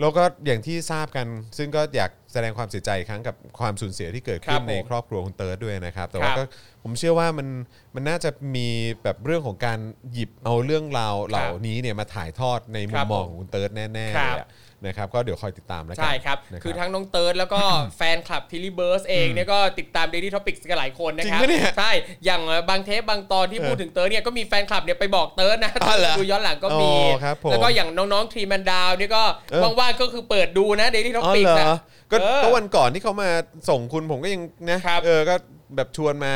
Speaker 2: เราก็อย่างที่ทราบกัน ซึ่งก็อยากแสดงความเสียใจอีกครั้งกับความสูญเสียที่เกิด
Speaker 1: ค
Speaker 2: ขึ้
Speaker 1: รั
Speaker 2: น
Speaker 1: บผม
Speaker 2: ในครอบครัวคุณเติร์ดด้วยนะครับ แต่
Speaker 1: ค
Speaker 2: ว่า
Speaker 1: รับ
Speaker 2: ก็ผมเชื่อว่ามันมันน่าจะมีแบบเรื่องของการหยิบเอาเรื่องราวเหล่านี้เนี่ยมาถ่ายทอดในมุ
Speaker 1: ครั
Speaker 2: ม
Speaker 1: บ
Speaker 2: มองของคุณเติร์ดแน่ๆเลย
Speaker 1: ครับ
Speaker 2: อะนะครับก็เดี๋ยวคอยติดตามแล้วกัน
Speaker 1: ใช่ครับ
Speaker 2: นะ
Speaker 1: คือทั้งน้องเติร์ด แล้วก็ แฟนคลับทิลลี่เบิร์สเองเนี่ยก็ติดตาม Daily Topics กันหลายคนนะครั
Speaker 2: จริงปะเนี่ย
Speaker 1: ใช่ อย่างบางเทปบางตอนที่
Speaker 2: เออ
Speaker 1: พูดถึงเติร์ดเนี่ยก็มีแฟนคลับเนี่ยไปบอกเติร์ดนะ
Speaker 2: อ๋อเหรอ
Speaker 1: ดูย้อนหลังก็มี
Speaker 2: อ๋อครับผม
Speaker 1: แล้วก็อย่างน้องๆทรีแมนดาวเนี่ยก็
Speaker 2: เออ
Speaker 1: ว่างๆก็คือเปิดดูนะ Daily
Speaker 2: อ๋อเห
Speaker 1: Topics
Speaker 2: ร
Speaker 1: นะ
Speaker 2: อก็
Speaker 1: เออ
Speaker 2: ก็วันก่อนที่เขามาส่งคุณผมก็ยังนะครับเออก็แบบชวนมา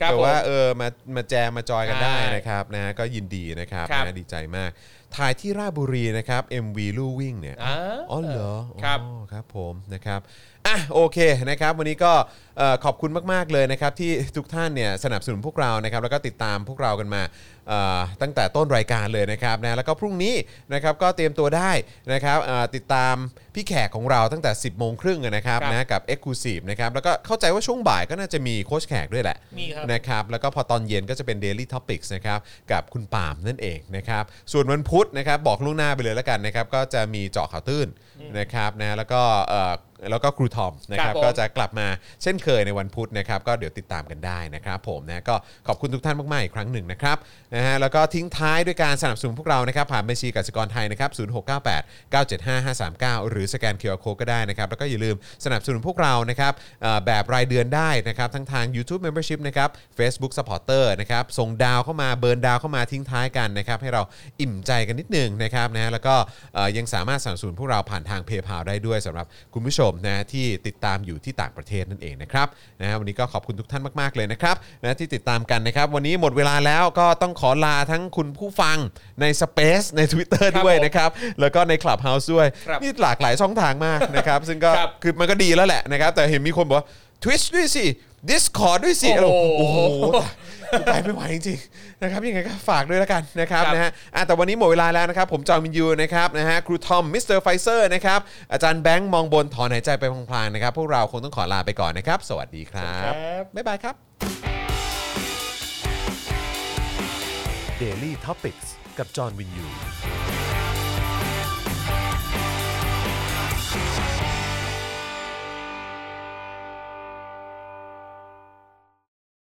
Speaker 1: ครับ
Speaker 2: แบบว่า
Speaker 1: ผม
Speaker 2: เออมามาแจมมาจอยกันได้
Speaker 1: ใช่
Speaker 2: นะครับนะก็ยินดีนะครับ
Speaker 1: ครับ
Speaker 2: นะดีใจมาก ถ่ายที่ราชบุรีนะครับ MV ลู่วิ่งเนี่ย
Speaker 1: อ่า
Speaker 2: อ๋อเหรอ
Speaker 1: ครับ
Speaker 2: อ๋อครับผมนะครับอ่ะโอเคนะครับ วันนี้ก็เอ่อขอบคุณมาก ๆ เลยนะครับ ที่ทุกท่านเนี่ยสนับสนุนพวกเรานะครับ แล้วก็ติดตามพวกเรากันมาเอ่อตั้งแต่ต้นรายการเลยนะครับนะแล้วก็พรุ่งนี้นะครับก็เตรียมตัวได้นะครับเอ่อติดตามพี่แขกของเราตั้งแต่ 10บโมงครึ่งนะครับ
Speaker 1: ครับ
Speaker 2: นะ กับ e x c l u s i v e นะครับแล้วก็เข้าใจว่าช่วงบ่ายก็น่าจะมีโค้ชแขกด้วยแหละ
Speaker 3: มีครับ
Speaker 2: นะครับแล้วก็พอตอนเย็นก็จะเป็น Daily Topics นะครับกับคุณปาล์มนั่นเองนะครับส่วนวันพุธนะครับบอกล่วงหน้าไปเลยแล้วกันนะครับก็จะมีเจาะข่าวตื้นนะครับนะแล้วก็เอ่อแล้วก็ครูทอมนะครับ
Speaker 1: ครับผม
Speaker 2: ก็จะกลับมาเช่นเคยในวันพุธนะครับก็เดี๋ยวติดตามกันได้นะครับผมนะก็ขอบคุณทุกท่านมากๆอีกครั้งหนึ่งนะครับนะฮะแล้วก็ทิ้งท้ายด้วยการสนับสนุนพวกเรานะครับผ่านบัญชีกสิกรไทยนะครับ0698 975 539 หรือสแกน QR Code ก็ได้นะครับ แล้วก็อย่าลืมสนับสนุนพวกเรานะครับเอ่อแบบรายเดือนได้นะครับ ทั้งทาง YouTube Membership นะครับ Facebook Supporter นะครับ ส่งดาวเข้ามาเบิร์นดาวเข้ามาทิ้งท้ายกันนะครับ ให้เราอิ่มใจกันนิดหนึงนะครับนะแล้วก็เอ่อยังสามารถสนับสนุนพวกเราผ่านทางเพย์พาได้ด้วยสำหรับคุณผู้ชมนะที่ติดตามอยู่ที่ต่างประเทศนั่นเองนะครับนะฮะวันนี้ก็ขอบคุณทุกท่านมาก ๆ เลยนะครับนะที่ติดตามกันนะครับ วันนี้หมดเวลาแล้วก็ต้องขอลาทั้งคุณผู้ฟังใน Space ใน Twitter
Speaker 1: ครับ
Speaker 2: ด้วย
Speaker 1: ผม
Speaker 2: นะ นะครับแล้วก็ในคลับเฮาส์ด้วย
Speaker 1: ครับ
Speaker 2: นี่หลากหลายช่องทางมากนะครับ ซึ่งก็
Speaker 1: ครับ
Speaker 2: คือมันก็ดีแล้วแหละนะครับ แต่เห็นมีคนบอกว่า Twitch ด้วยสิ Discord ด้วยสิ
Speaker 1: โอ้โห
Speaker 2: โอ้โหไปไม่ไหวจริง ๆนะครับยังไงก็ฝากด้วยแล้วกันนะครับ
Speaker 1: ครับ
Speaker 2: นะฮะอ่ะแต่วันนี้หมดเวลาแล้วนะครับ ผมจอห์นวินยูนะครับนะฮะครูทอมมิสเตอร์ไฟเซอร์นะครับ อาจารย์แบงค์มองบนถอนหายใจไปพลางๆนะครับ พวกเราคงต้องขอลาไปก่อนนะครับ สวัสดีครับ
Speaker 1: สวัสดีครับ
Speaker 2: บ๊ายบายครับ
Speaker 9: Daily t o p i c กกับจอห์นวินยู